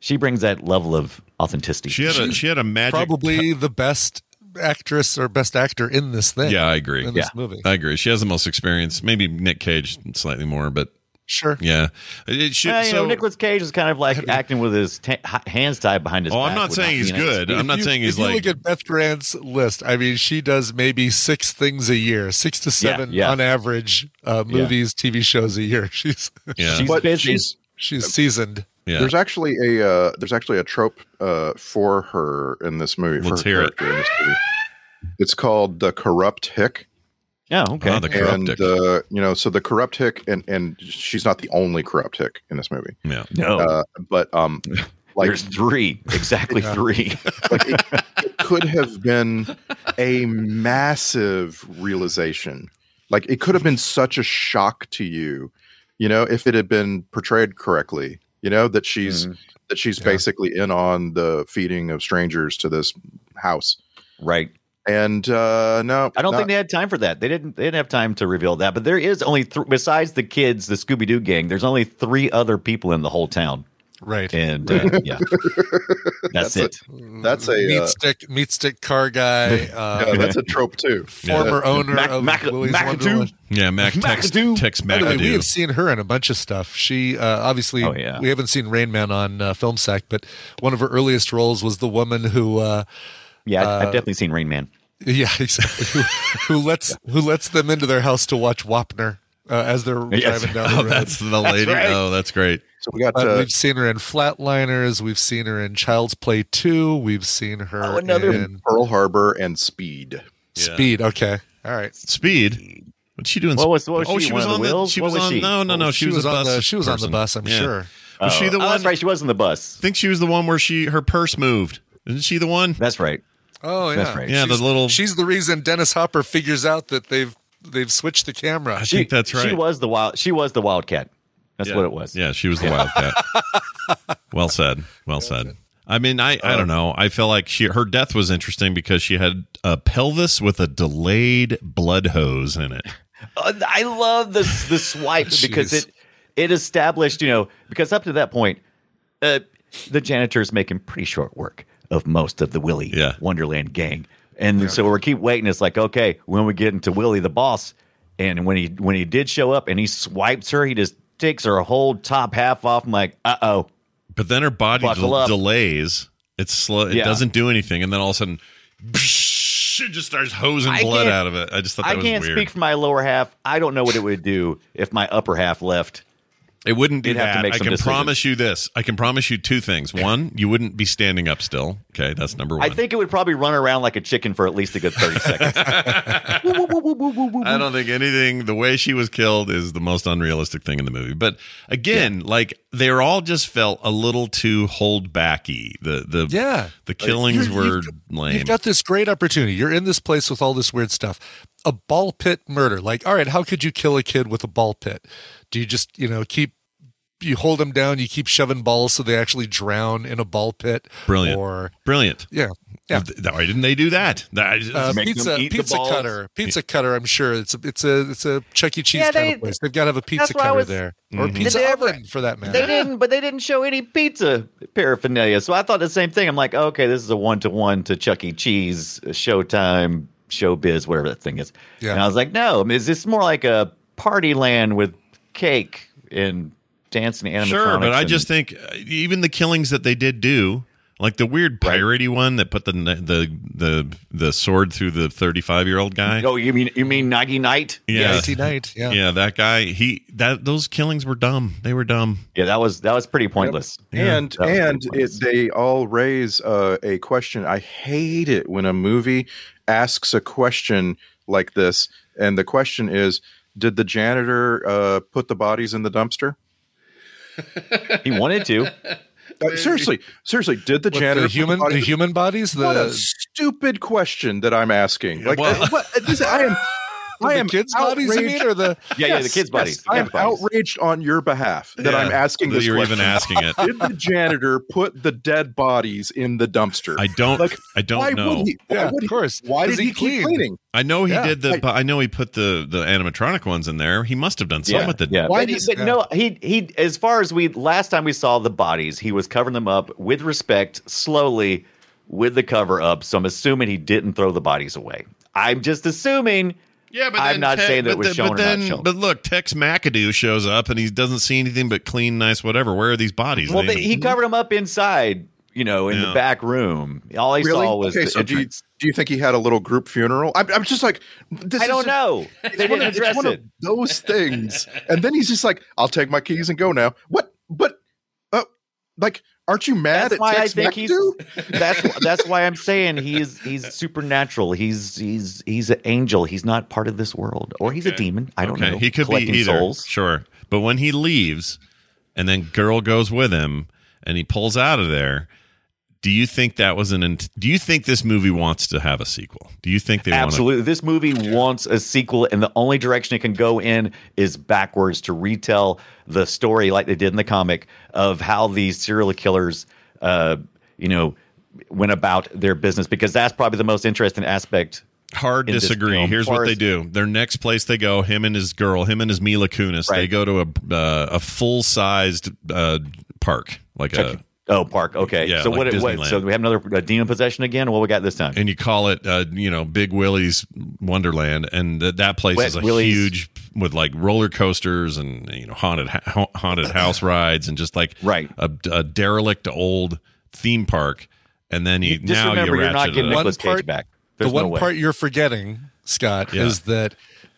[SPEAKER 6] she brings that level of authenticity
[SPEAKER 1] She had a she had a magic.
[SPEAKER 7] Probably the best actress or best actor in this thing.
[SPEAKER 1] yeah, I agree.
[SPEAKER 7] in
[SPEAKER 1] Yeah.
[SPEAKER 7] this movie.
[SPEAKER 1] I agree. She has the most experience. Maybe Nick Cage slightly more, but
[SPEAKER 7] Sure.
[SPEAKER 1] yeah, it should.
[SPEAKER 6] Well, Uh, you
[SPEAKER 1] so,
[SPEAKER 6] know, Nicholas Cage is kind of like acting with his ta- h- hands tied behind his.
[SPEAKER 1] oh, I'm
[SPEAKER 6] back
[SPEAKER 1] not
[SPEAKER 6] would
[SPEAKER 1] saying
[SPEAKER 6] be
[SPEAKER 1] he's
[SPEAKER 6] an answer.
[SPEAKER 1] good. I'm not
[SPEAKER 7] You-
[SPEAKER 1] saying he's
[SPEAKER 7] if you
[SPEAKER 1] like
[SPEAKER 7] look at Beth Grant's list. I mean, she does maybe six things a year, six to seven
[SPEAKER 6] yeah.
[SPEAKER 7] on average, uh, movies, TV shows a year. She's
[SPEAKER 1] yeah,
[SPEAKER 6] she's
[SPEAKER 8] but
[SPEAKER 6] busy.
[SPEAKER 8] she's
[SPEAKER 7] she's seasoned.
[SPEAKER 1] yeah.
[SPEAKER 8] there's actually a uh, there's actually a trope uh, for her in this movie
[SPEAKER 1] Let's
[SPEAKER 8] for her
[SPEAKER 1] hear it.
[SPEAKER 8] character in this movie. it's called the corrupt hick
[SPEAKER 6] yeah, okay.
[SPEAKER 1] Oh, the corrupt
[SPEAKER 8] and
[SPEAKER 1] dick.
[SPEAKER 8] uh, you know so the corrupt hick and and she's not the only corrupt hick in this movie
[SPEAKER 1] yeah.
[SPEAKER 6] no,
[SPEAKER 8] uh, but um like
[SPEAKER 6] there's three, exactly three.
[SPEAKER 8] like it, it could have been a massive realization like it could have been such a shock to you you know if it had been portrayed correctly you know that she's
[SPEAKER 7] Mm-hmm.
[SPEAKER 8] that she's basically in on the feeding of strangers to this house
[SPEAKER 6] right.
[SPEAKER 8] and uh no
[SPEAKER 6] I don't
[SPEAKER 8] not-
[SPEAKER 6] think they had time for that. They didn't. They didn't have time to reveal that. But there is only th- besides the kids, the Scooby Doo gang. There's only three other people in the whole town,
[SPEAKER 7] Right.
[SPEAKER 6] and uh, yeah, that's, it.
[SPEAKER 8] that's a
[SPEAKER 7] meat
[SPEAKER 8] uh,
[SPEAKER 7] stick, meat stick car guy,
[SPEAKER 8] yeah,
[SPEAKER 7] uh,
[SPEAKER 8] that's a trope too
[SPEAKER 7] former owner
[SPEAKER 6] Mac-
[SPEAKER 7] of
[SPEAKER 6] Mac-
[SPEAKER 7] Willy's
[SPEAKER 6] McAdoo.
[SPEAKER 7] Wonderland.
[SPEAKER 1] Yeah, Mac Tex
[SPEAKER 6] McAdoo.
[SPEAKER 1] Tex
[SPEAKER 7] By the way, we have
[SPEAKER 1] McAdoo.
[SPEAKER 7] seen her in a bunch of stuff. She uh, obviously
[SPEAKER 6] Oh, yeah.
[SPEAKER 7] we haven't seen Rain Man on uh, Film Sack, but one of her earliest roles was the woman who, uh,
[SPEAKER 6] Yeah, I- I've definitely seen Rain Man.
[SPEAKER 7] yeah, exactly, who, who lets who lets them into their house to watch Wapner uh, as they're
[SPEAKER 6] Yes.
[SPEAKER 7] driving down the
[SPEAKER 1] Oh,
[SPEAKER 7] road.
[SPEAKER 1] that's the lady.
[SPEAKER 6] right.
[SPEAKER 1] Oh, that's great.
[SPEAKER 8] so we got
[SPEAKER 7] But
[SPEAKER 8] uh,
[SPEAKER 7] we've seen her in Flatliners. We've seen her in Child's Play 2. We've seen her
[SPEAKER 6] Oh, another-
[SPEAKER 7] in
[SPEAKER 8] pearl harbor and speed
[SPEAKER 7] Speed. Okay. All right.
[SPEAKER 1] Speed. What's she doing?
[SPEAKER 6] What was- what was
[SPEAKER 1] oh,
[SPEAKER 6] she, one
[SPEAKER 1] was
[SPEAKER 6] of the
[SPEAKER 1] on
[SPEAKER 6] wheels?
[SPEAKER 1] she
[SPEAKER 6] What
[SPEAKER 1] was,
[SPEAKER 6] was
[SPEAKER 1] on.
[SPEAKER 6] she?
[SPEAKER 1] No, Oh, no,
[SPEAKER 6] What
[SPEAKER 1] no.
[SPEAKER 6] was
[SPEAKER 1] She
[SPEAKER 7] Oh, she
[SPEAKER 1] was,
[SPEAKER 7] was
[SPEAKER 1] a
[SPEAKER 7] on
[SPEAKER 1] bus.
[SPEAKER 7] the- she was on the
[SPEAKER 1] person.
[SPEAKER 7] bus, I'm
[SPEAKER 1] Yeah.
[SPEAKER 7] sure.
[SPEAKER 1] Was she the
[SPEAKER 6] Oh,
[SPEAKER 1] one?
[SPEAKER 6] That's right. She was in the bus.
[SPEAKER 1] think she was the one where she her purse moved. Isn't she the one?
[SPEAKER 6] That's right.
[SPEAKER 7] Oh, yeah.
[SPEAKER 6] That's right.
[SPEAKER 1] Yeah, the
[SPEAKER 7] she's,
[SPEAKER 1] little-
[SPEAKER 7] She's the reason Dennis Hopper figures out that they've they've switched the camera.
[SPEAKER 1] I think that's
[SPEAKER 6] She
[SPEAKER 1] right.
[SPEAKER 6] was the wild. She was the wildcat. That's
[SPEAKER 1] Yeah.
[SPEAKER 6] what it was.
[SPEAKER 1] Yeah, she was the wildcat. well said. Well said. I mean, I, I
[SPEAKER 6] Oh.
[SPEAKER 1] don't know. I feel like she her death was interesting because she had a pelvis with a delayed blood hose in it.
[SPEAKER 6] Uh, I love this the swipe because
[SPEAKER 7] Jeez.
[SPEAKER 6] it it established, you know, because up to that point, uh, the janitor is making pretty short work of most of the Willy
[SPEAKER 1] Yeah.
[SPEAKER 6] Wonderland gang, and so we're keep waiting. It's like, okay, when we get into Willy the boss, and when he when he did show up and he swipes her, he just takes her whole top half off. I'm like, uh oh,
[SPEAKER 1] But then her body
[SPEAKER 6] Buckle
[SPEAKER 1] del-
[SPEAKER 6] up.
[SPEAKER 1] delays. It's slow. It
[SPEAKER 6] Yeah.
[SPEAKER 1] doesn't do anything, and then all of a sudden, it just starts hosing
[SPEAKER 6] I
[SPEAKER 1] blood
[SPEAKER 6] can't-
[SPEAKER 1] out of it. I just thought that
[SPEAKER 6] I
[SPEAKER 1] was
[SPEAKER 6] can't
[SPEAKER 1] weird.
[SPEAKER 6] speak for my lower half. I don't know what it would do if my upper half left.
[SPEAKER 1] It wouldn't do
[SPEAKER 6] You'd
[SPEAKER 1] that.
[SPEAKER 6] have to make
[SPEAKER 1] I
[SPEAKER 6] some
[SPEAKER 1] can
[SPEAKER 6] decisions.
[SPEAKER 1] promise you this. I can promise you two things. One, you wouldn't be standing up still. Okay, that's number one.
[SPEAKER 6] I think it would probably run around like a chicken for at least a good thirty seconds.
[SPEAKER 1] I don't think anything. The way she was killed is the most unrealistic thing in the movie. But again, like they're all just felt a little too hold backy. The the
[SPEAKER 7] Yeah.
[SPEAKER 1] the killings
[SPEAKER 7] You're-
[SPEAKER 1] were
[SPEAKER 7] you've
[SPEAKER 1] lame.
[SPEAKER 7] You've got this great opportunity. You're in this place with all this weird stuff. A ball pit murder. Like, all right, how could you kill a kid with a ball pit? Do you just, you know, keep you hold them down, you keep shoving balls so they actually drown in a ball pit?
[SPEAKER 1] Brilliant.
[SPEAKER 7] Or
[SPEAKER 1] Brilliant.
[SPEAKER 7] yeah. Yeah.
[SPEAKER 1] Th- Why didn't they do that? That-
[SPEAKER 7] Uh,
[SPEAKER 6] Make them
[SPEAKER 7] pizza
[SPEAKER 6] eat the
[SPEAKER 7] pizza
[SPEAKER 6] balls.
[SPEAKER 7] cutter. Pizza cutter, I'm sure. It's a it's a it's a Chuck E. Cheese
[SPEAKER 6] Yeah,
[SPEAKER 7] kind
[SPEAKER 6] they-
[SPEAKER 7] of place. They've got to have a pizza
[SPEAKER 6] that's why I
[SPEAKER 7] cutter
[SPEAKER 6] was-
[SPEAKER 7] there. Or a
[SPEAKER 1] Mhm.
[SPEAKER 7] pizza
[SPEAKER 6] Did they ever-
[SPEAKER 7] oven for that matter.
[SPEAKER 6] They didn't, but they didn't show any pizza paraphernalia. So I thought the same thing. I'm like, okay, this is a one to one to Chuck E. Cheese, Showtime, Showbiz, whatever that thing is.
[SPEAKER 7] Yeah.
[SPEAKER 6] And I was like, no, I mean, is this more like a party land with cake and dancing animatronics?
[SPEAKER 1] sure, but I
[SPEAKER 6] and-
[SPEAKER 1] just think uh, even the killings that they did do. Like the weird piratey one that put the the the the sword through the 35-year-old guy.
[SPEAKER 6] Oh, you mean you mean Nagi Knight?
[SPEAKER 1] Yeah.
[SPEAKER 7] IT Knight. Yeah.
[SPEAKER 1] Yeah, that guy, he that those killings were dumb. They were dumb.
[SPEAKER 6] Yeah, that was that was pretty pointless.
[SPEAKER 1] Yeah,
[SPEAKER 8] and
[SPEAKER 6] that was
[SPEAKER 8] and
[SPEAKER 6] pretty
[SPEAKER 8] it,
[SPEAKER 6] close.
[SPEAKER 8] they all raise uh, a question. I hate it when a movie asks a question like this, and the question is, "Did the janitor uh, put the bodies in the dumpster?"
[SPEAKER 6] He wanted to.
[SPEAKER 8] Uh, seriously, seriously, did the
[SPEAKER 7] What,
[SPEAKER 8] janitor
[SPEAKER 7] the
[SPEAKER 8] put
[SPEAKER 7] human the
[SPEAKER 8] bodies-
[SPEAKER 7] human bodies
[SPEAKER 8] What a
[SPEAKER 7] the
[SPEAKER 8] stupid question that I'm asking. Like,
[SPEAKER 1] well-
[SPEAKER 8] uh, what, this, I am, I
[SPEAKER 7] the
[SPEAKER 8] am
[SPEAKER 7] kids' bodies. I
[SPEAKER 8] outraged-
[SPEAKER 7] mean, or the
[SPEAKER 6] Yeah, yeah, the
[SPEAKER 8] Yes,
[SPEAKER 6] kids' buddies.
[SPEAKER 8] yes, I am outraged on your behalf that
[SPEAKER 1] Yeah,
[SPEAKER 8] I'm asking
[SPEAKER 1] that
[SPEAKER 8] this
[SPEAKER 1] you're
[SPEAKER 8] question.
[SPEAKER 1] even asking it.
[SPEAKER 8] Did the janitor put the dead bodies in the dumpster?
[SPEAKER 1] I don't
[SPEAKER 8] Like,
[SPEAKER 1] I don't
[SPEAKER 8] why
[SPEAKER 1] know.
[SPEAKER 8] Would he, why
[SPEAKER 7] Yeah,
[SPEAKER 8] would
[SPEAKER 7] of
[SPEAKER 8] he-
[SPEAKER 7] course.
[SPEAKER 8] Why
[SPEAKER 7] Does
[SPEAKER 8] did
[SPEAKER 7] he
[SPEAKER 8] he, keep
[SPEAKER 7] clean?
[SPEAKER 8] cleaning?
[SPEAKER 1] I know he
[SPEAKER 7] Yeah,
[SPEAKER 1] did the I, know he put the the animatronic ones in there. He must have done some
[SPEAKER 6] Yeah,
[SPEAKER 1] with the
[SPEAKER 6] yeah.
[SPEAKER 8] Why
[SPEAKER 6] but, he-
[SPEAKER 8] does-
[SPEAKER 6] but no, he he. As far as we last time we saw the bodies, he was covering them up with respect, slowly, with the cover up. So I'm assuming he didn't throw the bodies away. I'm just assuming.
[SPEAKER 1] Yeah, but
[SPEAKER 6] I'm
[SPEAKER 1] then
[SPEAKER 6] not
[SPEAKER 1] Tex-
[SPEAKER 6] saying that
[SPEAKER 1] but
[SPEAKER 6] it was
[SPEAKER 1] then-
[SPEAKER 6] shown
[SPEAKER 1] but
[SPEAKER 6] or not
[SPEAKER 1] then-
[SPEAKER 6] shown.
[SPEAKER 1] But look, Tex McAdoo shows up and he doesn't see anything but clean, nice, whatever. Where are these bodies?
[SPEAKER 6] Well,
[SPEAKER 1] They
[SPEAKER 6] they, he
[SPEAKER 1] even-
[SPEAKER 6] covered them up inside, you know, in
[SPEAKER 1] Yeah.
[SPEAKER 6] the back room. All I
[SPEAKER 8] Really?
[SPEAKER 6] saw was
[SPEAKER 8] Okay,
[SPEAKER 6] the
[SPEAKER 8] so do you,
[SPEAKER 6] entrance.
[SPEAKER 8] do you think he had a little group funeral? I'm, I'm just like, this
[SPEAKER 6] I
[SPEAKER 8] is-
[SPEAKER 6] don't know.
[SPEAKER 8] It's
[SPEAKER 6] They
[SPEAKER 8] one,
[SPEAKER 6] didn't
[SPEAKER 8] of, it's
[SPEAKER 6] address
[SPEAKER 8] one of
[SPEAKER 6] it.
[SPEAKER 8] those things. and then he's just like, I'll take my keys and go now. What? But, uh, like, aren't you mad
[SPEAKER 6] That's
[SPEAKER 8] at
[SPEAKER 6] why I
[SPEAKER 8] Tex
[SPEAKER 6] think he's.
[SPEAKER 8] McAdoo?
[SPEAKER 6] That's that's why I'm saying he's he's supernatural. He's he's he's an angel. He's not part of this world, or he's a demon. I don't know.
[SPEAKER 1] He could be
[SPEAKER 6] Collecting
[SPEAKER 1] either.
[SPEAKER 6] souls.
[SPEAKER 1] Sure. But when he leaves and then girl goes with him and he pulls out of there, do you think that was an int- do you think this movie wants to have a sequel? Do you think they want to
[SPEAKER 6] Absolutely. This movie wants a sequel, and the only direction it can go in is backwards to retell the story like they did in the comic of how these serial killers, uh, you know, went about their business because that's probably the most interesting aspect.
[SPEAKER 1] Hard
[SPEAKER 6] in this
[SPEAKER 1] disagree.
[SPEAKER 6] film.
[SPEAKER 1] Here's what they
[SPEAKER 6] Forrest-
[SPEAKER 1] do. Their next place they go, him and his girl, him and his Mila Kunis, they
[SPEAKER 6] Right.
[SPEAKER 1] go to a uh, a full sized uh, park, like a
[SPEAKER 6] Oh, Park. Okay.
[SPEAKER 1] Uh, Yeah,
[SPEAKER 6] so
[SPEAKER 1] like
[SPEAKER 6] what? It, what?
[SPEAKER 1] Disneyland.
[SPEAKER 6] So we have another uh, demon possession again. What we got this time?
[SPEAKER 1] and you call it uh, you know Big Willie's Wonderland, and th- that place
[SPEAKER 6] Wet
[SPEAKER 1] is a
[SPEAKER 6] Willie's.
[SPEAKER 1] huge with like roller coasters and you know haunted ha- haunted house rides and just like
[SPEAKER 6] Right.
[SPEAKER 1] a, a derelict old theme park. And then you,
[SPEAKER 6] Just
[SPEAKER 1] now
[SPEAKER 6] remember,
[SPEAKER 1] you
[SPEAKER 6] you are not
[SPEAKER 1] ratchet
[SPEAKER 6] getting
[SPEAKER 1] it up.
[SPEAKER 7] One
[SPEAKER 6] Nicolas
[SPEAKER 7] part-
[SPEAKER 6] Cage back. There's
[SPEAKER 7] the one
[SPEAKER 6] no way.
[SPEAKER 7] part you're forgetting, Scott,
[SPEAKER 1] Yeah.
[SPEAKER 7] is that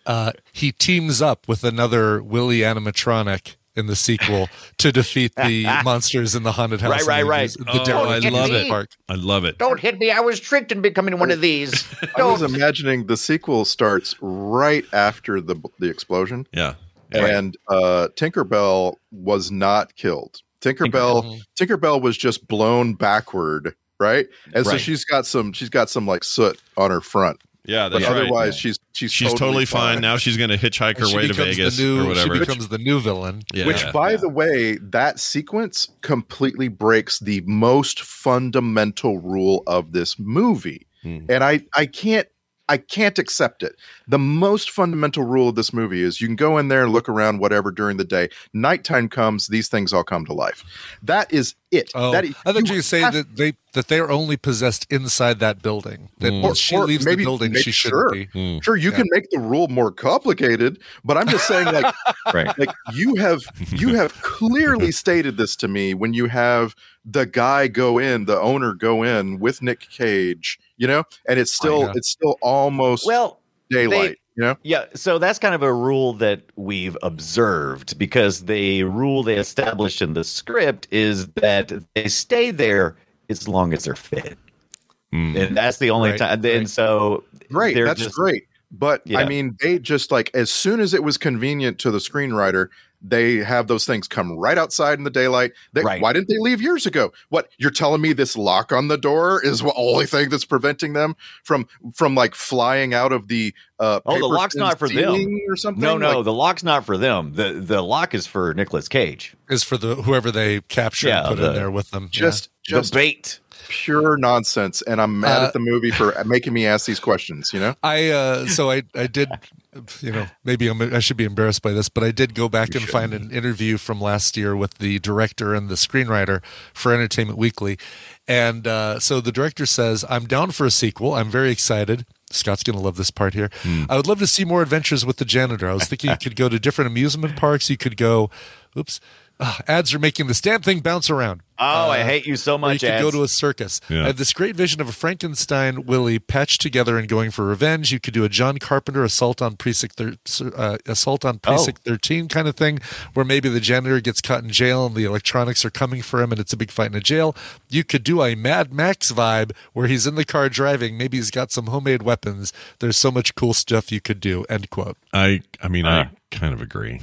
[SPEAKER 7] uh, he teams up with another Willy animatronic in the sequel to defeat the monsters in the haunted house.
[SPEAKER 6] Right,
[SPEAKER 7] in
[SPEAKER 6] right,
[SPEAKER 7] the,
[SPEAKER 6] right.
[SPEAKER 7] The
[SPEAKER 1] Oh, I
[SPEAKER 7] derelict
[SPEAKER 1] love
[SPEAKER 7] amusement
[SPEAKER 1] it.
[SPEAKER 7] Park.
[SPEAKER 1] I love it.
[SPEAKER 9] Don't hit me. I was tricked in becoming one of these.
[SPEAKER 8] I was imagining the sequel starts right after the the explosion,
[SPEAKER 1] Yeah.
[SPEAKER 8] and uh, Tinkerbell was not killed. Tinkerbell Tinkerbell was just blown backward, right? And so
[SPEAKER 6] Right.
[SPEAKER 8] she's got some she's got some like soot on her front,
[SPEAKER 1] Yeah.
[SPEAKER 8] but
[SPEAKER 1] That's right.
[SPEAKER 8] otherwise she's she's
[SPEAKER 1] She's totally, fine. Now she's going to hitchhike
[SPEAKER 7] And
[SPEAKER 1] her
[SPEAKER 7] she
[SPEAKER 1] way to
[SPEAKER 7] becomes the
[SPEAKER 1] Vegas
[SPEAKER 7] new-
[SPEAKER 1] or whatever.
[SPEAKER 7] She becomes the new villain.
[SPEAKER 1] yeah.
[SPEAKER 8] Which, by the way, that sequence completely breaks the most fundamental rule of this movie,
[SPEAKER 7] Mm-hmm.
[SPEAKER 1] Hmm.
[SPEAKER 8] and I I can't I can't accept it. The most fundamental rule of this movie is you can go in there and look around whatever during the day. Nighttime comes, these things all come to life. That is it.
[SPEAKER 7] Oh,
[SPEAKER 8] that is,
[SPEAKER 7] I think you, say
[SPEAKER 8] have-
[SPEAKER 7] that they that they are only possessed inside that building. That
[SPEAKER 1] Mm.
[SPEAKER 6] Hmm.
[SPEAKER 7] when
[SPEAKER 8] Or-
[SPEAKER 7] she
[SPEAKER 8] or
[SPEAKER 7] leaves
[SPEAKER 8] maybe-
[SPEAKER 7] the building,
[SPEAKER 8] maybe
[SPEAKER 7] she
[SPEAKER 8] sure.
[SPEAKER 7] shouldn't be.
[SPEAKER 1] Mm.
[SPEAKER 8] Sure, you can make the rule more complicated, but I'm just saying, like,
[SPEAKER 6] Right.
[SPEAKER 8] like you have you have clearly stated this to me when you have the guy go in, the owner go in with Nick Cage, you know, and it's still
[SPEAKER 7] yeah.
[SPEAKER 8] it's still almost
[SPEAKER 6] Well,
[SPEAKER 8] daylight, you know.
[SPEAKER 6] Yeah, so that's kind of a rule that we've observed because the rule they established in the script is that they stay there as long as they're fit.
[SPEAKER 1] Mm.
[SPEAKER 6] And that's the only
[SPEAKER 7] Right,
[SPEAKER 6] time. And
[SPEAKER 7] right.
[SPEAKER 6] so
[SPEAKER 8] Great,
[SPEAKER 6] they're
[SPEAKER 8] that's
[SPEAKER 6] just-
[SPEAKER 8] great. But I
[SPEAKER 6] Yeah.
[SPEAKER 8] mean, they just like as soon as it was convenient to the screenwriter, they have those things come right outside in the daylight. They,
[SPEAKER 6] Right.
[SPEAKER 8] Why didn't they leave years ago? What you're telling me? This lock on the door is the only thing that's preventing them from from like flying out of the uh,
[SPEAKER 6] Oh, the
[SPEAKER 8] paper
[SPEAKER 6] lock's
[SPEAKER 8] thin
[SPEAKER 6] not for them.
[SPEAKER 8] ceiling or something.
[SPEAKER 6] No, no,
[SPEAKER 8] Like,
[SPEAKER 6] the lock's not for them. The the lock is for Nicolas Cage.
[SPEAKER 7] Is for the whoever they capture
[SPEAKER 6] Yeah,
[SPEAKER 7] and put
[SPEAKER 6] the-
[SPEAKER 7] in there with them. Yeah.
[SPEAKER 8] just just
[SPEAKER 6] the bait.
[SPEAKER 8] pure nonsense, and I'm mad
[SPEAKER 7] Uh,
[SPEAKER 8] at the movie for making me ask these questions. You know,
[SPEAKER 7] I uh, so I I did, you know, maybe I'm, I should be embarrassed by this, but I did go back and find an interview from last year with the director and the screenwriter for Entertainment Weekly, and uh, so the director says, "I'm down for a sequel. I'm very excited." Scott's going to love this part here. I would love to see more adventures with the janitor. I was thinking you could go to different amusement parks. You could go, oops, Ah, ads are making this damn thing bounce around.
[SPEAKER 6] Oh, I hate you so
[SPEAKER 7] Or uh, you
[SPEAKER 6] much.
[SPEAKER 7] could go
[SPEAKER 6] ads.
[SPEAKER 7] to a circus.
[SPEAKER 1] Yeah.
[SPEAKER 7] I have this great vision of a Frankenstein Willie patched together and going for revenge. You could do a John Carpenter assault on precinct thir- uh, assault on precinct thirteen kind of thing, where maybe the janitor gets caught in jail and the electronics are coming for him, and it's a big fight in a jail. You could do a Mad Max vibe where he's in the car driving. Maybe he's got some homemade weapons. There's so much cool stuff you could do. End quote.
[SPEAKER 1] I I mean I kind of agree.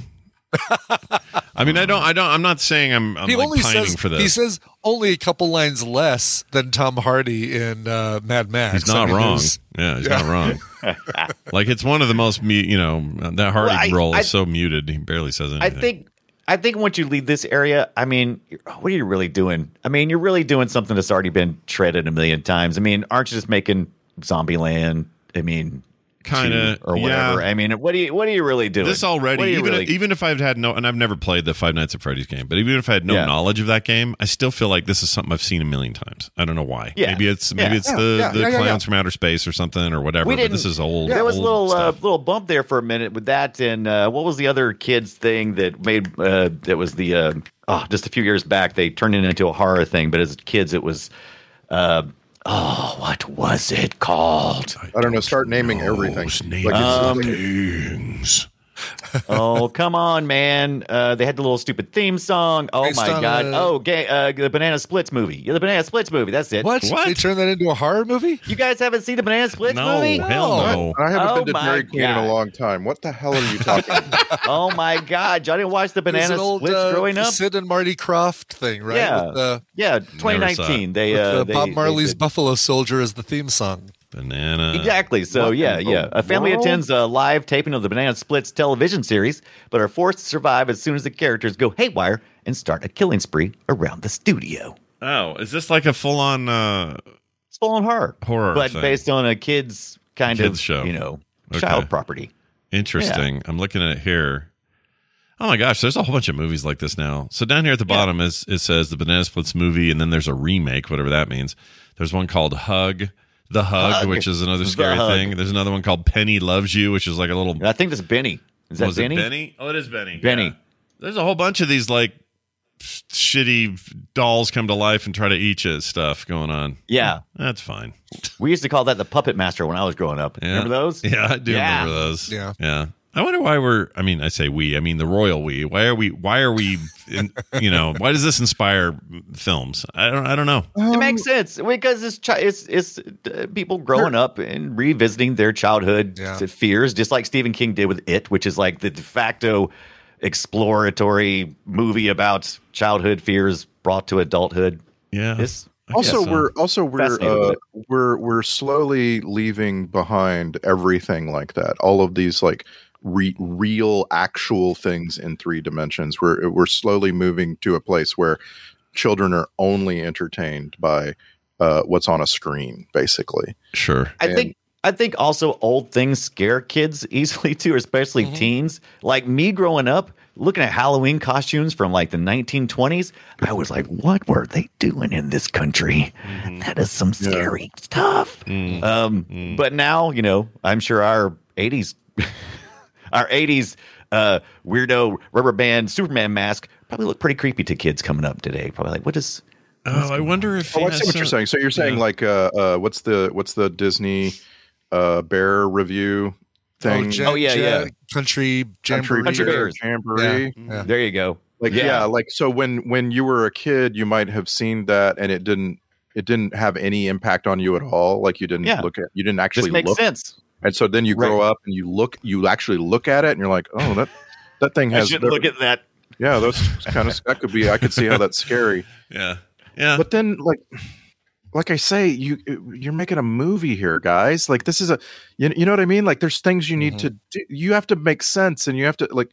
[SPEAKER 1] I mean I don't I don't I'm not saying I'm, I'm
[SPEAKER 7] he
[SPEAKER 1] like
[SPEAKER 7] only
[SPEAKER 1] pining
[SPEAKER 7] says
[SPEAKER 1] for
[SPEAKER 7] he
[SPEAKER 1] this.
[SPEAKER 7] says only a couple lines less than Tom Hardy in uh, Mad Max.
[SPEAKER 1] He's not
[SPEAKER 7] I mean,
[SPEAKER 1] wrong.
[SPEAKER 7] there's-
[SPEAKER 1] Yeah, he's not wrong. like it's one of the most mute. You know that Hardy
[SPEAKER 6] Well, I-
[SPEAKER 1] role
[SPEAKER 6] I-
[SPEAKER 1] is so muted. He barely says
[SPEAKER 6] I
[SPEAKER 1] anything.
[SPEAKER 6] think I think once you leave this area, I mean, you're- what are you really doing? I mean, you're really doing something that's already been treaded a million times. I mean, aren't you just making Zombieland? I mean,
[SPEAKER 1] kind of
[SPEAKER 6] or whatever.
[SPEAKER 1] Yeah.
[SPEAKER 6] I mean, what do you what are you really doing?
[SPEAKER 1] This
[SPEAKER 6] What are
[SPEAKER 1] already,
[SPEAKER 6] you
[SPEAKER 1] even
[SPEAKER 6] really-
[SPEAKER 1] even if I've had no, and I've never played the Five Nights at Freddy's game, but even if I had no
[SPEAKER 6] Yeah.
[SPEAKER 1] knowledge of that game, I still feel like this is something I've seen a million times. I don't know why.
[SPEAKER 6] Yeah.
[SPEAKER 1] Maybe it's maybe
[SPEAKER 6] Yeah.
[SPEAKER 1] it's the
[SPEAKER 8] Yeah,
[SPEAKER 1] the
[SPEAKER 8] yeah, yeah,
[SPEAKER 1] clowns
[SPEAKER 8] yeah.
[SPEAKER 1] from outer space or something or whatever.
[SPEAKER 6] We
[SPEAKER 1] But this
[SPEAKER 6] didn't-
[SPEAKER 1] is old.
[SPEAKER 6] there was a
[SPEAKER 1] old
[SPEAKER 6] little uh,
[SPEAKER 1] stuff.
[SPEAKER 6] little bump there for a minute with that, and uh, what was the other kids thing that made uh, that was the uh, oh, just a few years back they turned it into a horror thing, but as kids it was uh, oh, what was it called?
[SPEAKER 8] I don't know. Start naming
[SPEAKER 1] Oh,
[SPEAKER 8] everything.
[SPEAKER 1] Just
[SPEAKER 8] Like
[SPEAKER 1] name
[SPEAKER 8] it's,
[SPEAKER 6] Um,
[SPEAKER 1] things.
[SPEAKER 6] oh come on, man! Uh, they had the little stupid theme song. Oh
[SPEAKER 7] Based
[SPEAKER 6] my
[SPEAKER 7] on
[SPEAKER 6] god!
[SPEAKER 7] a-
[SPEAKER 6] Oh, ga- uh, the Banana Splits movie. Yeah, the Banana Splits movie. That's it.
[SPEAKER 7] What?
[SPEAKER 1] What?
[SPEAKER 7] They turned that into a horror movie?
[SPEAKER 6] You guys haven't seen the Banana Splits
[SPEAKER 1] no,
[SPEAKER 6] movie?
[SPEAKER 1] hell no.
[SPEAKER 8] I haven't
[SPEAKER 6] Oh
[SPEAKER 8] been to
[SPEAKER 6] my
[SPEAKER 8] Dairy Queen in
[SPEAKER 6] God.
[SPEAKER 8] a long time. What the hell are you talking? about?
[SPEAKER 6] Oh my god! Y'all didn't watch the
[SPEAKER 7] There's
[SPEAKER 6] Banana
[SPEAKER 7] an old
[SPEAKER 6] Splits
[SPEAKER 7] uh,
[SPEAKER 6] growing up?
[SPEAKER 7] Sid and Marty Croft thing, right?
[SPEAKER 6] Yeah.
[SPEAKER 7] With, the,
[SPEAKER 6] Yeah,
[SPEAKER 1] saw
[SPEAKER 6] 2019. They
[SPEAKER 7] with
[SPEAKER 6] uh,
[SPEAKER 7] the
[SPEAKER 6] they-
[SPEAKER 7] Bob
[SPEAKER 6] they
[SPEAKER 7] Marley's
[SPEAKER 6] did-
[SPEAKER 7] Buffalo Soldier as the theme song. Oh,
[SPEAKER 1] Banana.
[SPEAKER 6] Exactly. So
[SPEAKER 8] What
[SPEAKER 6] yeah,
[SPEAKER 8] in the
[SPEAKER 6] yeah. A family
[SPEAKER 8] world?
[SPEAKER 6] attends a live taping of the Banana Splits television series, but are forced to survive as soon as the characters go haywire and start a killing spree around the studio.
[SPEAKER 1] Oh, is this like a full on? uh
[SPEAKER 6] It's full on horror,
[SPEAKER 1] Horror
[SPEAKER 6] but
[SPEAKER 1] thing.
[SPEAKER 6] based on a kids kind
[SPEAKER 1] Kids
[SPEAKER 6] of
[SPEAKER 1] show.
[SPEAKER 6] you know
[SPEAKER 1] Okay.
[SPEAKER 6] child property.
[SPEAKER 1] Interesting. I'm looking at it here. Oh my gosh, there's a whole bunch of movies like this now. So down here at the bottom is it says the Banana Splits movie, and then there's a remake, whatever that means. There's one called Hug, the Hug,
[SPEAKER 6] Hug.
[SPEAKER 1] which is another
[SPEAKER 6] The
[SPEAKER 1] scary
[SPEAKER 6] Hug.
[SPEAKER 1] thing. There's another one called Penny Loves You, which is like a little.
[SPEAKER 6] And I think this is Benny. Is that
[SPEAKER 1] was
[SPEAKER 6] Benny?
[SPEAKER 1] it Benny? Oh, it is Benny.
[SPEAKER 6] Benny.
[SPEAKER 1] Yeah. There's a whole bunch of these like shitty dolls come to life and try to eat you stuff going on.
[SPEAKER 6] Yeah,
[SPEAKER 1] That's fine.
[SPEAKER 6] we used to call that the Puppet Master when I was growing up.
[SPEAKER 1] Yeah.
[SPEAKER 6] Remember those?
[SPEAKER 1] Yeah, I do
[SPEAKER 6] Yeah.
[SPEAKER 1] remember those.
[SPEAKER 7] Yeah.
[SPEAKER 1] yeah. I wonder why we're. I mean, I say we. I mean the royal we. Why are we? Why are we? In, you know, why does this inspire films? I don't. I don't know.
[SPEAKER 6] It makes sense because it's chi- it's it's uh, people growing up and revisiting their childhood
[SPEAKER 7] Yeah.
[SPEAKER 6] s- fears, just like Stephen King did with It, which is like the de facto exploratory movie about childhood fears brought to adulthood.
[SPEAKER 1] Yeah.
[SPEAKER 6] This
[SPEAKER 1] Oh, I guess
[SPEAKER 8] also
[SPEAKER 1] so.
[SPEAKER 8] we're also we're
[SPEAKER 6] Fascinated with
[SPEAKER 8] uh,
[SPEAKER 6] it.
[SPEAKER 8] we're we're slowly leaving behind everything like that all of these like re- real actual things in three dimensions we're we're slowly moving to a place where children are only entertained by uh, what's on a screen basically
[SPEAKER 1] sure.
[SPEAKER 6] I
[SPEAKER 8] And-
[SPEAKER 6] think I think also old things scare kids easily too, especially teens. Like me growing up, looking at Halloween costumes from like the 1920s, I was like, "What were they doing in this country? That is some scary stuff." Um, But now, you know, I'm sure our 80s, our 80s uh, weirdo rubber band Superman mask probably look pretty creepy to kids coming up today. Probably like, "What is?"
[SPEAKER 1] Oh, I wonder if.
[SPEAKER 8] oh
[SPEAKER 1] he
[SPEAKER 8] i
[SPEAKER 1] has
[SPEAKER 8] see what you're
[SPEAKER 1] some-
[SPEAKER 8] saying so you're saying
[SPEAKER 1] Yeah.
[SPEAKER 8] like uh, uh what's the what's the disney uh bear review thing
[SPEAKER 7] Jan-
[SPEAKER 6] Oh, yeah,
[SPEAKER 7] Jan-
[SPEAKER 6] yeah.
[SPEAKER 7] Country
[SPEAKER 6] Country
[SPEAKER 7] jamboree.
[SPEAKER 6] Mm-hmm.
[SPEAKER 8] Bear
[SPEAKER 6] Bears.
[SPEAKER 8] jamboree
[SPEAKER 7] Yeah.
[SPEAKER 6] There you go.
[SPEAKER 8] like yeah. like so when when you were a kid you might have seen that and it didn't it didn't have any impact on you at all like you didn't
[SPEAKER 6] Yeah.
[SPEAKER 8] look at you didn't
[SPEAKER 6] This
[SPEAKER 8] actually
[SPEAKER 6] makes
[SPEAKER 8] look
[SPEAKER 6] sense.
[SPEAKER 8] and so then you grow up and you look you actually look at it and you're like oh that that thing
[SPEAKER 6] I
[SPEAKER 8] has
[SPEAKER 6] shouldn't look at that.
[SPEAKER 8] yeah those kind of that could be i could see how that's scary
[SPEAKER 1] Yeah. Yeah.
[SPEAKER 8] but then like like i say you eh, you're making a movie here guys like this is a you, you know what i mean like there's things you need
[SPEAKER 1] Mm-hmm.
[SPEAKER 8] to do you have to make sense and you have to like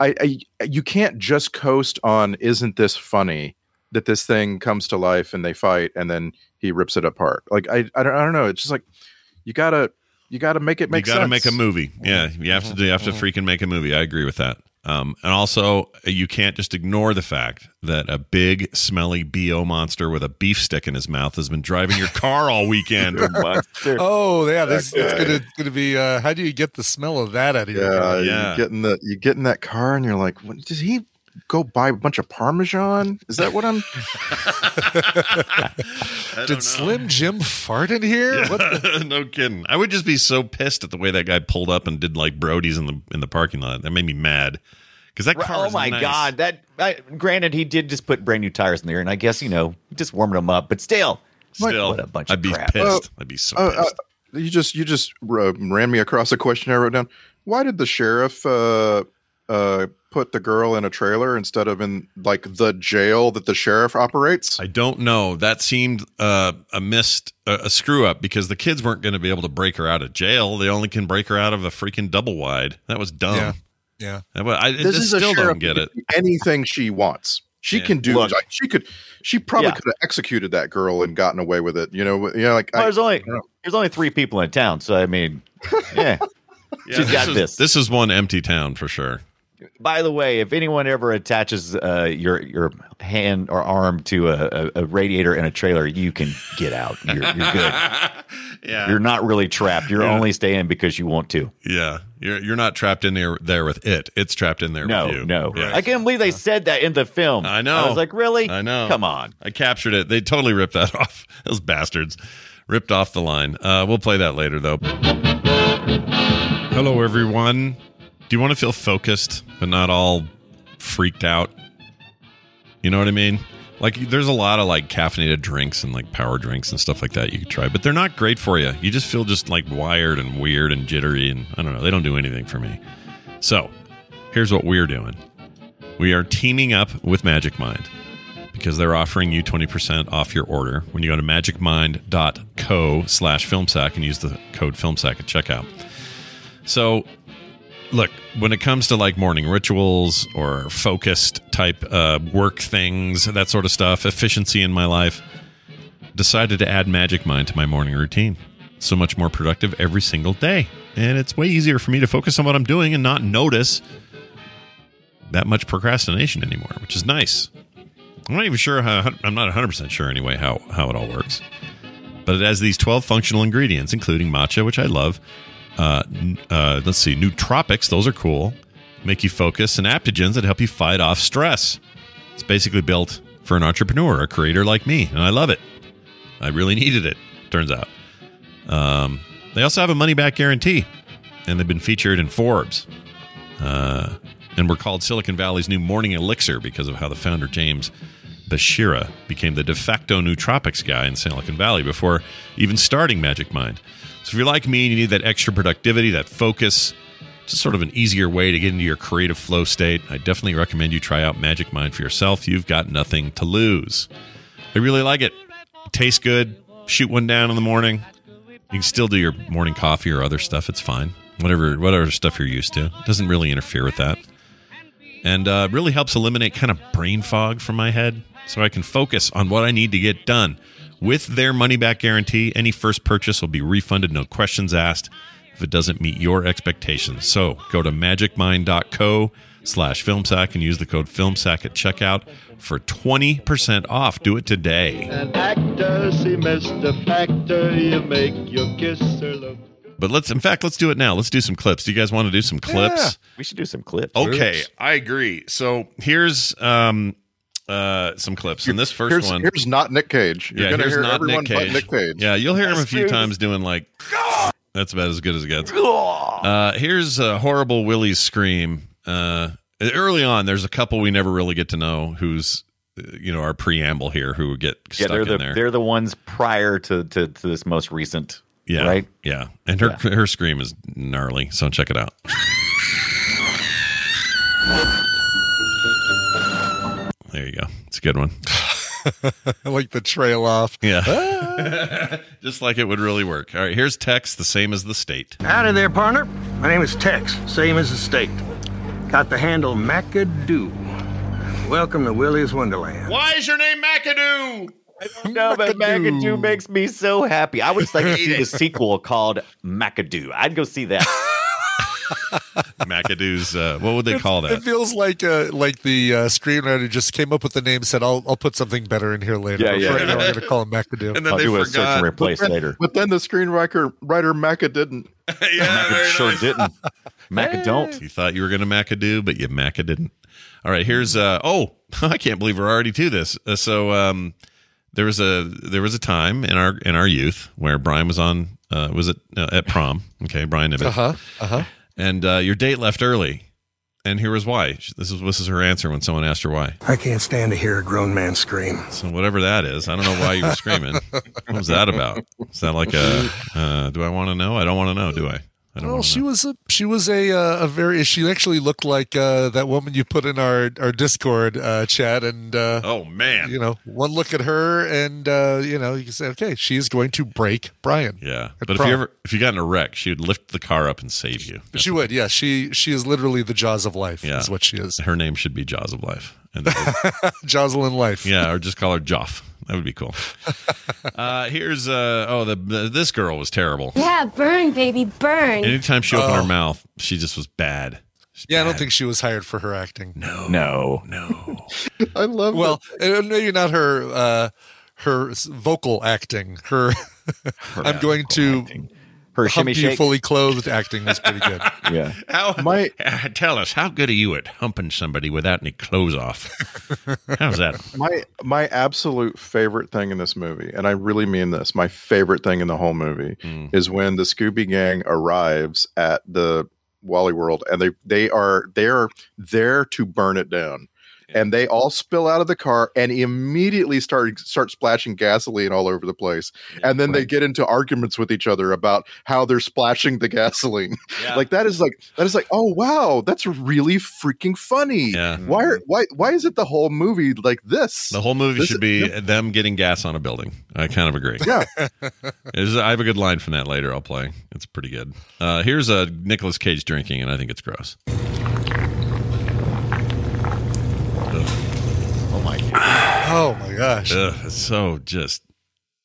[SPEAKER 8] I, I you can't just coast on isn't this funny that this thing comes to life and they fight and then he rips it apart like i i don't, I don't know it's just like you gotta you gotta make it make
[SPEAKER 1] you gotta
[SPEAKER 8] sense
[SPEAKER 1] make
[SPEAKER 8] Mm-hmm.
[SPEAKER 1] a movie. Yeah, you have to. do- You have to freaking make a movie. I agree with that. Um, and also, you can't just ignore the fact that a big, smelly bo monster with a beef stick in his mouth has been driving your car all weekend.
[SPEAKER 7] Oh, yeah. This, it's gonna, gonna be. Uh, how do you get the smell of that out of your
[SPEAKER 8] yeah,
[SPEAKER 7] car?
[SPEAKER 8] you
[SPEAKER 1] Yeah.
[SPEAKER 8] get in the you get in that car and you're like what, did he go buy a bunch of Parmesan? Is that what I'm?
[SPEAKER 7] Did Slim Jim fart in here? What the-
[SPEAKER 1] no kidding. I would just be so pissed at the way that guy pulled up and did like Brody's in the in the parking lot. That made me mad because that car.
[SPEAKER 6] Oh
[SPEAKER 1] is
[SPEAKER 6] my
[SPEAKER 1] nice.
[SPEAKER 6] god! That I, granted, he did just put brand new tires in there, and I guess you know, just warming them up. But still,
[SPEAKER 1] Still,
[SPEAKER 6] what a bunch
[SPEAKER 1] I'd
[SPEAKER 6] of
[SPEAKER 1] be
[SPEAKER 6] crap.
[SPEAKER 1] pissed.
[SPEAKER 8] Oh,
[SPEAKER 1] I'd be so
[SPEAKER 8] Uh,
[SPEAKER 1] pissed.
[SPEAKER 8] uh, you just you just uh, ran me across a question I wrote down. Why did the sheriff uh, uh, put the girl in a trailer instead of in like the jail that the sheriff operates?
[SPEAKER 1] I don't know. That seemed uh, a missed, uh, a screw up because the kids weren't going to be able to break her out of jail. They only can break her out of a freaking double wide. That was dumb.
[SPEAKER 7] Yeah. yeah.
[SPEAKER 1] That was- I, this still
[SPEAKER 8] sheriff
[SPEAKER 1] don't get
[SPEAKER 8] who
[SPEAKER 1] it.
[SPEAKER 8] can do Anything she wants. She
[SPEAKER 1] Yeah.
[SPEAKER 8] can do.
[SPEAKER 6] Look.
[SPEAKER 8] like, she could. She probably
[SPEAKER 6] Yeah.
[SPEAKER 8] could have executed that girl and gotten away with it. You know. You know, like
[SPEAKER 6] Well,
[SPEAKER 8] I,
[SPEAKER 6] there's only there's only three people in town, so I mean, yeah.
[SPEAKER 1] Yeah,
[SPEAKER 6] She's got
[SPEAKER 1] is,
[SPEAKER 6] this.
[SPEAKER 1] This is one empty town for sure.
[SPEAKER 6] By the way, if anyone ever attaches uh, your your hand or arm to a, a, a radiator in a trailer, you can get out. You're, you're good.
[SPEAKER 1] Yeah,
[SPEAKER 6] You're not really trapped. You're
[SPEAKER 1] Yeah.
[SPEAKER 6] only staying because you want to.
[SPEAKER 1] yeah. You're you're not trapped in there there with it. It's trapped in there.
[SPEAKER 6] No,
[SPEAKER 1] with you.
[SPEAKER 6] no.
[SPEAKER 1] Yeah.
[SPEAKER 6] I can't believe they said that in the film.
[SPEAKER 1] I know.
[SPEAKER 6] I was like, really?
[SPEAKER 1] I know.
[SPEAKER 6] Come on.
[SPEAKER 1] I captured it. They totally ripped that off. Those bastards ripped off the line. Uh, we'll play that later, though. Hello, everyone. Do you want to feel focused but not all freaked out? You know what I mean? Like, there's a lot of like caffeinated drinks and like power drinks and stuff like that you could try, but they're not great for you. You just feel just like wired and weird and jittery, and I don't know. They don't do anything for me. So, here's what we're doing we are teaming up with Magic Mind because they're offering you 20% off your order when you go to magicmind.co slash filmsack and use the code filmsack at checkout. So, look, when it comes to like morning rituals or focused type uh, work things, that sort of stuff, efficiency in my life, decided to add Magic Mind to my morning routine. So much more productive every single day. And it's way easier for me to focus on what I'm doing and not notice that much procrastination anymore, which is nice. I'm not even sure how, I'm not 100% sure anyway how, how it all works. But it has these 12 functional ingredients, including matcha, which I love. Uh, n- uh, let's see, nootropics, those are cool, make you focus, and aptogens that help you fight off stress. It's basically built for an entrepreneur, a creator like me, and I love it. I really needed it, turns out. Um, they also have a money back guarantee, and they've been featured in Forbes. Uh, and were called Silicon Valley's new morning elixir because of how the founder, James Bashira, became the de facto nootropics guy in Silicon Valley before even starting Magic Mind. So if you're like me and you need that extra productivity, that focus, just sort of an easier way to get into your creative flow state, I definitely recommend you try out Magic Mind for yourself. You've got nothing to lose. I really like it. It tastes good. Shoot one down in the morning. You can still do your morning coffee or other stuff. It's fine. Whatever, whatever stuff you're used to It doesn't really interfere with that, and uh, really helps eliminate kind of brain fog from my head, so I can focus on what I need to get done. With their money back guarantee, any first purchase will be refunded, no questions asked, if it doesn't meet your expectations. So go to magicmind.co slash filmsack and use the code filmsack at checkout for 20% off. Do it today.
[SPEAKER 10] An actor, see Mr. Factor, you make your kisser look.
[SPEAKER 1] But let's, in fact, let's do it now. Let's do some clips. Do you guys want to do some clips?
[SPEAKER 6] We should do some clips.
[SPEAKER 1] Okay,
[SPEAKER 7] Clips.
[SPEAKER 1] I agree. So here's um uh some clips, and this first
[SPEAKER 8] here's,
[SPEAKER 1] one.
[SPEAKER 8] here's not Nick Cage. You're
[SPEAKER 1] yeah,
[SPEAKER 8] gonna
[SPEAKER 1] here's
[SPEAKER 8] hear
[SPEAKER 1] not
[SPEAKER 8] everyone
[SPEAKER 1] Nick Cage.
[SPEAKER 8] but Nick Cage.
[SPEAKER 1] Yeah, you'll hear him a few times doing like. That's about as good as it gets. Uh, here's a horrible Willie's scream. Uh, early on, there's a couple we never really get to know who's, uh, you know, our preamble here who get
[SPEAKER 6] Yeah,
[SPEAKER 1] stuck
[SPEAKER 6] they're
[SPEAKER 1] in
[SPEAKER 6] the
[SPEAKER 1] there.
[SPEAKER 6] they're the ones prior to, to to this most recent.
[SPEAKER 1] yeah,
[SPEAKER 6] right?
[SPEAKER 1] Yeah, and her her scream is gnarly. So check it out. There you go. It's a good one.
[SPEAKER 7] like the trail off.
[SPEAKER 1] Yeah.
[SPEAKER 8] Ah.
[SPEAKER 1] Just like it would really work. All right, here's text, the same as the state.
[SPEAKER 10] Howdy there, partner. My name is Tex, same as the state. Got the handle McAdoo. Welcome to Willie's Wonderland.
[SPEAKER 1] Why is your name McAdoo?
[SPEAKER 6] No, but McAdoo makes me so happy. I would just like to see the sequel called McAdoo. I'd go see that.
[SPEAKER 1] McAdoo's, uh, what would they call
[SPEAKER 7] It
[SPEAKER 1] that?
[SPEAKER 7] feels like uh, like the uh, screenwriter just came up with the name, said, "I'll I'll put something better in here later."
[SPEAKER 6] Yeah,
[SPEAKER 7] But
[SPEAKER 6] yeah.
[SPEAKER 7] for Right now, I'm going to call him McAdoo.
[SPEAKER 1] And then
[SPEAKER 6] I'll
[SPEAKER 1] they
[SPEAKER 6] do a search
[SPEAKER 1] forgot.
[SPEAKER 6] and replace later.
[SPEAKER 8] But then the screenwriter writer Macca didn't.
[SPEAKER 1] yeah, very
[SPEAKER 6] sure
[SPEAKER 1] nice.
[SPEAKER 6] didn't. Macadon't.
[SPEAKER 1] You thought you were going to macadoo, but you maca didn't. All right, here's uh oh, I can't believe we're already to this. Uh, so um there was a there was a time in our in our youth where Brian was on uh was it uh, at prom, okay, Brian Ibbett.
[SPEAKER 7] huh. Uh huh.
[SPEAKER 1] And uh your date left early. And here was why. She- This is this is her answer when someone asked her why.
[SPEAKER 10] I can't stand to hear a grown man scream.
[SPEAKER 1] So whatever that is, I don't know why you were screaming. what was that about? Is that like a uh do I want to know? I don't want to know, do I? I don't
[SPEAKER 7] Well,
[SPEAKER 1] wanna
[SPEAKER 7] she
[SPEAKER 1] know.
[SPEAKER 7] was a she was a uh, a very she actually looked like uh, that woman you put in our our Discord uh, chat, and uh,
[SPEAKER 1] Oh man.
[SPEAKER 7] you know, one look at her, and uh, you know, you can say, okay, she is going to break Brian.
[SPEAKER 1] Yeah,
[SPEAKER 7] At
[SPEAKER 1] but if
[SPEAKER 7] prom.
[SPEAKER 1] you ever if you got in a wreck, she would lift the car up and save you.
[SPEAKER 7] She would, yeah. She she is literally the jaws of life.
[SPEAKER 1] Yeah.
[SPEAKER 7] is what she is.
[SPEAKER 1] Her name should be Jaws of Life, and that would-
[SPEAKER 7] Jocelyn life.
[SPEAKER 1] yeah, or just call her Joff. That would be cool. Uh, here's uh oh the, the this girl was terrible.
[SPEAKER 4] Yeah, burn, baby, burn.
[SPEAKER 1] Anytime she
[SPEAKER 7] Oh.
[SPEAKER 1] opened her mouth, she just was bad. She's
[SPEAKER 7] Yeah, I don't
[SPEAKER 1] bad.
[SPEAKER 7] think she was hired for her acting.
[SPEAKER 6] No.
[SPEAKER 1] Oh, no.
[SPEAKER 8] I love
[SPEAKER 7] Well, uh, maybe not her uh, her s- vocal acting. Her, I'm going to
[SPEAKER 6] Her
[SPEAKER 7] hump
[SPEAKER 6] shimmy
[SPEAKER 7] you
[SPEAKER 6] shake.
[SPEAKER 7] fully clothed acting was pretty good.
[SPEAKER 6] yeah.
[SPEAKER 1] How,
[SPEAKER 8] My-
[SPEAKER 1] uh, tell us how good are you at humping somebody without any clothes off? How's that?
[SPEAKER 8] my my absolute favorite thing in this movie, and I really mean this, my favorite thing in the whole movie is when the Scooby Gang arrives at the Wally World, and they they are they are there to burn it down, and they all spill out of the car and immediately start start splashing gasoline all over the place, and then they get into arguments with each other about how they're splashing the gasoline. Like that is like that is like oh wow that's really freaking funny.
[SPEAKER 1] Yeah.
[SPEAKER 8] Why are, why why is it the whole movie like this?
[SPEAKER 1] The whole movie
[SPEAKER 8] This-
[SPEAKER 1] should be them getting gas on a building. I kind of agree.
[SPEAKER 8] Yeah.
[SPEAKER 1] There's- I have a good line from that later. I'll play. It's pretty good. Uh, here's a Nicolas Cage drinking, and I think it's gross.
[SPEAKER 7] Oh my gosh!
[SPEAKER 1] Ugh, it's so just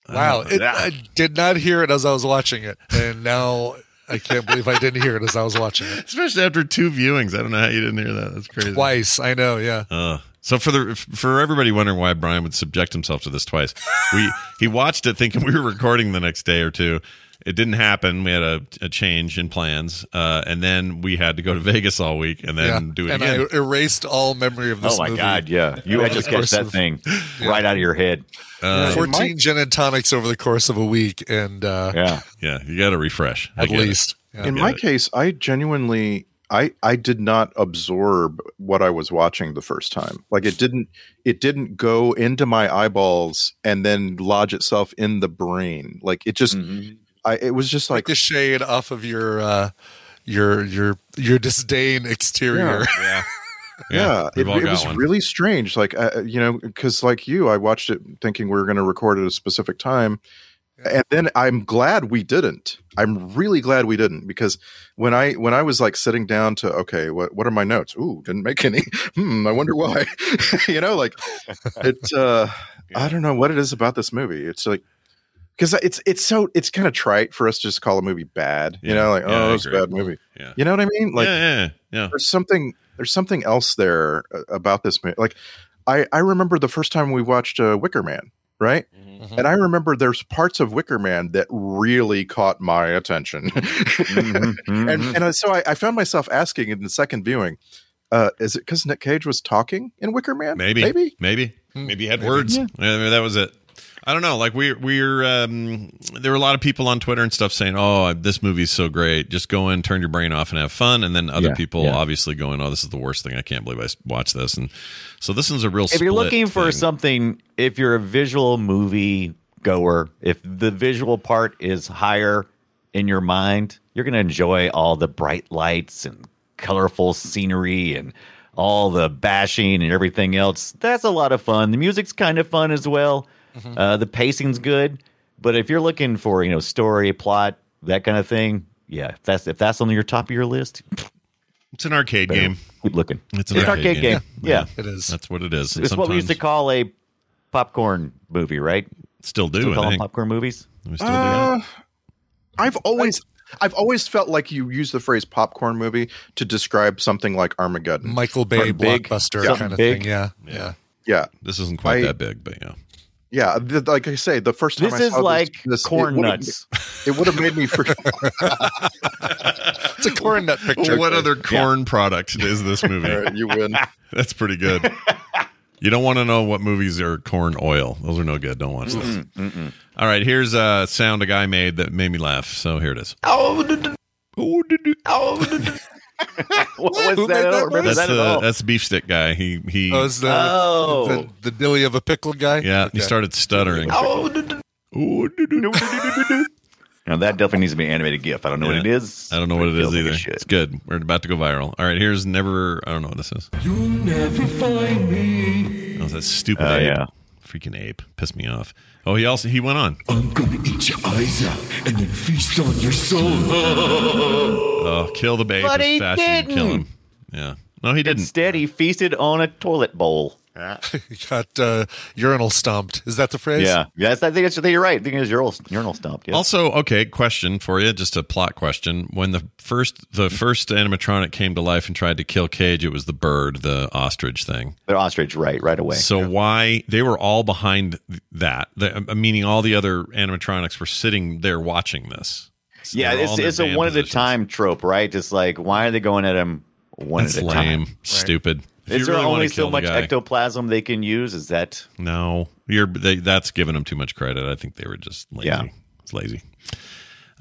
[SPEAKER 7] Wow, it, I did not hear it as I was watching it, and now I can't believe I didn't hear it as I was watching it
[SPEAKER 1] especially after two viewings. I don't know how you didn't hear that. That's crazy.
[SPEAKER 7] twice. I know, yeah.
[SPEAKER 1] Ugh. so for the for everybody wondering why Brian would subject himself to this twice, we he watched it thinking we were recording the next day or two. It didn't happen. We had a, a change in plans, uh, and then we had to go to Vegas all week and then
[SPEAKER 7] yeah.
[SPEAKER 1] do it
[SPEAKER 7] and
[SPEAKER 1] again.
[SPEAKER 7] I erased all memory of this.
[SPEAKER 6] Oh my
[SPEAKER 7] movie.
[SPEAKER 6] God! Yeah, you had to
[SPEAKER 7] Over the
[SPEAKER 6] catch
[SPEAKER 7] course
[SPEAKER 6] that
[SPEAKER 7] of-
[SPEAKER 6] thing right out of your head.
[SPEAKER 1] Uh,
[SPEAKER 7] Fourteen gin and tonics over the course of a week, and uh,
[SPEAKER 6] Yeah.
[SPEAKER 1] yeah, you got to refresh I
[SPEAKER 7] at
[SPEAKER 1] get it.
[SPEAKER 7] least. Yeah.
[SPEAKER 8] In
[SPEAKER 1] get
[SPEAKER 8] my
[SPEAKER 1] it.
[SPEAKER 8] case, I genuinely I I did not absorb what I was watching the first time. Like it didn't it didn't go into my eyeballs and then lodge itself in the brain. Like it
[SPEAKER 1] Mm.
[SPEAKER 8] just
[SPEAKER 6] Mm-hmm.
[SPEAKER 8] I it was just
[SPEAKER 7] Like
[SPEAKER 8] like
[SPEAKER 7] the shade off of your uh, your your your disdain exterior.
[SPEAKER 8] yeah, it,
[SPEAKER 1] we've all
[SPEAKER 8] it
[SPEAKER 1] got
[SPEAKER 8] was
[SPEAKER 1] one.
[SPEAKER 8] really strange. Like uh, you know, because like you, I watched it thinking we were going to record at a specific time, and then I'm glad we didn't. I'm really glad we didn't because when I when I was like sitting down to okay, what what are my notes? Ooh, didn't make any. Hmm, I wonder why. you know, like it. Uh, I don't know what it is about this movie. It's like. Because it's it's so it's kind of trite for us to just call a movie bad, you
[SPEAKER 1] Yeah.
[SPEAKER 8] know, like
[SPEAKER 1] Yeah, I
[SPEAKER 8] oh, it's a
[SPEAKER 1] agree.
[SPEAKER 8] bad movie.
[SPEAKER 1] Yeah.
[SPEAKER 8] You know what I mean? Like
[SPEAKER 1] yeah, yeah, yeah.
[SPEAKER 8] there's something there's something else there uh, about this movie. Like I I remember the first time we watched uh, Wicker Man, right?
[SPEAKER 6] Mm-hmm.
[SPEAKER 8] And I remember there's parts of Wicker Man that really caught my attention,
[SPEAKER 6] Mm-hmm.
[SPEAKER 8] and and so I, I found myself asking in the second viewing. Uh, is it because Nick Cage was talking in Wicker Man?
[SPEAKER 1] Maybe,
[SPEAKER 8] maybe.
[SPEAKER 1] maybe, maybe he had words. Yeah. maybe that was it. I don't know. Like we're we're um, there were a lot of people on Twitter and stuff saying, "Oh, this movie's so great. Just go in, turn your brain off, and have fun." And then other
[SPEAKER 6] Yeah,
[SPEAKER 1] people
[SPEAKER 6] yeah.
[SPEAKER 1] obviously going, "Oh, this is the worst thing. I can't believe I s- watched this." And so this one's a real.
[SPEAKER 6] if you're
[SPEAKER 1] split
[SPEAKER 6] looking for
[SPEAKER 1] thing.
[SPEAKER 6] something, if you're a visual movie goer, if the visual part is higher in your mind, you're going to enjoy all the bright lights and colorful scenery and all the bashing and everything else. That's a lot of fun. The music's kind of fun as well.
[SPEAKER 1] Mm-hmm.
[SPEAKER 6] Uh, the pacing's good, but if you're looking for you know story, plot, that kind of thing, yeah, if that's if that's on your top of your list,
[SPEAKER 1] it's an arcade game.
[SPEAKER 6] keep looking.
[SPEAKER 1] It's an
[SPEAKER 6] It's an
[SPEAKER 1] arcade
[SPEAKER 6] arcade
[SPEAKER 1] game.
[SPEAKER 6] game. Yeah.
[SPEAKER 7] It is.
[SPEAKER 1] That's what it is.
[SPEAKER 6] It's what we used to
[SPEAKER 1] Sometimes
[SPEAKER 6] call a popcorn movie, right?
[SPEAKER 1] still
[SPEAKER 6] Do
[SPEAKER 1] do.
[SPEAKER 6] we
[SPEAKER 1] I
[SPEAKER 6] call them
[SPEAKER 1] think.
[SPEAKER 6] popcorn movies?
[SPEAKER 1] We still do that.
[SPEAKER 8] Uh, I've always I've always felt like you use the phrase popcorn movie to describe something like Armageddon.
[SPEAKER 7] Michael Bay
[SPEAKER 6] Something big.
[SPEAKER 7] blockbuster
[SPEAKER 6] Something
[SPEAKER 7] kind of
[SPEAKER 6] big.
[SPEAKER 7] thing. Yeah, yeah.
[SPEAKER 8] yeah,
[SPEAKER 1] This isn't quite
[SPEAKER 8] I-
[SPEAKER 1] that big, but yeah.
[SPEAKER 8] Yeah, th- like I say, the first time
[SPEAKER 6] This
[SPEAKER 8] I
[SPEAKER 6] is
[SPEAKER 8] saw
[SPEAKER 6] like
[SPEAKER 8] this,
[SPEAKER 6] corn
[SPEAKER 8] it would've-
[SPEAKER 6] nuts.
[SPEAKER 8] It would have made me forget.
[SPEAKER 7] It's a corn nut picture.
[SPEAKER 1] What other corn product is this movie?
[SPEAKER 8] you win.
[SPEAKER 1] That's pretty good. You don't want to know what movies are corn oil. Those are no good. Don't watch those. All right, here's a sound a guy made that made me laugh. So here it is. Oh, do, do.
[SPEAKER 6] What was
[SPEAKER 7] Who
[SPEAKER 6] that?
[SPEAKER 7] made
[SPEAKER 6] I
[SPEAKER 7] that
[SPEAKER 6] don't remember
[SPEAKER 7] noise?
[SPEAKER 1] That's
[SPEAKER 6] that at
[SPEAKER 1] the
[SPEAKER 6] all.
[SPEAKER 1] that's the beef stick guy. He he.
[SPEAKER 7] Oh, is the,
[SPEAKER 6] Oh.
[SPEAKER 7] the, the dilly of a pickled guy?
[SPEAKER 1] yeah, he
[SPEAKER 7] Okay.
[SPEAKER 1] started stuttering. Oh, do, do.
[SPEAKER 6] Now that definitely needs to be an animated GIF. I don't know
[SPEAKER 1] Yeah.
[SPEAKER 6] what it is.
[SPEAKER 1] I don't know what it
[SPEAKER 6] feels
[SPEAKER 1] is
[SPEAKER 6] like
[SPEAKER 1] either.
[SPEAKER 6] should.
[SPEAKER 1] It's good. We're about to go viral. All right, here's never. I don't know what this is. You'll never find me. Oh, that stupid.
[SPEAKER 6] Oh,
[SPEAKER 1] ape.
[SPEAKER 6] yeah.
[SPEAKER 1] Freaking ape pissed me off. Oh, he also he went on.
[SPEAKER 11] I'm gonna eat your eyes out and then feast on your soul.
[SPEAKER 1] Oh, kill the babe
[SPEAKER 6] But
[SPEAKER 1] as
[SPEAKER 6] he
[SPEAKER 1] fast as you can kill him. Yeah. No, he didn't.
[SPEAKER 6] Instead, he feasted on a toilet bowl.
[SPEAKER 7] He got uh, urinal stomped. Is that the phrase?
[SPEAKER 6] Yeah, yes, I think that's, I think you're right. I think it was urinal, urinal stomped. Yeah.
[SPEAKER 1] Also, okay, question for you, just a plot question. When the first the first animatronic came to life and tried to kill Cage, it was the bird, the ostrich thing.
[SPEAKER 6] They're ostrich right right away.
[SPEAKER 1] So why they were all behind th- that? The, uh, meaning all the other animatronics were sitting there watching this. So
[SPEAKER 6] yeah,
[SPEAKER 1] they're
[SPEAKER 6] it's
[SPEAKER 1] all in their
[SPEAKER 6] it's a
[SPEAKER 1] van
[SPEAKER 6] one at a
[SPEAKER 1] positions.
[SPEAKER 6] time trope, right? It's like why are they going at him one
[SPEAKER 1] That's
[SPEAKER 6] at a
[SPEAKER 1] lame,
[SPEAKER 6] time?
[SPEAKER 1] stupid. If you
[SPEAKER 6] Is there
[SPEAKER 1] really wanna
[SPEAKER 6] only
[SPEAKER 1] kill
[SPEAKER 6] so
[SPEAKER 1] the
[SPEAKER 6] much
[SPEAKER 1] guy-
[SPEAKER 6] ectoplasm they can use? Is that
[SPEAKER 1] No, you're they, that's giving them too much credit. I think they were just lazy.
[SPEAKER 6] Yeah.
[SPEAKER 1] It's lazy.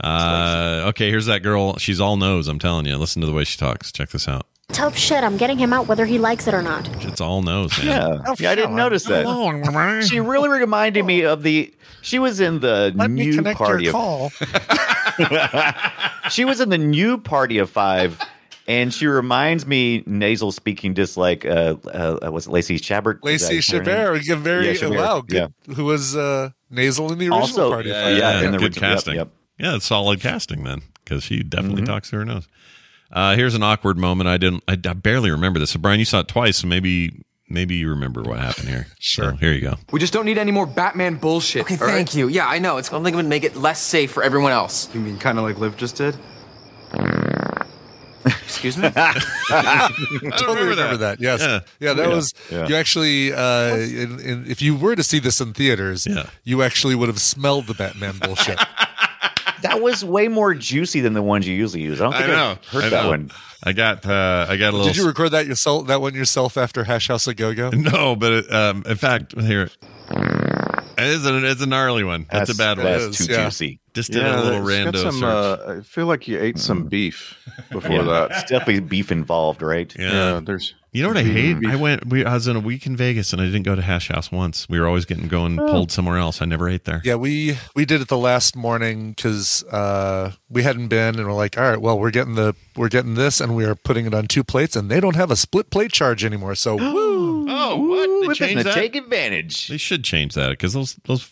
[SPEAKER 1] Uh, okay, here's that girl. She's all nose. I'm telling you. Listen to the way she talks. Check this out.
[SPEAKER 4] Tough shit. I'm getting him out whether he likes it or not.
[SPEAKER 1] It's all nose, man.
[SPEAKER 6] yeah? yeah I didn't notice that.
[SPEAKER 7] Oh,
[SPEAKER 1] Oh,
[SPEAKER 6] She really reminded me of the. She was in the
[SPEAKER 7] Let me
[SPEAKER 6] new
[SPEAKER 7] connect
[SPEAKER 6] party
[SPEAKER 7] your
[SPEAKER 6] of
[SPEAKER 7] call.
[SPEAKER 6] she was in the new party of five and she reminds me nasal speaking just like uh, uh was it lacey chabert Is that
[SPEAKER 7] Lacey
[SPEAKER 6] her name?
[SPEAKER 7] Chabert, a very
[SPEAKER 6] Yeah, Chabert,
[SPEAKER 7] wow, good, who was uh, nasal in the original
[SPEAKER 6] also
[SPEAKER 7] party.
[SPEAKER 6] yeah,
[SPEAKER 7] Fight.
[SPEAKER 6] in the
[SPEAKER 1] good
[SPEAKER 6] original- yep,
[SPEAKER 1] casting.
[SPEAKER 6] yep.
[SPEAKER 1] Yeah, it's solid casting then, because she definitely talks through her nose. Uh, here's an awkward moment. I didn't. I, I barely remember this. So Brian, you saw it twice, so maybe maybe you remember what happened here. sure. here you go.
[SPEAKER 11] We just don't need any more Batman bullshit. Okay, thank you. Yeah, I know. It's only going to make it less safe for everyone else. You mean kind of like Liv just did? Excuse me?
[SPEAKER 1] I
[SPEAKER 7] totally remember, that. Yes,
[SPEAKER 1] Yeah.
[SPEAKER 7] yeah, that was
[SPEAKER 6] Yeah.
[SPEAKER 7] you actually. Uh, in, in, if you were to see this in theaters,
[SPEAKER 1] Yeah.
[SPEAKER 7] you actually would have smelled the Batman bullshit.
[SPEAKER 6] that was way more juicy than the ones you usually use i don't think I have heard
[SPEAKER 1] I
[SPEAKER 6] that
[SPEAKER 1] know.
[SPEAKER 6] one
[SPEAKER 1] I got. Uh, I got a little.
[SPEAKER 7] Did you record that yourself? That one yourself after Hash House a Go Go?
[SPEAKER 1] No, but it, um, in fact, here it is a, it's a gnarly one. That's, a bad
[SPEAKER 6] that's
[SPEAKER 1] one.
[SPEAKER 7] is,
[SPEAKER 6] too
[SPEAKER 7] yeah.
[SPEAKER 6] juicy
[SPEAKER 1] Just did a little
[SPEAKER 8] it's got
[SPEAKER 1] rando
[SPEAKER 8] some,
[SPEAKER 1] search. Mm.
[SPEAKER 8] uh, I feel like you ate some beef before
[SPEAKER 6] yeah
[SPEAKER 8] that.
[SPEAKER 6] it's definitely beef involved right
[SPEAKER 1] yeah.
[SPEAKER 8] Yeah, there's.
[SPEAKER 1] You know what I hate? I went. We, I was in a week in Vegas, and I didn't go to Hash House once. We were always getting going pulled somewhere else. I never ate there.
[SPEAKER 7] Yeah, we we did it the last morning because uh, we hadn't been, and we're like, all right, well, we're getting the we're getting this, and we are putting it on two plates, and they don't have a split plate charge anymore. So woo.
[SPEAKER 1] Oh, what? They
[SPEAKER 6] Whip is
[SPEAKER 1] changed
[SPEAKER 6] gonna
[SPEAKER 1] that?
[SPEAKER 6] take advantage
[SPEAKER 1] They should change that because those those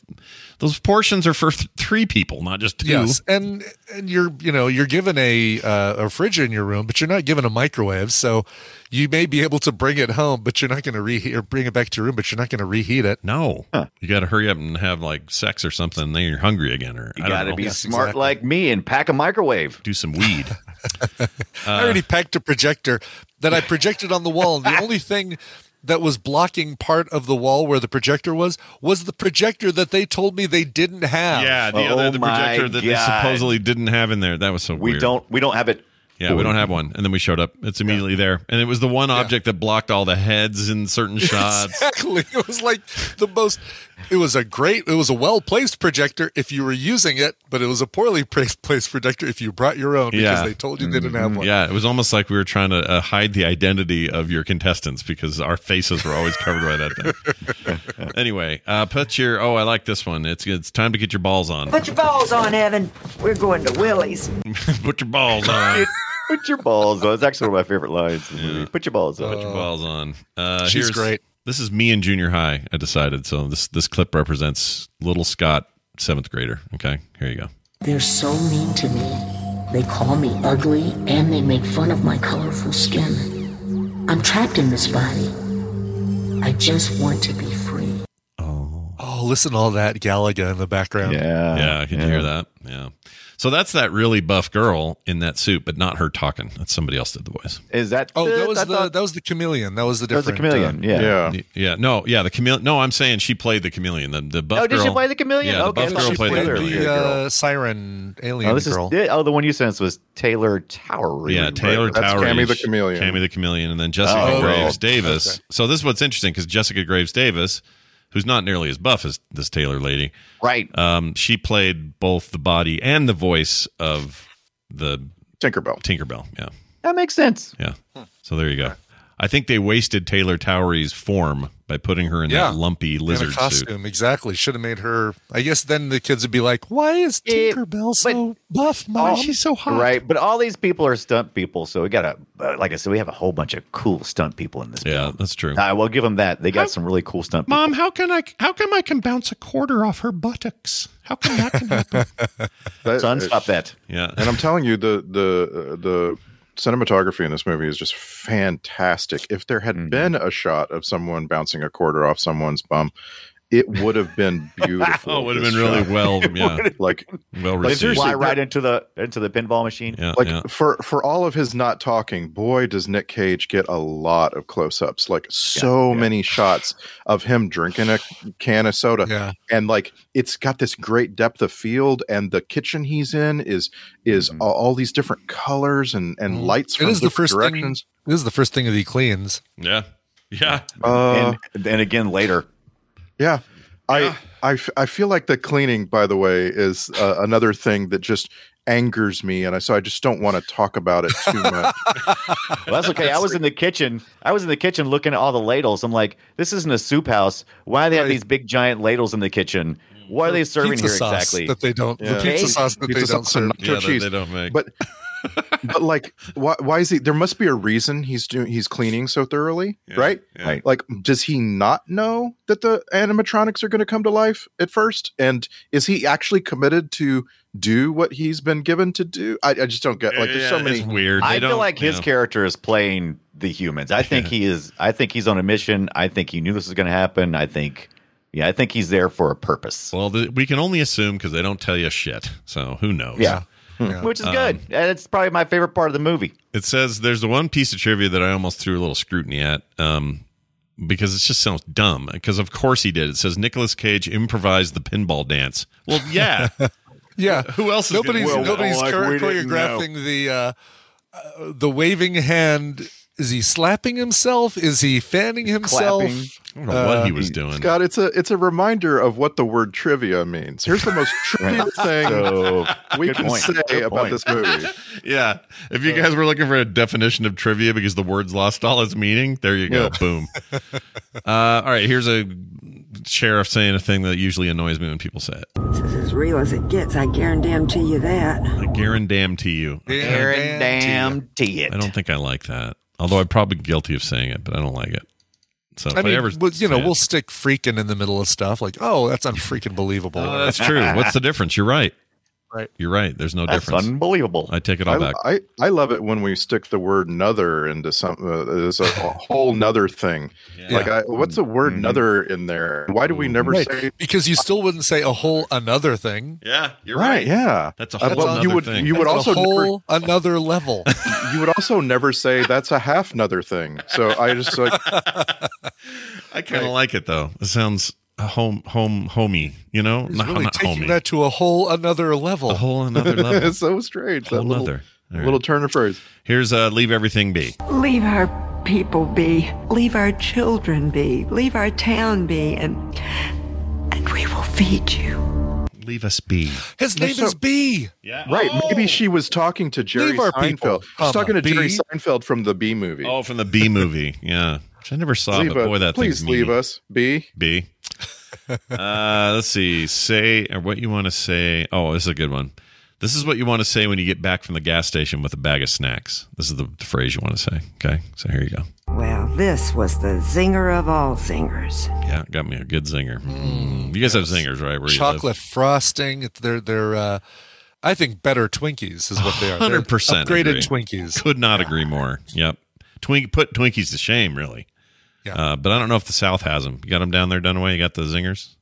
[SPEAKER 1] those portions are for th- three people, not just two.
[SPEAKER 7] Yes, and and you're you know you're given a uh, a fridge in your room, but you're not given a microwave, so you may be able to bring it home, but you're not going to reheat or bring it back to your room, but you're not going to reheat it.
[SPEAKER 1] No, you got to hurry up and have like sex or something. Then you're hungry again, or
[SPEAKER 6] you
[SPEAKER 1] I don't
[SPEAKER 6] gotta
[SPEAKER 1] know.
[SPEAKER 6] be
[SPEAKER 7] Yes,
[SPEAKER 6] smart
[SPEAKER 7] exactly.
[SPEAKER 6] like me and pack a microwave
[SPEAKER 1] do some weed.
[SPEAKER 7] I
[SPEAKER 6] Uh,
[SPEAKER 7] already packed a projector that I projected on the wall, and the only thing that was blocking part of the wall where the projector was was the projector that they told me they didn't have.
[SPEAKER 1] yeah, the
[SPEAKER 6] Oh
[SPEAKER 1] other the
[SPEAKER 6] my
[SPEAKER 1] projector that they
[SPEAKER 6] God.
[SPEAKER 1] supposedly didn't have in there. That was so
[SPEAKER 6] we
[SPEAKER 1] weird.
[SPEAKER 6] don't we don't have it
[SPEAKER 1] Yeah, we don't have one. And then we showed up. It's immediately there, and it was the one object that blocked all the heads in certain
[SPEAKER 6] uh,
[SPEAKER 1] shots.
[SPEAKER 7] Exactly. It was like the most. It was a great. It was a well placed projector if you were using it, but it was a poorly placed placed projector if you brought your own because
[SPEAKER 1] Yeah.
[SPEAKER 7] they told you they didn't
[SPEAKER 6] Mm,
[SPEAKER 7] have one.
[SPEAKER 1] Yeah, it was almost like we were trying to uh, hide the identity of your contestants because our faces were always covered by that thing. anyway, uh, put your. Oh, I like this one. It's it's time to get your balls on.
[SPEAKER 2] Put your balls on, Evan. We're going to Willie's.
[SPEAKER 1] put your balls on.
[SPEAKER 6] put your balls on it's actually one of my favorite lines in the movie. put your balls on
[SPEAKER 1] put your balls on. Uh,
[SPEAKER 7] She's
[SPEAKER 1] here's-
[SPEAKER 7] great.
[SPEAKER 1] This is me in junior high. I decided. So this this clip represents little Scott, seventh grader. Okay, here you go.
[SPEAKER 11] They're so mean to me. They call me ugly and they make fun of my colorful skin. I'm trapped in this body. I just want to be free.
[SPEAKER 1] Oh.
[SPEAKER 7] Oh, listen to all that Galaga in the background.
[SPEAKER 6] yeah
[SPEAKER 1] Yeah, you can hear that. Yeah. So that's that really buff girl in that suit, but not her talking. That's somebody else did the voice.
[SPEAKER 6] Is that?
[SPEAKER 7] Oh, that was the that was the chameleon. That was the
[SPEAKER 6] That was
[SPEAKER 7] different. uh,
[SPEAKER 6] the chameleon, yeah. Yeah.
[SPEAKER 1] Y- yeah. No, yeah, the chameleon. No, I'm saying she played the chameleon. The the buff
[SPEAKER 6] Oh, did
[SPEAKER 1] girl.
[SPEAKER 6] she play the chameleon?
[SPEAKER 1] Yeah, the
[SPEAKER 6] Okay, I
[SPEAKER 1] buff
[SPEAKER 6] thought
[SPEAKER 1] girl
[SPEAKER 6] she
[SPEAKER 1] played,
[SPEAKER 6] played
[SPEAKER 1] the
[SPEAKER 6] the
[SPEAKER 1] chameleon.
[SPEAKER 7] the uh, siren alien
[SPEAKER 6] Oh, this
[SPEAKER 7] girl.
[SPEAKER 6] is oh the one you sent us was Taylor Tower.
[SPEAKER 1] Yeah, Taylor
[SPEAKER 6] Tower.
[SPEAKER 1] Tower.
[SPEAKER 8] Cammy the Chameleon.
[SPEAKER 1] Cammy the Chameleon, and then Jessica
[SPEAKER 6] Oh,
[SPEAKER 1] Graves
[SPEAKER 8] okay.
[SPEAKER 1] Davis. So this is what's interesting because Jessica Graves Davis, who's not nearly as buff as this Taylor lady,
[SPEAKER 9] Right.
[SPEAKER 1] um, she played both the body and the voice of the
[SPEAKER 8] Tinkerbell.
[SPEAKER 1] Tinkerbell. Yeah,
[SPEAKER 6] That makes sense.
[SPEAKER 1] yeah. So there you go. I think they wasted Taylor Towery's form by putting her in
[SPEAKER 7] Yeah.
[SPEAKER 1] that lumpy
[SPEAKER 7] in a
[SPEAKER 1] lizard suit.
[SPEAKER 7] costume, exactly. Should have made her. I guess then the kids would be like, "Why is
[SPEAKER 9] Eh,
[SPEAKER 7] Tinkerbell so buff, Mom? She's so hot."
[SPEAKER 6] Right, but all these people are stunt people, so we got a uh, like I said, we have a whole bunch of cool stunt people in this.
[SPEAKER 1] Yeah, that's true.
[SPEAKER 6] I will give them that. They got some really cool stunt. people.
[SPEAKER 1] how can I? How come I can bounce a quarter off her buttocks? How come that can happen?
[SPEAKER 8] That-
[SPEAKER 6] Son, stop that.
[SPEAKER 1] yeah,
[SPEAKER 8] Uh, And I'm telling you, the the uh, the cinematography in this movie is just fantastic. If there
[SPEAKER 1] Mm-hmm.
[SPEAKER 8] had been a shot of someone bouncing a quarter off someone's bum, it would have been beautiful.
[SPEAKER 1] oh, it would have
[SPEAKER 8] this
[SPEAKER 1] been really
[SPEAKER 8] shot.
[SPEAKER 1] well, yeah,
[SPEAKER 8] like
[SPEAKER 1] well
[SPEAKER 8] Like,
[SPEAKER 1] received.
[SPEAKER 8] seriously,
[SPEAKER 6] Fly right into the into the pinball machine.
[SPEAKER 1] Yeah,
[SPEAKER 8] like
[SPEAKER 1] yeah.
[SPEAKER 8] for for all of his not talking boy does nick cage get a lot of close-ups like so many shots of him drinking a can of soda
[SPEAKER 7] Yeah.
[SPEAKER 8] and like it's got this great depth of field and the kitchen he's in is is all, all these different colors and and lights from
[SPEAKER 7] Mm-hmm. It is the
[SPEAKER 8] different
[SPEAKER 7] first
[SPEAKER 8] directions
[SPEAKER 7] thing. This is the first thing that he cleans.
[SPEAKER 1] yeah, yeah.
[SPEAKER 8] Uh,
[SPEAKER 6] and, and again later.
[SPEAKER 8] Yeah. I, I, f- I feel like the cleaning, by the way, is uh, another thing that just angers me. And I, so I just don't want to talk about it too much.
[SPEAKER 6] Well, that's okay. I was in the kitchen. I was in the kitchen looking at all the ladles. I'm like, this isn't a soup house. Why do they have
[SPEAKER 7] Right.
[SPEAKER 6] these big giant ladles in the kitchen? What are they serving
[SPEAKER 7] pizza
[SPEAKER 6] here
[SPEAKER 7] sauce
[SPEAKER 6] exactly?
[SPEAKER 7] That they don't. The
[SPEAKER 8] Yeah.
[SPEAKER 7] pizza
[SPEAKER 6] Hey,
[SPEAKER 7] sauce that
[SPEAKER 8] pizza
[SPEAKER 7] they don't
[SPEAKER 8] sauce and
[SPEAKER 7] serve.
[SPEAKER 8] nacho
[SPEAKER 1] that
[SPEAKER 8] cheese.
[SPEAKER 1] they don't make.
[SPEAKER 8] But, but like, why, why is he, there must be a reason he's doing, he's cleaning so thoroughly, right?
[SPEAKER 1] yeah. Right.
[SPEAKER 8] Like, does he not know that the animatronics are going to come to life at first? And is he actually committed to do what he's been given to do? I, I just don't get, like, there's so
[SPEAKER 1] Yeah,
[SPEAKER 8] many.
[SPEAKER 1] It's weird. They
[SPEAKER 6] I feel
[SPEAKER 1] don't-
[SPEAKER 6] like his
[SPEAKER 1] yeah.
[SPEAKER 6] character is playing the humans. I think he is. I think he's on a mission. I think he knew this was going to happen. I think, yeah, I think he's there for a purpose,
[SPEAKER 1] Well, th- we can only assume because they don't tell you shit. So who knows?
[SPEAKER 6] Yeah. Hmm.
[SPEAKER 7] Yeah.
[SPEAKER 6] which
[SPEAKER 1] Um,
[SPEAKER 6] is good. And it's probably my favorite part of the movie.
[SPEAKER 1] It says there's the one piece of trivia that I almost threw a little scrutiny at um, because it just sounds dumb. Because of course he did. It says Nicolas Cage improvised the pinball dance. Well, yeah.
[SPEAKER 7] Yeah.
[SPEAKER 1] Who else is gonna
[SPEAKER 7] nobody's
[SPEAKER 1] do that?
[SPEAKER 7] nobody's
[SPEAKER 5] Well, like,
[SPEAKER 7] chore-
[SPEAKER 5] we didn't
[SPEAKER 7] choreographing the uh, uh, the waving hand. Is he slapping himself? Is he fanning himself?
[SPEAKER 6] clapping.
[SPEAKER 1] I don't know what he was doing.
[SPEAKER 8] Uh, Scott, it's a it's a reminder of what the word trivia means. Here's the most trivial thing we
[SPEAKER 6] good
[SPEAKER 8] can
[SPEAKER 6] point.
[SPEAKER 8] say
[SPEAKER 6] Good point.
[SPEAKER 8] about this movie.
[SPEAKER 1] yeah. If you guys were looking for a definition of trivia because the word's lost all its meaning, there you go.
[SPEAKER 8] Yeah.
[SPEAKER 1] Boom. uh, all right. Here's a sheriff saying a thing that usually annoys me when people say it.
[SPEAKER 12] It's as real as it gets, I guarantee you that.
[SPEAKER 1] I guarantee to you.
[SPEAKER 6] Aaron
[SPEAKER 7] damn.
[SPEAKER 6] guarantee it.
[SPEAKER 1] I don't think I like that. Although I'm probably guilty of saying it, but I don't like it. So if I,
[SPEAKER 7] I mean,
[SPEAKER 1] ever,
[SPEAKER 7] well, you know,
[SPEAKER 1] say it-
[SPEAKER 7] we'll stick freaking in the middle of stuff. Like, oh, that's unfreaking believable.
[SPEAKER 1] Oh, that's true. What's the difference? You're right.
[SPEAKER 7] Right.
[SPEAKER 1] You're right. There's no
[SPEAKER 6] That's
[SPEAKER 1] difference.
[SPEAKER 6] unbelievable.
[SPEAKER 1] I take it all
[SPEAKER 8] I,
[SPEAKER 1] back.
[SPEAKER 8] I, I love it when we stick the word "nother" into some. Uh, there's a, a whole nother thing. Like, uh, I, what's the
[SPEAKER 1] Mm-hmm.
[SPEAKER 8] word "nother" in there? Why do we never
[SPEAKER 7] right.
[SPEAKER 8] say?
[SPEAKER 7] Because you still wouldn't say a whole another thing.
[SPEAKER 1] yeah, you're
[SPEAKER 8] Right. Yeah.
[SPEAKER 1] That's a
[SPEAKER 8] Uh,
[SPEAKER 1] whole
[SPEAKER 8] well, you
[SPEAKER 1] nother
[SPEAKER 8] would
[SPEAKER 1] thing.
[SPEAKER 8] you would
[SPEAKER 7] That's
[SPEAKER 8] also
[SPEAKER 7] a whole another level.
[SPEAKER 8] never, you would also never say that's a half another thing. So I just like
[SPEAKER 1] I kind of like it though. It sounds home, home, homey. You know,
[SPEAKER 7] He's
[SPEAKER 1] not,
[SPEAKER 7] really
[SPEAKER 1] not
[SPEAKER 7] taking
[SPEAKER 1] homey.
[SPEAKER 7] that to a whole another level.
[SPEAKER 1] a whole another level.
[SPEAKER 8] it's so strange. That
[SPEAKER 1] whole
[SPEAKER 8] little,
[SPEAKER 1] nother. All right.
[SPEAKER 8] little turn of phrase.
[SPEAKER 1] Here's uh, leave everything be.
[SPEAKER 12] Leave our people be. Leave our children be. Leave our town be, and and we will feed you.
[SPEAKER 1] Leave us be.
[SPEAKER 7] His name is B.
[SPEAKER 1] Yeah.
[SPEAKER 8] Right.
[SPEAKER 1] Oh!
[SPEAKER 8] Maybe she was talking to Jerry
[SPEAKER 7] Leave our
[SPEAKER 8] Seinfeld.
[SPEAKER 7] people,
[SPEAKER 8] She's talking to
[SPEAKER 7] comma,
[SPEAKER 8] Jerry
[SPEAKER 7] B.
[SPEAKER 8] Seinfeld from the B movie.
[SPEAKER 1] Oh, from the B movie. Yeah. Which I never saw, but
[SPEAKER 8] us-
[SPEAKER 1] boy, that
[SPEAKER 8] please
[SPEAKER 1] thing's
[SPEAKER 8] leave
[SPEAKER 1] mean.
[SPEAKER 8] us B.
[SPEAKER 1] B. Uh, let's see. Say or what you want to say. Oh, this is a good one. This is what you want to say when you get back from the gas station with a bag of snacks. This is the phrase you want to say. Okay, so here you go.
[SPEAKER 12] Well, this was the zinger of all zingers.
[SPEAKER 1] Yeah, got me a good zinger. Mm, you guys have zingers, right? Where
[SPEAKER 7] Chocolate frosting. It's- They're they're. Uh, I think better Twinkies is what they are. They're
[SPEAKER 1] 100% agree.
[SPEAKER 7] upgraded
[SPEAKER 1] You live.
[SPEAKER 7] Twinkies.
[SPEAKER 1] Could not agree more. Yep. Twink put Twinkies to shame, really.
[SPEAKER 7] Yeah.
[SPEAKER 1] Uh, but I don't know if the South has them. You got them down there, Dunaway. You got the zingers.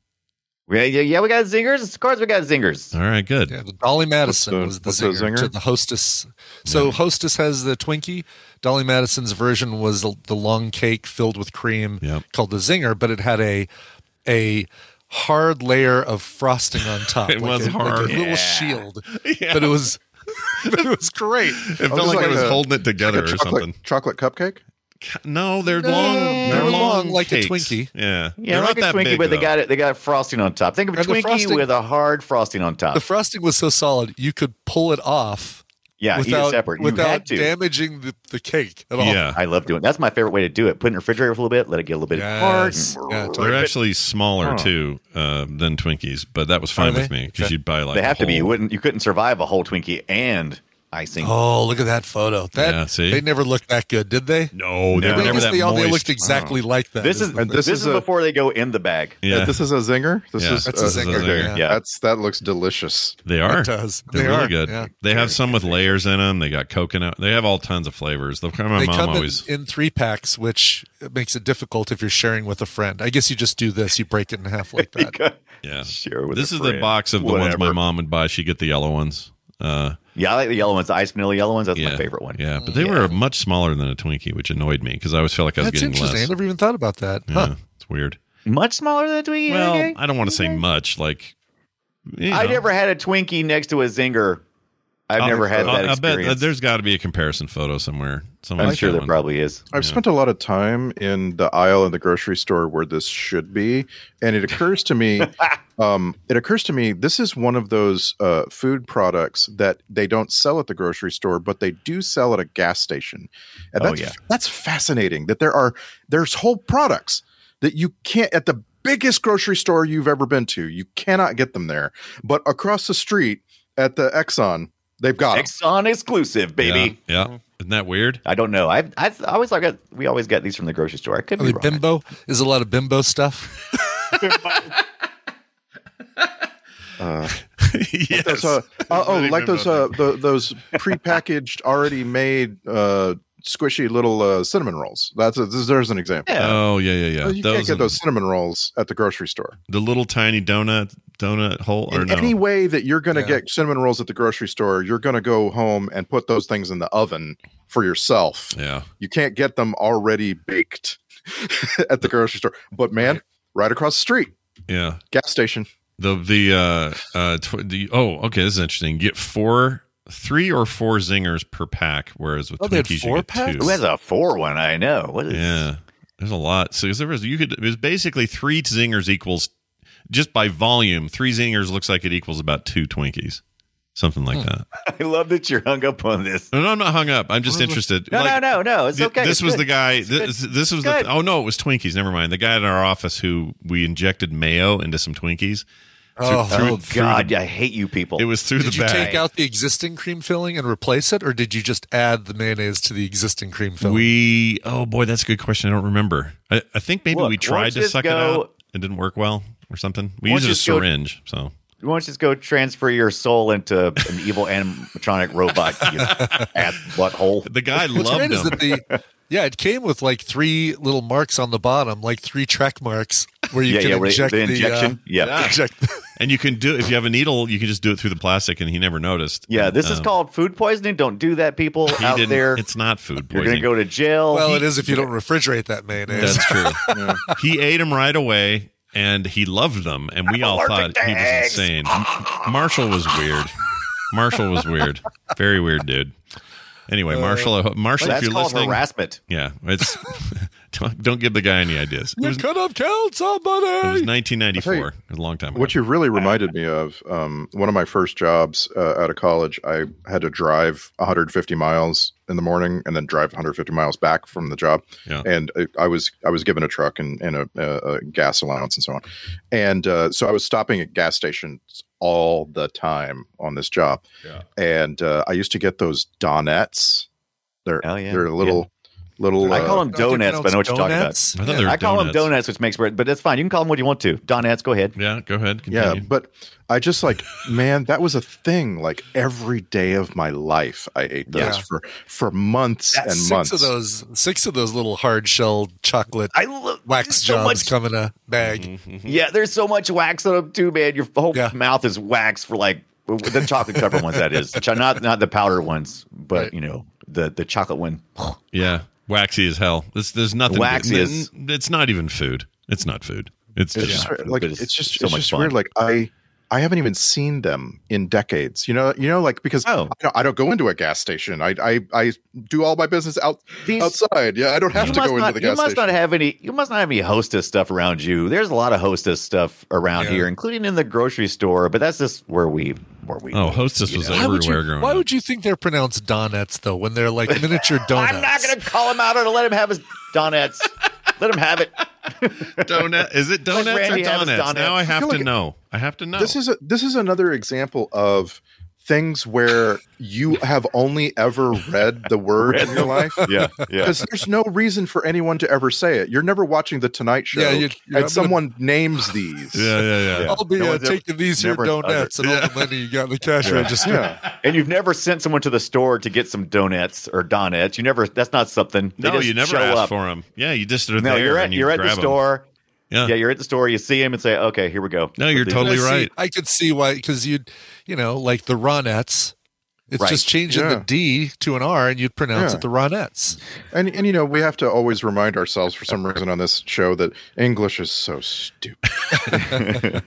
[SPEAKER 6] Yeah, yeah, yeah, we got zingers. Of course, we got zingers.
[SPEAKER 1] All right, good.
[SPEAKER 7] Dolly Madison was the
[SPEAKER 6] what's the
[SPEAKER 7] zinger,
[SPEAKER 6] zinger?
[SPEAKER 7] to the hostess. So hostess has the Twinkie. Dolly Madison's version was the, the long cake filled with cream called the zinger, but it had a a hard layer of frosting on top.
[SPEAKER 1] It was
[SPEAKER 7] a,
[SPEAKER 1] hard.
[SPEAKER 7] a little
[SPEAKER 1] Yeah.
[SPEAKER 7] shield, but it was but it was great. It
[SPEAKER 1] felt like it was holding it together or
[SPEAKER 8] chocolate,
[SPEAKER 1] something.
[SPEAKER 8] Chocolate cupcake?
[SPEAKER 1] No, they're
[SPEAKER 7] No,
[SPEAKER 1] long.
[SPEAKER 7] they
[SPEAKER 1] They're
[SPEAKER 7] were
[SPEAKER 1] long,
[SPEAKER 7] long like a
[SPEAKER 1] cakes.
[SPEAKER 7] Twinkie.
[SPEAKER 1] Yeah,
[SPEAKER 6] Yeah, like a Twinkie, but they got it. They got frosting on top. Think of a
[SPEAKER 7] And the
[SPEAKER 6] Twinkie
[SPEAKER 7] frosting-
[SPEAKER 6] with a hard frosting on top.
[SPEAKER 7] The frosting was so solid you could pull it off.
[SPEAKER 6] yeah, eat it
[SPEAKER 7] without,
[SPEAKER 6] separate. You had
[SPEAKER 7] without
[SPEAKER 6] to.
[SPEAKER 7] damaging the, the cake at all.
[SPEAKER 6] I love doing. That's my favorite way to do it. Put it in the refrigerator for a little bit. Let it get a little bit hard. Mm.
[SPEAKER 7] Yes.
[SPEAKER 1] They're actually smaller
[SPEAKER 6] Huh.
[SPEAKER 1] too uh, than Twinkies, but that was fine
[SPEAKER 6] Are
[SPEAKER 1] with
[SPEAKER 6] they?
[SPEAKER 1] me because
[SPEAKER 6] Okay.
[SPEAKER 1] you'd buy like
[SPEAKER 6] they
[SPEAKER 1] a
[SPEAKER 6] have to be. You
[SPEAKER 1] whole-
[SPEAKER 6] wouldn't. You couldn't survive a whole Twinkie and icing.
[SPEAKER 7] Oh, look at that photo. That
[SPEAKER 1] Yeah, see?
[SPEAKER 7] they never looked that good, did they?
[SPEAKER 1] No, they
[SPEAKER 7] I
[SPEAKER 1] were
[SPEAKER 7] mean, I
[SPEAKER 1] never
[SPEAKER 7] guess
[SPEAKER 1] that
[SPEAKER 7] they all they
[SPEAKER 1] moist.
[SPEAKER 7] looked exactly like that.
[SPEAKER 6] This
[SPEAKER 7] is
[SPEAKER 6] is
[SPEAKER 7] the
[SPEAKER 6] this,
[SPEAKER 7] thing.
[SPEAKER 6] is, before they go in the bag.
[SPEAKER 1] Yeah.
[SPEAKER 8] Uh, This is a zinger. This
[SPEAKER 1] Yeah.
[SPEAKER 8] is uh,
[SPEAKER 1] That's a zinger, yeah. Yeah.
[SPEAKER 8] That's that looks delicious.
[SPEAKER 1] They are.
[SPEAKER 7] It does.
[SPEAKER 1] They're
[SPEAKER 7] They
[SPEAKER 1] really
[SPEAKER 7] are,
[SPEAKER 1] good.
[SPEAKER 7] yeah.
[SPEAKER 1] They have some with layers in them. They got coconut. They have all tons of flavors. The my
[SPEAKER 7] they
[SPEAKER 1] mom
[SPEAKER 7] come
[SPEAKER 1] always.
[SPEAKER 7] in, in three packs, which makes it difficult if you're sharing with a friend. I guess you just do this. You break it in half like that.
[SPEAKER 1] yeah.
[SPEAKER 6] Share with
[SPEAKER 1] This
[SPEAKER 6] a
[SPEAKER 1] is the
[SPEAKER 6] friend.
[SPEAKER 1] box of the ones my
[SPEAKER 6] Whatever.
[SPEAKER 1] mom would buy. She would get the yellow ones. Uh,
[SPEAKER 6] Yeah, I like the yellow ones. The ice vanilla yellow ones. That's my favorite one.
[SPEAKER 1] yeah, but they were much smaller than a Twinkie, which annoyed me because I always felt like I was
[SPEAKER 7] That's
[SPEAKER 1] getting
[SPEAKER 7] interesting.
[SPEAKER 1] less.
[SPEAKER 7] I never even thought about that.
[SPEAKER 1] Yeah,
[SPEAKER 7] Huh.
[SPEAKER 1] it's weird.
[SPEAKER 6] Much smaller than a Twinkie.
[SPEAKER 1] Well,
[SPEAKER 6] okay?
[SPEAKER 1] I don't want to say much. Like, you
[SPEAKER 6] I
[SPEAKER 1] know.
[SPEAKER 6] never had a Twinkie next to a zinger. I've never had that
[SPEAKER 1] I bet
[SPEAKER 6] experience.
[SPEAKER 1] uh, there's got to be a comparison photo somewhere. Someone's
[SPEAKER 6] I'm sure
[SPEAKER 1] got
[SPEAKER 6] there
[SPEAKER 1] one.
[SPEAKER 6] probably is.
[SPEAKER 8] I've spent a lot of time in the aisle in the grocery store where this should be, and it occurs to me, um, it occurs to me, this is one of those uh, food products that they don't sell at the grocery store, but they do sell at a gas station, and
[SPEAKER 6] Oh,
[SPEAKER 8] that's
[SPEAKER 6] yeah.
[SPEAKER 8] that's fascinating. That there are there's whole products that you can't at the biggest grocery store you've ever been to, you cannot get them there, but across the street at the Exxon, they've got 'em.
[SPEAKER 6] Exxon exclusive, baby.
[SPEAKER 1] Yeah.
[SPEAKER 7] Mm-hmm.
[SPEAKER 1] yeah. Isn't that weird?
[SPEAKER 6] I don't know. I've, I've I always like we always get these from the grocery store. I could
[SPEAKER 7] Are
[SPEAKER 6] be
[SPEAKER 7] they
[SPEAKER 6] wrong.
[SPEAKER 7] bimbo? Is a lot of bimbo stuff.
[SPEAKER 8] Uh,
[SPEAKER 1] yes.
[SPEAKER 8] those, uh, oh, oh, like those uh, tho- those prepackaged, already made uh, squishy little uh, cinnamon rolls. That's a, this, there's an example.
[SPEAKER 1] Oh yeah, yeah, yeah.
[SPEAKER 8] Uh, you can't get those cinnamon rolls at the grocery store.
[SPEAKER 1] The little tiny donut donut hole or
[SPEAKER 8] In
[SPEAKER 1] no?
[SPEAKER 8] any way that you're going to
[SPEAKER 7] Yeah.
[SPEAKER 8] get cinnamon rolls at the grocery store, you're going to go home and put those things in the oven for yourself.
[SPEAKER 1] yeah.
[SPEAKER 8] You can't get them already baked at the grocery store. But man, right across the street,
[SPEAKER 1] Yeah.
[SPEAKER 8] gas station.
[SPEAKER 1] The the uh uh tw- the oh, okay, this is interesting. You get four three or four zingers per pack whereas with
[SPEAKER 7] Oh, they had
[SPEAKER 1] Twinkies you
[SPEAKER 7] four
[SPEAKER 1] get
[SPEAKER 7] packs?
[SPEAKER 6] Who
[SPEAKER 1] two.
[SPEAKER 6] has a four one? I know. What is
[SPEAKER 1] Yeah. There's a lot. So 'cause there was you could it was basically three zingers equals just by volume, three zingers looks like it equals about two Twinkies. Something
[SPEAKER 6] Hmm.
[SPEAKER 1] like that.
[SPEAKER 6] I love that you're hung up on this.
[SPEAKER 1] No, no, I'm not hung up. I'm just interested.
[SPEAKER 6] No,
[SPEAKER 1] Like,
[SPEAKER 6] no, no, no. It's
[SPEAKER 1] Th-
[SPEAKER 6] okay.
[SPEAKER 1] This
[SPEAKER 6] It's
[SPEAKER 1] was
[SPEAKER 6] good.
[SPEAKER 1] the guy.
[SPEAKER 6] It's good.
[SPEAKER 1] This, this was
[SPEAKER 6] It's
[SPEAKER 1] the.
[SPEAKER 6] good.
[SPEAKER 1] oh no, it was Twinkies. Never mind. The guy in our office who we injected mayo into some Twinkies.
[SPEAKER 7] Oh,
[SPEAKER 6] Oh
[SPEAKER 1] through
[SPEAKER 6] God, I hate you people.
[SPEAKER 1] It was through
[SPEAKER 7] Did
[SPEAKER 1] the
[SPEAKER 7] you
[SPEAKER 1] bag.
[SPEAKER 7] take out the existing cream filling and replace it, or did you just add the mayonnaise to the existing cream filling?
[SPEAKER 1] we. Oh boy, that's a good question. I don't remember. I, I think maybe
[SPEAKER 6] Look,
[SPEAKER 1] we
[SPEAKER 6] why
[SPEAKER 1] tried
[SPEAKER 6] don't you
[SPEAKER 1] to
[SPEAKER 6] just
[SPEAKER 1] suck it
[SPEAKER 6] go-
[SPEAKER 1] out. It didn't work well or something. We
[SPEAKER 6] Why
[SPEAKER 1] used a
[SPEAKER 6] don't you just go-
[SPEAKER 1] syringe. So
[SPEAKER 6] You want to just go transfer your soul into an evil animatronic robot? You ass butthole.
[SPEAKER 1] the guy
[SPEAKER 7] What's
[SPEAKER 1] loved
[SPEAKER 7] great
[SPEAKER 1] them.
[SPEAKER 7] is that the yeah, it came with like three little marks on the bottom, like three track marks where you
[SPEAKER 6] Yeah,
[SPEAKER 7] can
[SPEAKER 6] yeah, where they-
[SPEAKER 7] inject
[SPEAKER 6] the
[SPEAKER 7] the, uh,
[SPEAKER 1] uh,
[SPEAKER 6] injection? Yeah. Yeah.
[SPEAKER 7] inject the-
[SPEAKER 1] and you can do if you have a needle, you can just do it through the plastic, and he never noticed.
[SPEAKER 6] Yeah, this is
[SPEAKER 1] Um,
[SPEAKER 6] called food poisoning. Don't do that, people
[SPEAKER 1] He
[SPEAKER 6] out
[SPEAKER 1] didn't,
[SPEAKER 6] there.
[SPEAKER 1] It's not food
[SPEAKER 6] You're going
[SPEAKER 1] poisoning.
[SPEAKER 6] to go to jail.
[SPEAKER 7] well, it is if you don't refrigerate that mayonnaise.
[SPEAKER 1] That's true. He ate them right away, and he loved them, and we all thought
[SPEAKER 6] allergic to
[SPEAKER 1] he was
[SPEAKER 6] eggs.
[SPEAKER 1] insane. M- Marshall was weird. Marshall was weird. Very weird, dude. Anyway, Marshall, I hope- Marshall, if
[SPEAKER 6] Uh, That's
[SPEAKER 1] you're
[SPEAKER 6] called
[SPEAKER 1] listening,
[SPEAKER 6] harassment.
[SPEAKER 1] yeah, it's don't, don't give the guy any ideas. It
[SPEAKER 7] You
[SPEAKER 1] was, it
[SPEAKER 7] could have killed
[SPEAKER 1] was
[SPEAKER 7] somebody.
[SPEAKER 1] 1994.
[SPEAKER 8] I'll
[SPEAKER 1] It was a long time ago.
[SPEAKER 8] What you really reminded me of, um, one of my first jobs uh, out of college, I had to drive 150 miles in the morning and then drive 150 miles back from the job.
[SPEAKER 1] Yeah.
[SPEAKER 8] And I, I was I was given a truck and, and a, a, a gas allowance and so on, and uh, so I was stopping at gas stations all the time on this job.
[SPEAKER 1] Yeah.
[SPEAKER 8] And uh, I used to get those donettes. They're
[SPEAKER 6] Hell yeah.
[SPEAKER 8] they're little little.
[SPEAKER 6] I call
[SPEAKER 8] uh,
[SPEAKER 6] them donuts, but I know what you're talking about.
[SPEAKER 8] I thought they were
[SPEAKER 6] I call
[SPEAKER 8] donuts.
[SPEAKER 6] them donuts, which makes but that's fine. You can call them what you want to. Donuts, go ahead.
[SPEAKER 1] Yeah, go ahead.
[SPEAKER 8] Yeah, but I just like, man, that was a thing. Like every day of my life, I ate those
[SPEAKER 7] Yeah.
[SPEAKER 8] for for months
[SPEAKER 7] That
[SPEAKER 8] and
[SPEAKER 7] six
[SPEAKER 8] months.
[SPEAKER 7] of those, six of those little hard shelled chocolate I wax
[SPEAKER 6] so
[SPEAKER 7] johns
[SPEAKER 6] much-
[SPEAKER 7] come in a bag.
[SPEAKER 6] Yeah, there's so much wax on them too, man. Your whole mouth is wax for like the chocolate covered ones. That is The cho- not not the powder ones, but you know the the chocolate one.
[SPEAKER 1] Yeah, waxy as hell. This there's nothing.
[SPEAKER 6] Waxy
[SPEAKER 1] n-
[SPEAKER 6] as-
[SPEAKER 1] n- It's not even food. It's not food. It's,
[SPEAKER 8] It's
[SPEAKER 1] just,
[SPEAKER 8] just like it's, just it's just weird. Like I I haven't even seen them in decades. You know, you know, like because
[SPEAKER 7] Oh.
[SPEAKER 8] I, don't, I don't go into a gas station. I I, I do all my business out outside. Yeah, I don't have
[SPEAKER 6] You
[SPEAKER 8] to
[SPEAKER 6] must
[SPEAKER 8] go
[SPEAKER 6] not-
[SPEAKER 8] into the
[SPEAKER 6] you
[SPEAKER 8] gas
[SPEAKER 6] must
[SPEAKER 8] station.
[SPEAKER 6] not have any. You must not have any hostess stuff around you. There's a lot of hostess stuff around here, including in the grocery store. But that's just where we where we.
[SPEAKER 1] Oh, hostess was
[SPEAKER 7] Why would,
[SPEAKER 1] everywhere
[SPEAKER 7] you,
[SPEAKER 1] growing
[SPEAKER 7] why
[SPEAKER 1] up.
[SPEAKER 7] would you think they're pronounced donuts though when they're like miniature donuts?
[SPEAKER 6] I'm not going to call him out or let him have his donuts. let him have it.
[SPEAKER 1] Donut is it
[SPEAKER 6] Let
[SPEAKER 1] donuts or
[SPEAKER 6] Randy have his
[SPEAKER 1] donuts? Now I
[SPEAKER 8] I
[SPEAKER 1] have
[SPEAKER 8] feel
[SPEAKER 1] to
[SPEAKER 8] like-
[SPEAKER 1] know. I have to know.
[SPEAKER 8] This is a, this is another example of things where you have only ever read the word in your life.
[SPEAKER 6] Yeah, yeah.
[SPEAKER 8] Because there's no reason for anyone to ever say it. You're never watching the Tonight Show,
[SPEAKER 7] Yeah, you- you're
[SPEAKER 8] and
[SPEAKER 7] not-
[SPEAKER 8] someone names these.
[SPEAKER 1] Yeah, yeah, yeah.
[SPEAKER 7] I'll be
[SPEAKER 8] No
[SPEAKER 7] uh,
[SPEAKER 8] one's ever-
[SPEAKER 7] taking these here
[SPEAKER 8] never uttered.
[SPEAKER 7] donuts and all the money you got in the cash
[SPEAKER 6] Yeah.
[SPEAKER 7] register.
[SPEAKER 6] And you've never sent someone to the store to get some donuts or donuts. You never. That's not something. They
[SPEAKER 1] no,
[SPEAKER 6] just
[SPEAKER 1] you never
[SPEAKER 6] show
[SPEAKER 1] asked
[SPEAKER 6] up.
[SPEAKER 1] for them. Yeah, you just are
[SPEAKER 6] No,
[SPEAKER 1] there.
[SPEAKER 6] you're at
[SPEAKER 1] and you
[SPEAKER 6] you're at
[SPEAKER 1] grab
[SPEAKER 6] the
[SPEAKER 1] 'em.
[SPEAKER 6] store.
[SPEAKER 1] Yeah.
[SPEAKER 6] yeah, you're at the store. You see him and say, "Okay, here we go."
[SPEAKER 1] No, you're
[SPEAKER 6] Let's do
[SPEAKER 1] totally
[SPEAKER 6] this.
[SPEAKER 7] I see-
[SPEAKER 1] right.
[SPEAKER 7] I could see why, because you'd, you know, like the Ronettes. It's
[SPEAKER 8] Right.
[SPEAKER 7] just changing
[SPEAKER 8] Yeah.
[SPEAKER 7] the D to an R, and you'd pronounce
[SPEAKER 8] Yeah.
[SPEAKER 7] it the Ronettes.
[SPEAKER 8] And and you know we have to always remind ourselves for some reason on this show that English is so stupid.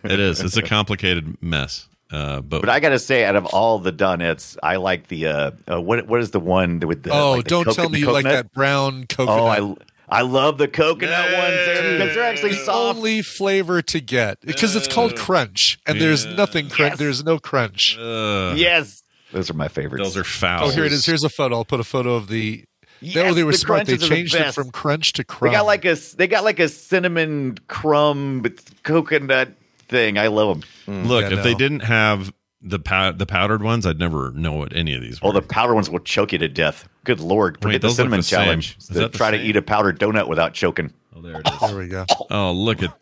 [SPEAKER 1] it is. It's a complicated mess. Uh, but,
[SPEAKER 6] But I gotta say, out of all the donuts, I like the uh, uh what what is the one with the
[SPEAKER 7] oh,
[SPEAKER 6] like the
[SPEAKER 7] don't
[SPEAKER 6] coco-
[SPEAKER 7] tell
[SPEAKER 6] the
[SPEAKER 7] me you like
[SPEAKER 6] coconut?
[SPEAKER 7] that brown coconut.
[SPEAKER 6] Oh, I I love the coconut ones there because they're actually
[SPEAKER 7] It's
[SPEAKER 6] soft.
[SPEAKER 7] only flavor to get because it's called crunch, and there's nothing crunch. There's no crunch.
[SPEAKER 6] yes, those are my favorites.
[SPEAKER 1] Uh. Those are foul.
[SPEAKER 7] oh, here it is. Here's a photo. I'll put a photo of the.
[SPEAKER 6] Yes,
[SPEAKER 7] no, they were
[SPEAKER 6] the
[SPEAKER 7] smart. They
[SPEAKER 6] crunches are the
[SPEAKER 7] changed it
[SPEAKER 6] best.
[SPEAKER 7] from crunch to
[SPEAKER 6] They
[SPEAKER 7] crunch.
[SPEAKER 6] got like a s- they got like a cinnamon crumb with coconut thing. I love them.
[SPEAKER 1] Look, if they didn't have the pow- the powdered ones, I'd never know what any of these were.
[SPEAKER 6] All the powder ones will choke you to death. Good lord! Forget the
[SPEAKER 1] those look
[SPEAKER 6] cinnamon
[SPEAKER 1] the same.
[SPEAKER 6] challenge.
[SPEAKER 1] Is
[SPEAKER 6] The-
[SPEAKER 1] that the
[SPEAKER 6] try to
[SPEAKER 1] same?
[SPEAKER 6] eat a powdered donut without choking.
[SPEAKER 1] Oh, there it is.
[SPEAKER 7] There we go.
[SPEAKER 1] Oh, look at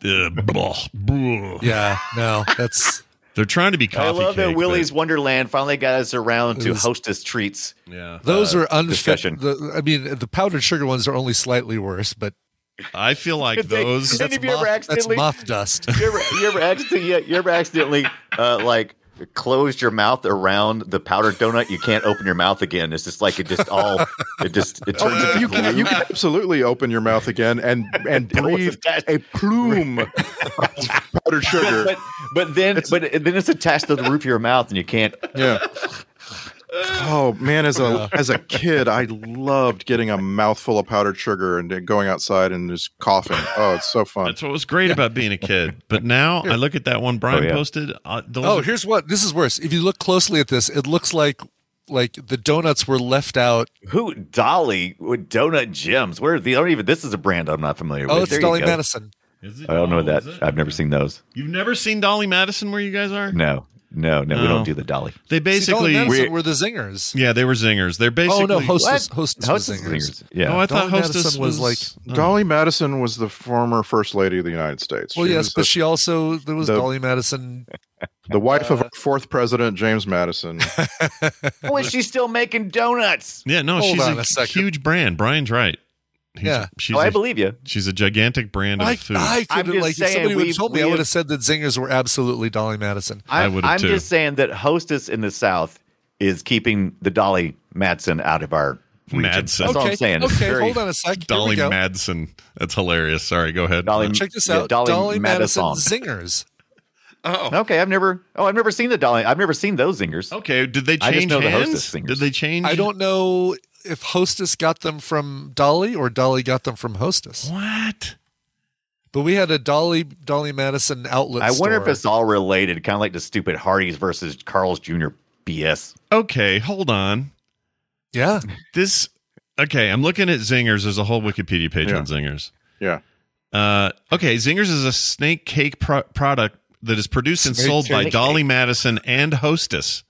[SPEAKER 1] the.
[SPEAKER 7] Yeah, no, that's
[SPEAKER 1] They're trying to be
[SPEAKER 6] I
[SPEAKER 1] coffee.
[SPEAKER 6] love that
[SPEAKER 1] cake,
[SPEAKER 6] Willie's Wonderland finally got us around to
[SPEAKER 7] It was-
[SPEAKER 6] hostess treats.
[SPEAKER 1] Yeah,
[SPEAKER 7] those
[SPEAKER 6] uh,
[SPEAKER 7] are unfit.
[SPEAKER 6] discussion.
[SPEAKER 7] The, I mean, the powdered sugar ones are only slightly worse, but
[SPEAKER 1] but I feel like
[SPEAKER 6] Did they-
[SPEAKER 1] those.
[SPEAKER 6] did any of you ever
[SPEAKER 7] moth, that's
[SPEAKER 6] accidentally-
[SPEAKER 7] moth dust.
[SPEAKER 6] you ever, you ever accidentally, you ever accidentally uh, like closed your mouth around the powdered donut? You can't open your mouth again. It's just like it just all it just it turns into
[SPEAKER 8] you
[SPEAKER 6] glue.
[SPEAKER 8] can you can absolutely open your mouth again and and breathe a plume of powdered sugar.
[SPEAKER 6] but but then but then it's attached to the roof of your mouth and you can't.
[SPEAKER 8] Yeah. Oh man, as a as a kid, I loved getting a mouthful of powdered sugar and then going outside and just coughing. Oh, it's so fun.
[SPEAKER 1] That's what was great about being a kid. But now I look at that one Brian
[SPEAKER 8] Oh, yeah.
[SPEAKER 1] posted. Uh, those
[SPEAKER 7] Oh,
[SPEAKER 1] are-
[SPEAKER 7] here's what. This is worse. If you look closely at this, it looks like like the donuts were left out.
[SPEAKER 6] Who Dolly with donut gems? Where are the? I don't even. This is a brand I'm not familiar with.
[SPEAKER 7] Oh, it's
[SPEAKER 6] There you
[SPEAKER 7] Dolly
[SPEAKER 6] go.
[SPEAKER 7] Madison.
[SPEAKER 1] Is it-
[SPEAKER 6] I don't know
[SPEAKER 1] oh,
[SPEAKER 6] that.
[SPEAKER 1] is it?
[SPEAKER 6] I've never seen those.
[SPEAKER 1] You've never seen Dolly Madison where you guys are?
[SPEAKER 6] No, no, no.
[SPEAKER 1] No.
[SPEAKER 6] We don't do the Dolly.
[SPEAKER 1] They
[SPEAKER 7] See, Dolly
[SPEAKER 1] basically.
[SPEAKER 7] Madison were the zingers.
[SPEAKER 1] yeah, they were zingers. They're basically.
[SPEAKER 7] oh no, hostess,
[SPEAKER 6] What?
[SPEAKER 7] hostess,
[SPEAKER 6] Hostess
[SPEAKER 7] were
[SPEAKER 6] zingers,
[SPEAKER 7] zingers.
[SPEAKER 6] yeah.
[SPEAKER 1] Oh, I thought
[SPEAKER 7] Dolly
[SPEAKER 1] hostess
[SPEAKER 7] Madison was, like.
[SPEAKER 8] Dolly Madison was the former first lady of the United States.
[SPEAKER 7] Well,
[SPEAKER 8] She
[SPEAKER 7] yes,
[SPEAKER 8] was
[SPEAKER 7] but
[SPEAKER 8] the,
[SPEAKER 7] she also there was
[SPEAKER 8] the-
[SPEAKER 7] Dolly Madison.
[SPEAKER 8] the wife of our fourth president James Madison.
[SPEAKER 6] Oh, and she's still making donuts.
[SPEAKER 1] Yeah, no,
[SPEAKER 7] Hold
[SPEAKER 1] she's
[SPEAKER 7] on
[SPEAKER 1] a,
[SPEAKER 7] a second.
[SPEAKER 1] huge brand. Brian's right.
[SPEAKER 7] Yeah.
[SPEAKER 1] she's
[SPEAKER 6] Oh, I
[SPEAKER 1] a-
[SPEAKER 6] believe you.
[SPEAKER 1] She's a gigantic brand of
[SPEAKER 7] I,
[SPEAKER 1] food.
[SPEAKER 7] I
[SPEAKER 6] I'm
[SPEAKER 7] could
[SPEAKER 6] just
[SPEAKER 7] like if
[SPEAKER 6] saying,
[SPEAKER 7] somebody would
[SPEAKER 6] we've-
[SPEAKER 7] have told me, I
[SPEAKER 6] we
[SPEAKER 7] would
[SPEAKER 6] have-
[SPEAKER 7] have said that zingers were absolutely Dolly Madison.
[SPEAKER 1] I would've
[SPEAKER 6] I'm
[SPEAKER 1] too.
[SPEAKER 6] just saying that Hostess in the South is keeping the Dolly Madsen out of our region.
[SPEAKER 1] Madsen.
[SPEAKER 6] That's all I'm saying. It's
[SPEAKER 7] Okay,
[SPEAKER 6] very-
[SPEAKER 7] hold on a sec. Here
[SPEAKER 1] Dolly
[SPEAKER 7] we go.
[SPEAKER 1] Madison. That's hilarious. Sorry, go ahead.
[SPEAKER 6] Dolly-
[SPEAKER 7] Check this
[SPEAKER 6] yeah,
[SPEAKER 7] out.
[SPEAKER 6] Dolly
[SPEAKER 7] Dolly, Madison
[SPEAKER 6] Madison.
[SPEAKER 7] zingers.
[SPEAKER 6] Okay, I've never. Oh, I've never seen the Dolly. I've never seen those zingers.
[SPEAKER 7] Oh,
[SPEAKER 1] Okay, did they
[SPEAKER 6] I just
[SPEAKER 1] change
[SPEAKER 6] know the
[SPEAKER 1] hands?
[SPEAKER 6] hostess singers.
[SPEAKER 1] Did they change?
[SPEAKER 7] I don't know if Hostess got them from Dolly or Dolly got them from Hostess.
[SPEAKER 1] What?
[SPEAKER 7] But we had a Dolly Dolly Madison outlet.
[SPEAKER 6] I wonder if
[SPEAKER 7] store.
[SPEAKER 6] it's all related, kind of like the stupid Hardee's versus Carl's Jr. BS.
[SPEAKER 1] Okay, hold on.
[SPEAKER 7] yeah.
[SPEAKER 1] This. Okay, I'm looking at zingers. There's a whole Wikipedia page
[SPEAKER 8] Yeah.
[SPEAKER 1] on zingers.
[SPEAKER 8] Yeah.
[SPEAKER 1] Uh, okay, zingers is a snake cake pro- product that is produced and
[SPEAKER 7] Snake
[SPEAKER 1] sold by
[SPEAKER 7] cake.
[SPEAKER 1] Dolly Madison and Hostess.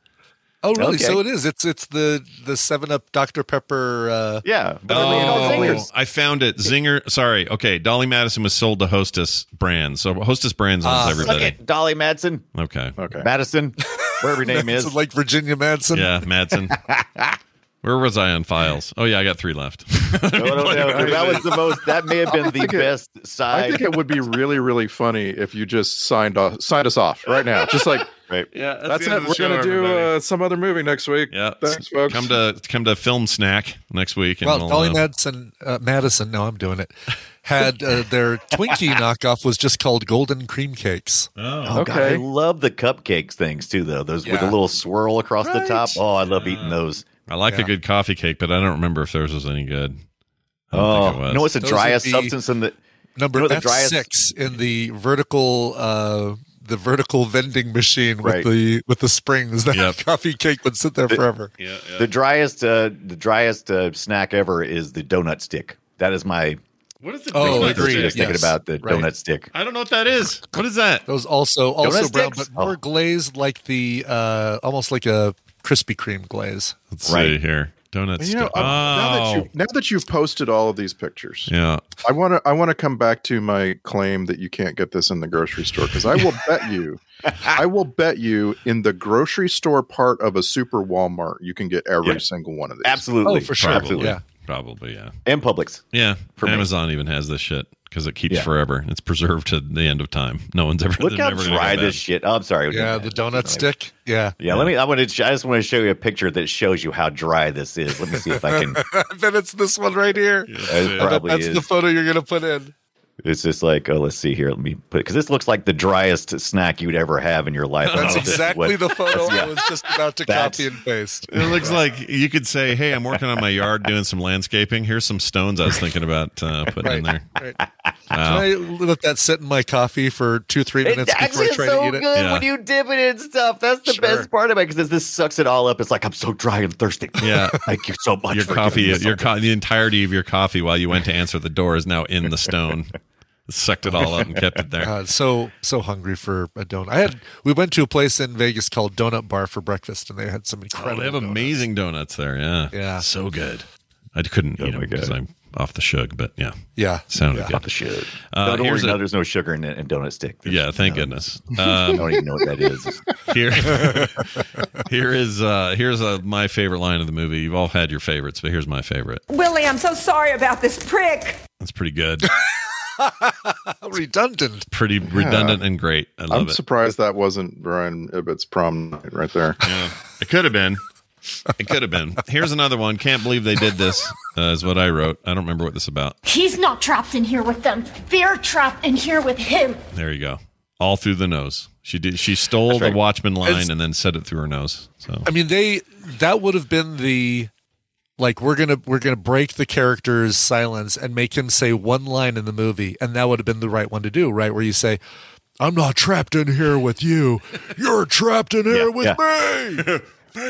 [SPEAKER 7] Oh, really?
[SPEAKER 1] Okay.
[SPEAKER 7] So it is. It's it's the the Seven Up Dr Pepper. Uh,
[SPEAKER 6] yeah.
[SPEAKER 1] Oh, I found it. Zinger. Sorry. Okay. Dolly Madison was sold to Hostess Brands. So Hostess Brands owns
[SPEAKER 6] Ah,
[SPEAKER 1] everybody.
[SPEAKER 6] suck it, Dolly Madson,
[SPEAKER 1] Okay. Okay.
[SPEAKER 6] Madison, whatever her name is.
[SPEAKER 7] like Virginia Madsen.
[SPEAKER 1] Yeah, Madsen. Where was I on files? Oh yeah, I got three left.
[SPEAKER 6] No, no, no, that was the most. That may have been the best
[SPEAKER 8] I
[SPEAKER 6] side.
[SPEAKER 8] think it would be really, really funny if you just signed off, signed us off right now. Just like,
[SPEAKER 1] Yeah,
[SPEAKER 8] that's, it. We're gonna do uh, some other movie next week.
[SPEAKER 1] Yeah,
[SPEAKER 8] thanks, folks.
[SPEAKER 1] Come to come to film snack next week. And
[SPEAKER 7] well,
[SPEAKER 1] we'll,
[SPEAKER 7] Dolly
[SPEAKER 1] uh,
[SPEAKER 7] Madison, uh, Madison. No, I'm doing it. Had uh, their Twinkie knockoff was just called Golden Cream Cakes.
[SPEAKER 6] Oh, God, I love the cupcakes things too, though. Those with a
[SPEAKER 7] Yeah.
[SPEAKER 6] little swirl across the
[SPEAKER 7] Right.
[SPEAKER 6] top. Oh, I love eating those.
[SPEAKER 1] I like a
[SPEAKER 6] Yeah.
[SPEAKER 1] good coffee cake, but I don't remember if theirs was any good. I don't
[SPEAKER 6] Oh,
[SPEAKER 1] think it
[SPEAKER 6] you
[SPEAKER 1] was.
[SPEAKER 6] know what's the
[SPEAKER 7] Those would
[SPEAKER 6] driest
[SPEAKER 7] be
[SPEAKER 6] substance in the
[SPEAKER 7] Number
[SPEAKER 6] you know the
[SPEAKER 7] F
[SPEAKER 6] driest-
[SPEAKER 7] six in the vertical uh, the vertical vending machine
[SPEAKER 6] Right.
[SPEAKER 7] with the with the springs. That
[SPEAKER 6] Yep.
[SPEAKER 7] coffee cake would sit there
[SPEAKER 6] The-
[SPEAKER 7] forever.
[SPEAKER 6] The driest, uh, the driest uh, snack ever is the donut stick. That is my.
[SPEAKER 1] What is the
[SPEAKER 6] Oh,
[SPEAKER 1] donut
[SPEAKER 6] agreed.
[SPEAKER 1] stick?
[SPEAKER 6] Just thinking about the donut stick.
[SPEAKER 7] Oh,
[SPEAKER 1] I don't know what that is. What is that?
[SPEAKER 7] Those also
[SPEAKER 1] Donut
[SPEAKER 7] also brown,
[SPEAKER 1] sticks?
[SPEAKER 7] but more
[SPEAKER 6] Oh.
[SPEAKER 7] glazed like the uh, almost like a Krispy Kreme glaze.
[SPEAKER 1] Let's see here. Donuts.
[SPEAKER 8] You know,
[SPEAKER 1] stick-
[SPEAKER 8] um, now, that
[SPEAKER 1] oh.
[SPEAKER 8] you, now that you've posted all of these pictures,
[SPEAKER 1] yeah.
[SPEAKER 8] I want to I want to come back to my claim that you can't get this in the grocery store because I will bet you, I will bet you in the grocery store part of a super Walmart, you can get every
[SPEAKER 6] Yeah.
[SPEAKER 8] single one of these.
[SPEAKER 6] Absolutely,
[SPEAKER 1] Probably.
[SPEAKER 6] Absolutely.
[SPEAKER 1] Probably, yeah.
[SPEAKER 6] And Publix.
[SPEAKER 1] Yeah.
[SPEAKER 6] For me.
[SPEAKER 1] Amazon even has this shit because it keeps
[SPEAKER 6] Yeah.
[SPEAKER 1] forever. It's preserved to the end of time. No one's ever
[SPEAKER 6] Look
[SPEAKER 1] they're
[SPEAKER 6] how
[SPEAKER 1] never gonna go
[SPEAKER 6] dry
[SPEAKER 1] bad.
[SPEAKER 6] this shit. Oh, I'm sorry.
[SPEAKER 7] Yeah, the donut stick. Yeah.
[SPEAKER 6] Yeah, let me. I want to. I just want to show you a picture that shows you how dry this is. Let me see if I can. uh,
[SPEAKER 7] then it's this one right here.
[SPEAKER 6] it
[SPEAKER 7] I bet
[SPEAKER 6] probably
[SPEAKER 7] that's
[SPEAKER 6] is.
[SPEAKER 7] the photo you're gonna put in.
[SPEAKER 6] It's just like, oh, let's see here. Let me put because this looks like the driest snack you'd ever have in your life. I
[SPEAKER 7] That's
[SPEAKER 6] don't know if this is
[SPEAKER 7] exactly
[SPEAKER 6] what-
[SPEAKER 7] the photo
[SPEAKER 6] yeah.
[SPEAKER 7] I was just about to
[SPEAKER 6] That's-
[SPEAKER 7] copy and paste.
[SPEAKER 1] It looks like you could say, "Hey, I'm working on my yard, doing some landscaping. Here's some stones I was thinking about uh, putting in there."
[SPEAKER 7] Right.
[SPEAKER 1] Wow.
[SPEAKER 7] Can I let that sit in my coffee for two, three
[SPEAKER 6] It's
[SPEAKER 7] minutes before I
[SPEAKER 6] actually
[SPEAKER 7] try to
[SPEAKER 6] so
[SPEAKER 7] eat
[SPEAKER 6] good
[SPEAKER 7] it?
[SPEAKER 6] when you dip it in stuff. That's the best part of it because this sucks it all up. It's like I'm so dry and thirsty.
[SPEAKER 1] Yeah.
[SPEAKER 6] thank you so much.
[SPEAKER 1] your
[SPEAKER 6] for
[SPEAKER 1] coffee,
[SPEAKER 6] giving me
[SPEAKER 1] your
[SPEAKER 6] something.
[SPEAKER 1] co- the entirety of your coffee while you went to answer the door is now in the stone. Sucked it all up and kept it there.
[SPEAKER 7] God, so so hungry for a donut. I had we went to a place in Vegas called Donut Bar for breakfast, and they had some
[SPEAKER 1] Oh,
[SPEAKER 7] incredible.
[SPEAKER 1] they have amazing donuts there. Yeah,
[SPEAKER 7] Yeah.
[SPEAKER 1] so good. I couldn't eat them because I'm off the shug, but yeah,
[SPEAKER 7] Yeah.
[SPEAKER 1] sounded
[SPEAKER 7] Yeah.
[SPEAKER 1] good.
[SPEAKER 6] Off the shit.
[SPEAKER 1] Uh,
[SPEAKER 6] no, don't worry.
[SPEAKER 1] here's a-
[SPEAKER 6] no, there's no sugar in it and donut stick.
[SPEAKER 1] Yeah, thank goodness.
[SPEAKER 6] I
[SPEAKER 1] Um,
[SPEAKER 6] don't even know what that is.
[SPEAKER 1] here, here is uh, here's uh my favorite line of the movie. You've all had your favorites, but here's my favorite.
[SPEAKER 13] Willie, I'm so sorry about this prick.
[SPEAKER 1] That's pretty good,
[SPEAKER 7] redundant.
[SPEAKER 1] pretty redundant and great. I love
[SPEAKER 8] I'm
[SPEAKER 1] it.
[SPEAKER 8] surprised that wasn't Brian Ibbett's prom night right there.
[SPEAKER 1] Yeah, it could have been. It could have been. Here's another one. Can't believe they did this. Uh, is what I wrote. I don't remember what this about.
[SPEAKER 3] He's not trapped in here with them. They're trapped in here with him.
[SPEAKER 1] There you go. All through the nose. She did. She stole
[SPEAKER 7] That's
[SPEAKER 1] the
[SPEAKER 7] right.
[SPEAKER 1] Watchman line
[SPEAKER 7] It's-
[SPEAKER 1] and then said it through her nose. So
[SPEAKER 7] I mean, they that would have been the like we're gonna we're gonna break the character's silence and make him say one line in the movie, and that would have been the right one to do, right? Where you say, "I'm not trapped in here with you. You're trapped in here with me."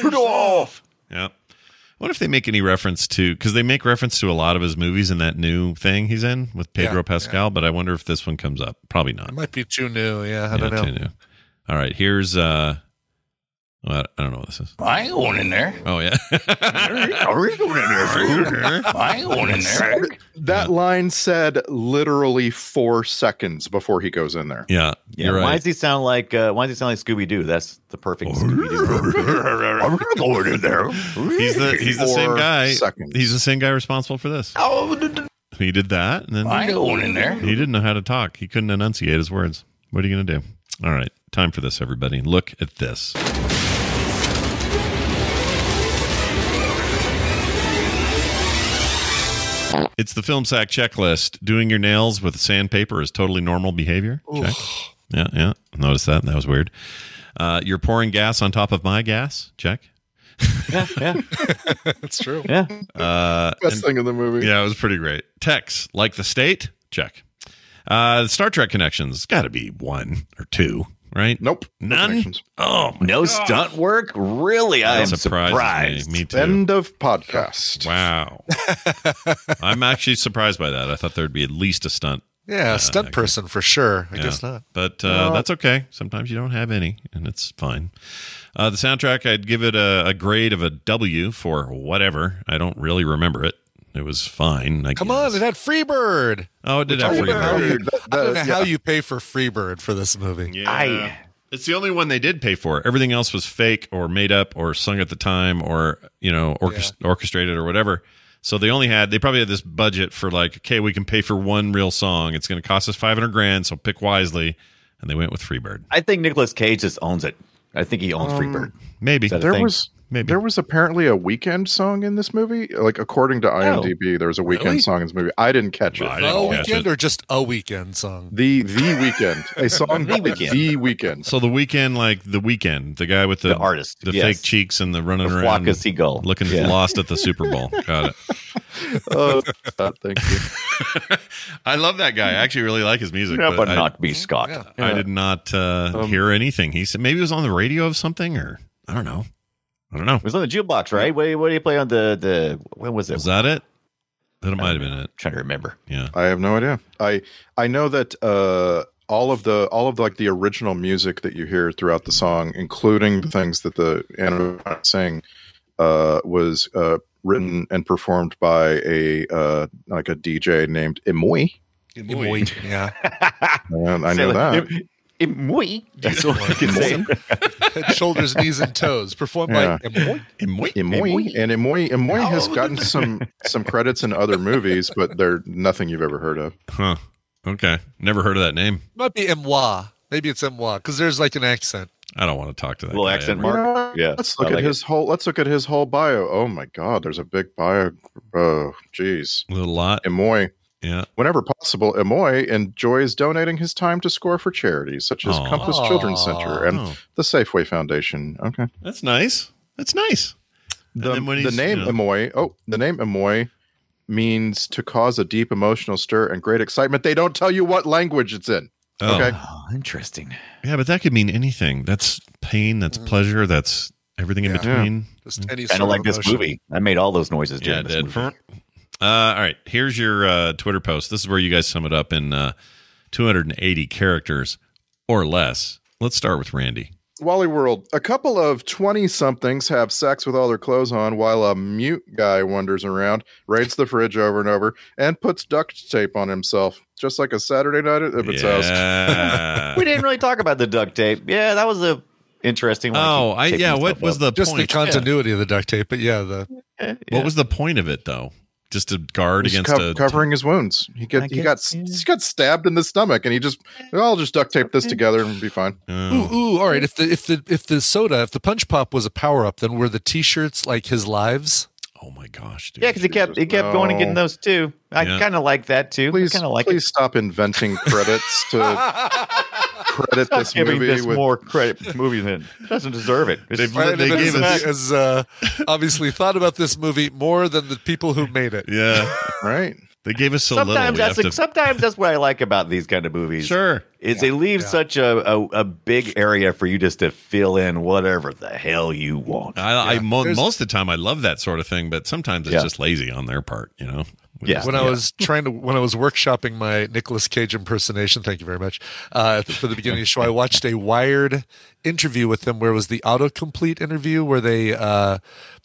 [SPEAKER 7] Put off.
[SPEAKER 1] yeah. What if they make any reference to? Because they make reference to a lot of his movies in that new thing he's in with Pedro
[SPEAKER 7] Yeah,
[SPEAKER 1] Pascal. But I wonder if this one comes up. Probably not.
[SPEAKER 7] It might be too new. Yeah, I don't
[SPEAKER 1] Yeah,
[SPEAKER 7] know.
[SPEAKER 1] too new. All right. Here's. uh well, I don't know what this is.
[SPEAKER 14] I ain't going in there.
[SPEAKER 1] Oh yeah.
[SPEAKER 14] I ain't going in there, fool. I ain't going in there.
[SPEAKER 8] That line said literally four seconds before he goes in there.
[SPEAKER 1] Yeah,
[SPEAKER 6] Yeah, why does he sound like uh, why does he sound like Scooby Doo? That's the perfect Scooby
[SPEAKER 14] I'm
[SPEAKER 6] Doo.
[SPEAKER 14] not going in there.
[SPEAKER 1] He's the he's the same
[SPEAKER 14] Four
[SPEAKER 1] guy.
[SPEAKER 14] seconds.
[SPEAKER 1] He's the same guy responsible for this.
[SPEAKER 14] Oh, d- d-
[SPEAKER 1] He did that, and then
[SPEAKER 14] I ain't going in there.
[SPEAKER 1] He didn't know how to talk. He couldn't enunciate his words. What are you going to do? All right, time for this, everybody. Look at this. It's the film sack checklist. Doing your nails with sandpaper is totally normal behavior. Check. Yeah, yeah. Notice that. That was weird. Uh, you're pouring gas on top of my gas. Check.
[SPEAKER 6] yeah, yeah.
[SPEAKER 7] That's true.
[SPEAKER 6] Yeah.
[SPEAKER 1] Uh,
[SPEAKER 8] Best
[SPEAKER 1] and-
[SPEAKER 8] thing in the movie.
[SPEAKER 1] yeah, it was pretty great. Tex, like the state, check. Uh, Star Trek connections, got to be one or two, right?
[SPEAKER 8] Nope.
[SPEAKER 1] None. Oh,
[SPEAKER 6] no stunt work. Really,
[SPEAKER 1] That
[SPEAKER 6] I'm
[SPEAKER 1] surprises
[SPEAKER 6] surprised.
[SPEAKER 1] Me, me too.
[SPEAKER 8] End of podcast.
[SPEAKER 1] Wow. I'm actually surprised by that. I thought there'd be at least a stunt
[SPEAKER 7] Yeah, a stunt person for sure. I
[SPEAKER 1] Yeah,
[SPEAKER 7] guess not.
[SPEAKER 1] But uh, that's okay. Sometimes you don't have any, and it's fine. Uh, the soundtrack, I'd give it a, a grade of a W for whatever. I don't really remember it. It was fine. I
[SPEAKER 7] Come on, it had Freebird.
[SPEAKER 1] Oh, it did
[SPEAKER 7] Which
[SPEAKER 1] have
[SPEAKER 7] I don't know how
[SPEAKER 1] Freebird.
[SPEAKER 7] you- I don't know
[SPEAKER 1] That-
[SPEAKER 7] how
[SPEAKER 1] yeah.
[SPEAKER 7] you pay for Freebird for this movie.
[SPEAKER 1] Yeah. it's the only one they did pay for. Everything else was fake or made up or sung at the time or, you know, orchest- orchestrated or whatever. So they only had, they probably had this budget for like, okay, we can pay for one real song. It's going to cost us 500 grand. So pick wisely. And they went with Freebird.
[SPEAKER 6] I think Nicolas Cage just owns it. I think he owns
[SPEAKER 8] Um,
[SPEAKER 6] Freebird.
[SPEAKER 1] Maybe
[SPEAKER 8] there was there was apparently a weekend song in this movie. Like according to IMDb, there was a weekend
[SPEAKER 7] Oh. really? Oh.
[SPEAKER 8] song in this movie. I didn't catch it.
[SPEAKER 7] a weekend or just a weekend song?
[SPEAKER 8] the the weekend a song
[SPEAKER 7] The
[SPEAKER 8] the
[SPEAKER 7] Weeknd.
[SPEAKER 8] weekend.
[SPEAKER 1] So the weekend, like the weekend, the guy with the,
[SPEAKER 6] The artist,
[SPEAKER 1] the
[SPEAKER 6] yes.
[SPEAKER 1] fake cheeks and the running
[SPEAKER 6] The flock
[SPEAKER 1] around,
[SPEAKER 6] of seagull.
[SPEAKER 1] looking
[SPEAKER 6] Yeah.
[SPEAKER 1] lost at the Super Bowl. Got it.
[SPEAKER 8] Oh, thank you.
[SPEAKER 1] I love that guy. I actually really like his music.
[SPEAKER 6] Yeah, but
[SPEAKER 1] I-
[SPEAKER 6] not Um, be Scott.
[SPEAKER 1] I did not uh, hear anything. He said maybe it was on the radio of something, or I don't know. I don't know.
[SPEAKER 6] It was on the jukebox, right? What, do you- what do you play on the the? When was it?
[SPEAKER 1] Was that it? That might have been it.
[SPEAKER 6] trying to remember.
[SPEAKER 1] Yeah.
[SPEAKER 8] I have no idea. I I know that uh, all of the all of like the original music that you hear throughout the song, including the things that the animatronics sing, uh, was uh, written and performed by a uh, like a DJ named Imoy.
[SPEAKER 7] Imoy. Yeah.
[SPEAKER 8] Um, I know that.
[SPEAKER 6] Imoy. That's all I can say.
[SPEAKER 7] Head, shoulders, knees, and toes, performed
[SPEAKER 8] Yeah.
[SPEAKER 7] by Emoy.
[SPEAKER 8] Imoy and Imoy Imoy has gotten some some credits in other movies, but they're nothing you've ever heard of.
[SPEAKER 1] Huh. Okay. Never heard of that name.
[SPEAKER 7] Might be Emwa. Maybe it's Emwa because there's like an accent.
[SPEAKER 1] I don't want to talk to that.
[SPEAKER 6] Little
[SPEAKER 1] guy
[SPEAKER 6] accent
[SPEAKER 1] ever.
[SPEAKER 6] mark. Yeah,
[SPEAKER 8] Let's look
[SPEAKER 6] I
[SPEAKER 8] at
[SPEAKER 6] like
[SPEAKER 8] his whole. Let's look at his whole bio. Oh my God, there's a big bio. Oh, jeez.
[SPEAKER 1] A little lot.
[SPEAKER 8] Emoy.
[SPEAKER 1] Yeah.
[SPEAKER 8] Whenever possible, Emoy enjoys donating his time to score for charities such as
[SPEAKER 1] Aw.
[SPEAKER 8] Compass Children's Center and
[SPEAKER 1] Oh.
[SPEAKER 8] the Safeway Foundation. Okay.
[SPEAKER 1] That's nice. That's nice.
[SPEAKER 8] The,
[SPEAKER 1] then when
[SPEAKER 8] the
[SPEAKER 1] he's,
[SPEAKER 8] name
[SPEAKER 1] you know-
[SPEAKER 8] Emoy. Oh, the name Emoy means to cause a deep emotional stir and great excitement. They don't tell you what language it's in.
[SPEAKER 1] Oh.
[SPEAKER 8] Okay.
[SPEAKER 6] Oh, interesting.
[SPEAKER 1] Yeah, but that could mean anything. That's pain. That's pleasure. That's everything in
[SPEAKER 7] Yeah.
[SPEAKER 1] between.
[SPEAKER 7] Just any
[SPEAKER 6] I
[SPEAKER 7] sort
[SPEAKER 6] don't
[SPEAKER 7] of
[SPEAKER 6] Mm. like this
[SPEAKER 7] emotion.
[SPEAKER 6] movie. I made all those noises
[SPEAKER 1] Yeah,
[SPEAKER 6] during
[SPEAKER 1] it
[SPEAKER 6] this
[SPEAKER 1] did.
[SPEAKER 6] movie.
[SPEAKER 1] Uh, all right. Here's your uh, Twitter post. This is where you guys sum it up in uh, 280 characters or less. Let's start with Randy.
[SPEAKER 8] Wally World. A couple of 20 somethings have sex with all their clothes on while a mute guy wanders around, raids the fridge over and over, and puts duct tape on himself, just like a Saturday night at Ibbot's house.
[SPEAKER 1] Yeah.
[SPEAKER 6] We didn't really talk about the duct tape. Yeah, that was a interesting one.
[SPEAKER 1] oh, I
[SPEAKER 6] Keep
[SPEAKER 1] yeah.
[SPEAKER 6] taping
[SPEAKER 1] What
[SPEAKER 6] stuff
[SPEAKER 1] was
[SPEAKER 6] up.
[SPEAKER 1] the
[SPEAKER 7] Just
[SPEAKER 1] point?
[SPEAKER 7] the continuity of the duct tape, but yeah, the
[SPEAKER 6] Yeah,
[SPEAKER 1] What
[SPEAKER 6] yeah.
[SPEAKER 1] was the point of it though? Just to guard
[SPEAKER 8] He's
[SPEAKER 1] against
[SPEAKER 8] cov-
[SPEAKER 1] a
[SPEAKER 8] covering his wounds. He
[SPEAKER 6] I
[SPEAKER 8] get, he got
[SPEAKER 6] guess,
[SPEAKER 8] he got stabbed in the stomach, and he just "Oh, I'll just duct tape this together and be fine.
[SPEAKER 1] Oh.
[SPEAKER 7] ooh ooh. All right, if the if the if the soda, if the punch pop was a power up, then were the t-shirts like his lives?
[SPEAKER 1] Oh my gosh, dude.
[SPEAKER 6] Yeah, because he kept he kept going and getting
[SPEAKER 8] No.
[SPEAKER 6] those too. I
[SPEAKER 1] Yeah.
[SPEAKER 6] kind of like that too.
[SPEAKER 8] Please,
[SPEAKER 6] I kind of like
[SPEAKER 8] please stop inventing credits to credit
[SPEAKER 6] it.
[SPEAKER 8] this
[SPEAKER 6] Stop giving
[SPEAKER 8] movie
[SPEAKER 6] this
[SPEAKER 8] with
[SPEAKER 6] more credit movie than it doesn't deserve it. It's-
[SPEAKER 1] They've- They
[SPEAKER 7] Brandon
[SPEAKER 1] gave us-
[SPEAKER 7] has, has, uh, obviously thought about this movie more than the people who made it.
[SPEAKER 1] Yeah,
[SPEAKER 8] right.
[SPEAKER 1] they gave us so little.
[SPEAKER 6] sometimes
[SPEAKER 1] we
[SPEAKER 6] that's
[SPEAKER 1] have to-
[SPEAKER 6] sometimes that's what I like about these kind of movies.
[SPEAKER 1] sure.
[SPEAKER 6] Is they leave such a, a, a big area for you just to fill in whatever the hell you want.
[SPEAKER 1] I, I mo-
[SPEAKER 7] There's-
[SPEAKER 1] most of the time I love that sort of thing, but sometimes it's
[SPEAKER 6] Yeah.
[SPEAKER 1] just lazy on their part. You know. We
[SPEAKER 6] Yeah.
[SPEAKER 1] just-
[SPEAKER 7] when I was trying to when I was workshopping my Nicolas Cage impersonation. Thank you very much uh, for the beginning of the show. I watched a Wired interview with him where it was the autocomplete interview where they uh,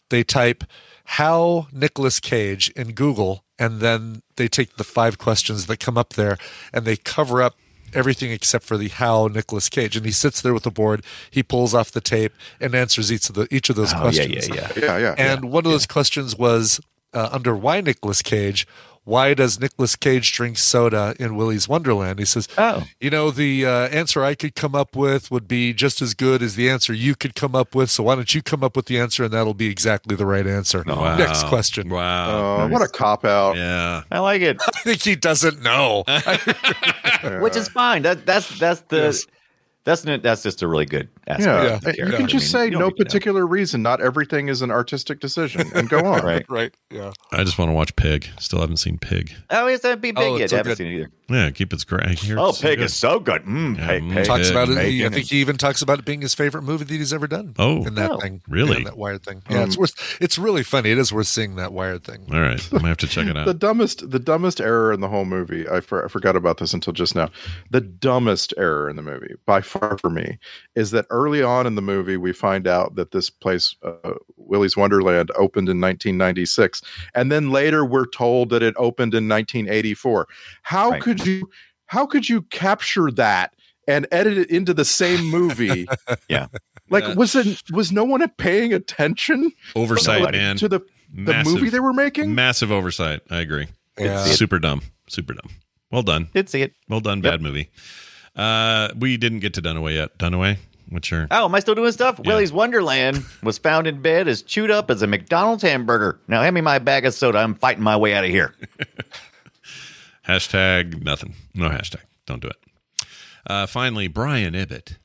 [SPEAKER 7] they type how Nicolas Cage in Google and then they take the five questions that come up there and they cover up everything except for the how Nicolas Cage and he sits there with the board he pulls off the tape and answers each of the each of those
[SPEAKER 6] Oh, yeah,
[SPEAKER 7] questions
[SPEAKER 6] yeah, yeah.
[SPEAKER 8] Yeah, yeah.
[SPEAKER 7] and one of those questions was uh, under why Nicolas Cage? Why does Nicolas Cage drink soda in Willy's Wonderland? He says,
[SPEAKER 6] Oh.
[SPEAKER 7] you know, the uh, answer I could come up with would be just as good as the answer you could come up with. So why don't you come up with the answer and that'll be exactly the right answer?
[SPEAKER 1] Wow.
[SPEAKER 7] Next question.
[SPEAKER 1] Wow.
[SPEAKER 8] Uh, What a cop out.
[SPEAKER 1] yeah.
[SPEAKER 6] I like it.
[SPEAKER 7] I think he doesn't know.
[SPEAKER 6] which is fine. That that's that's the that's n- that's just a really good aspect.
[SPEAKER 8] Yeah,
[SPEAKER 6] of the
[SPEAKER 8] Uh, you
[SPEAKER 6] character.
[SPEAKER 8] can just
[SPEAKER 6] I mean,
[SPEAKER 8] say
[SPEAKER 6] you don't
[SPEAKER 8] no
[SPEAKER 6] need to know.
[SPEAKER 8] particular reason. Not everything is an artistic decision, and go on.
[SPEAKER 6] right?
[SPEAKER 7] right. Yeah.
[SPEAKER 1] I just want to watch Pig. Still haven't seen Pig.
[SPEAKER 6] Oh, yes, that'd be big.
[SPEAKER 7] Oh,
[SPEAKER 6] yet.
[SPEAKER 7] it's so
[SPEAKER 6] haven't
[SPEAKER 7] good.
[SPEAKER 6] seen it either.
[SPEAKER 1] Yeah, keep its great.
[SPEAKER 6] Oh, pig is so good. Mm, pig, pig,
[SPEAKER 7] talks about it.
[SPEAKER 6] pig,
[SPEAKER 7] he- I
[SPEAKER 6] and-
[SPEAKER 7] think he even talks about it being his favorite movie that he's ever done.
[SPEAKER 1] Oh.
[SPEAKER 7] in that
[SPEAKER 1] Oh,
[SPEAKER 7] thing,
[SPEAKER 1] really?
[SPEAKER 7] Yeah, in that Wired thing. Yeah, it's
[SPEAKER 8] Um,
[SPEAKER 7] worth. It's really funny. It is worth seeing that Wired thing.
[SPEAKER 1] All right, I'm gonna have to check it
[SPEAKER 8] The
[SPEAKER 1] out.
[SPEAKER 8] dumbest, the dumbest error in the whole movie. I, for, I forgot about this until just now. The dumbest error in the movie, by far for me, is that early on in the movie we find out that this place, uh, Willy's Wonderland, opened in 1996, and then later we're told that it opened in 1984. How
[SPEAKER 6] Right.
[SPEAKER 8] could you? How could you capture that and edit it into the same movie?
[SPEAKER 6] yeah.
[SPEAKER 8] Like
[SPEAKER 1] Yeah.
[SPEAKER 8] was it was no one paying attention?
[SPEAKER 1] Oversight,
[SPEAKER 8] Like,
[SPEAKER 1] man.
[SPEAKER 8] To the the
[SPEAKER 1] Massive.
[SPEAKER 8] movie they were making.
[SPEAKER 1] Massive oversight. I agree.
[SPEAKER 7] Yeah.
[SPEAKER 1] Super dumb. Super dumb. Well done.
[SPEAKER 6] Did see it.
[SPEAKER 1] Well done. Bad movie. Uh, we didn't get to Dunaway yet. Dunaway, what's your?
[SPEAKER 6] Oh, am I still doing stuff? Willie's Wonderland was found in bed as chewed up as a McDonald's hamburger. Now hand me my bag of soda. I'm fighting my way out of here.
[SPEAKER 1] Hashtag nothing. No hashtag. Don't do it. Uh, finally, Brian Ibbett.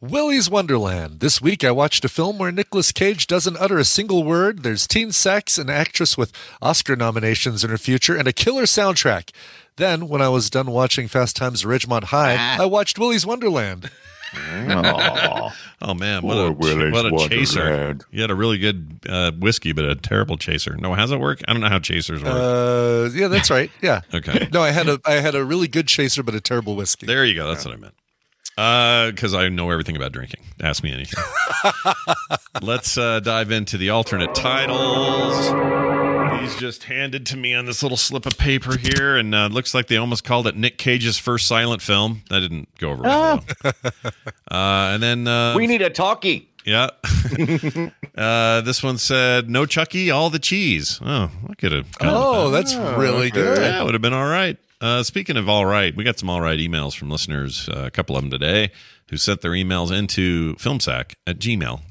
[SPEAKER 7] Willy's Wonderland. This week I watched a film where Nicolas Cage doesn't utter a single word. There's teen sex, an actress with Oscar nominations in her future, and a killer soundtrack. Then, when I was done watching Fast Times at Ridgemont High, I watched Willy's Wonderland.
[SPEAKER 1] oh. man, what a,
[SPEAKER 14] Poor Willy's
[SPEAKER 1] what a chaser!
[SPEAKER 14] Wonderland.
[SPEAKER 1] You had a really good uh, whiskey, but a terrible chaser. No, how's that work? I don't know how chasers work.
[SPEAKER 7] Uh, yeah, that's right. Yeah.
[SPEAKER 1] Okay.
[SPEAKER 7] Uh, No, I had a I had a really good chaser, but a terrible whiskey.
[SPEAKER 1] There you go. That's what I meant. Uh, because I know everything about drinking. Ask me anything. Let's uh, dive into the alternate titles. These just handed to me on this little slip of paper here, and uh, looks like they almost called it Nick Cage's first silent film. That didn't go over well. uh, and then uh,
[SPEAKER 6] we need a talkie.
[SPEAKER 1] yeah. uh, this one said, "No Chucky, all the cheese." Oh, I could have. gone with
[SPEAKER 7] Oh,
[SPEAKER 1] that.
[SPEAKER 7] that's really good.
[SPEAKER 1] Yeah, it would have been all right. Uh, speaking of all right, we got some all right emails from listeners, uh, a couple of them today, who sent their emails into filmsack at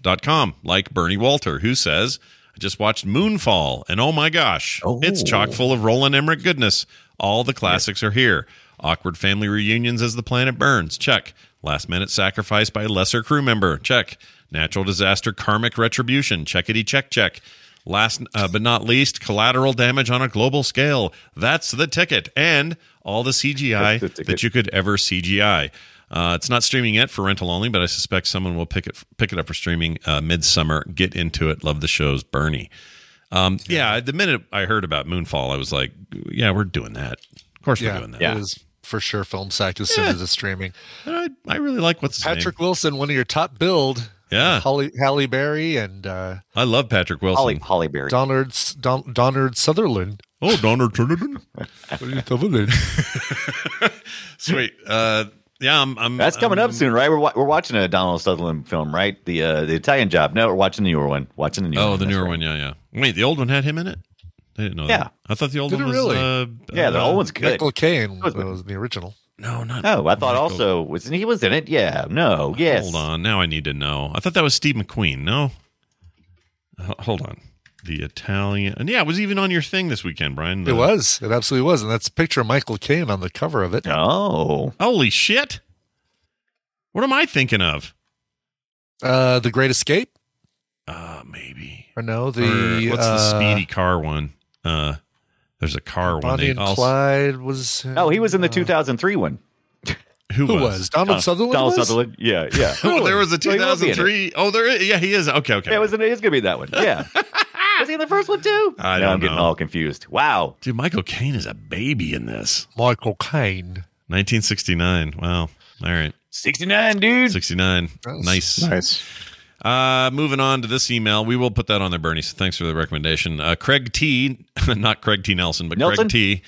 [SPEAKER 1] gmail.com, like Bernie Walter, who says, I just watched Moonfall, and oh my gosh, it's
[SPEAKER 7] Oh.
[SPEAKER 1] chock full of Roland Emmerich goodness. All the classics are here. Awkward family reunions as the planet burns, check. Last minute sacrifice by a lesser crew member, check. Natural disaster karmic retribution, checkity check check. Last uh, but not least, collateral damage on a global scale. That's the ticket. And all the CGI
[SPEAKER 8] That's the ticket.
[SPEAKER 1] that you could ever CGI. Uh, it's not streaming yet for rental only, but I suspect someone will pick it pick it up for streaming uh, midsummer. Get into it. Love the shows, Bernie. Um, yeah, the minute I heard about Moonfall, I was like, yeah, we're doing that. Of course,
[SPEAKER 7] Yeah,
[SPEAKER 1] we're doing that.
[SPEAKER 7] it is for sure film sack as soon as it's streaming.
[SPEAKER 1] I, I really like what's his name.
[SPEAKER 7] Patrick Wilson, one of your top build.
[SPEAKER 1] Yeah.
[SPEAKER 7] Holly, Halle Berry and uh,
[SPEAKER 1] I love Patrick Wilson.
[SPEAKER 6] Holly Holly Berry.
[SPEAKER 7] Donard S- Don, Donard Sutherland.
[SPEAKER 1] Oh, Donald Sutherland.
[SPEAKER 7] Sutherland.
[SPEAKER 1] Sweet. Uh, yeah, I'm. I'm
[SPEAKER 6] That's coming
[SPEAKER 1] I'm-
[SPEAKER 6] up soon, right? We're wa- we're watching a Donald Sutherland film, right? The uh, the Italian Job. No, we're watching the newer one. Watching the newer.
[SPEAKER 1] Oh,
[SPEAKER 6] one.
[SPEAKER 1] the
[SPEAKER 6] That's
[SPEAKER 1] newer
[SPEAKER 6] right.
[SPEAKER 1] one. Yeah, yeah. Wait, the old one had him in it. I didn't know
[SPEAKER 6] Yeah.
[SPEAKER 1] that. I thought the old
[SPEAKER 7] Did
[SPEAKER 1] one
[SPEAKER 7] it
[SPEAKER 1] was.
[SPEAKER 7] really?
[SPEAKER 1] Uh,
[SPEAKER 6] Yeah, the
[SPEAKER 1] uh,
[SPEAKER 6] old one's good.
[SPEAKER 7] Michael Caine
[SPEAKER 6] That was-
[SPEAKER 7] was the original.
[SPEAKER 1] No, not.
[SPEAKER 6] Oh, I thought
[SPEAKER 1] Michael-
[SPEAKER 6] also was he was in it? Yeah. No. Yes.
[SPEAKER 1] Hold on. Now I need to know. I thought that was Steve McQueen. No. H- hold on. The Italian. And yeah, it was even on your thing this weekend, Brian.
[SPEAKER 7] It
[SPEAKER 1] The-
[SPEAKER 7] was. It absolutely was. And that's a picture of Michael Caine on the cover of it.
[SPEAKER 6] Oh.
[SPEAKER 1] Holy shit. What am I thinking of?
[SPEAKER 7] Uh, the Great Escape,
[SPEAKER 1] Uh, maybe.
[SPEAKER 7] or no? The
[SPEAKER 1] Or what's the
[SPEAKER 7] uh,
[SPEAKER 1] speedy car one? Uh, there's a car one.
[SPEAKER 7] Bonnie
[SPEAKER 1] They
[SPEAKER 7] and
[SPEAKER 1] also,
[SPEAKER 7] Clyde was.
[SPEAKER 6] Oh, he was in the 2003 one.
[SPEAKER 1] who,
[SPEAKER 7] Who was?
[SPEAKER 1] was?
[SPEAKER 7] Donald Sutherland.
[SPEAKER 6] Donald
[SPEAKER 7] was?
[SPEAKER 6] Sutherland. Yeah. Yeah.
[SPEAKER 1] Oh, there was a
[SPEAKER 6] So he will be in it.
[SPEAKER 1] 2003. Oh, there. Is, yeah, he is. Okay, okay.
[SPEAKER 6] Yeah, it was in, it's gonna be that one. Yeah. was he in the first one too?
[SPEAKER 1] I
[SPEAKER 6] now
[SPEAKER 1] don't
[SPEAKER 6] I'm getting
[SPEAKER 1] know.
[SPEAKER 6] all confused. Wow.
[SPEAKER 1] Dude, Michael Caine is a baby in this.
[SPEAKER 7] Michael Caine.
[SPEAKER 1] 1969. Wow. All right.
[SPEAKER 6] 69, dude.
[SPEAKER 1] 69. Nice.
[SPEAKER 8] Nice.
[SPEAKER 1] Uh, moving on to this email. We will put that on there, Bernie. So thanks for the recommendation. Uh, Craig T, not Craig T. Nelson, but
[SPEAKER 6] Nelson?
[SPEAKER 1] Craig T.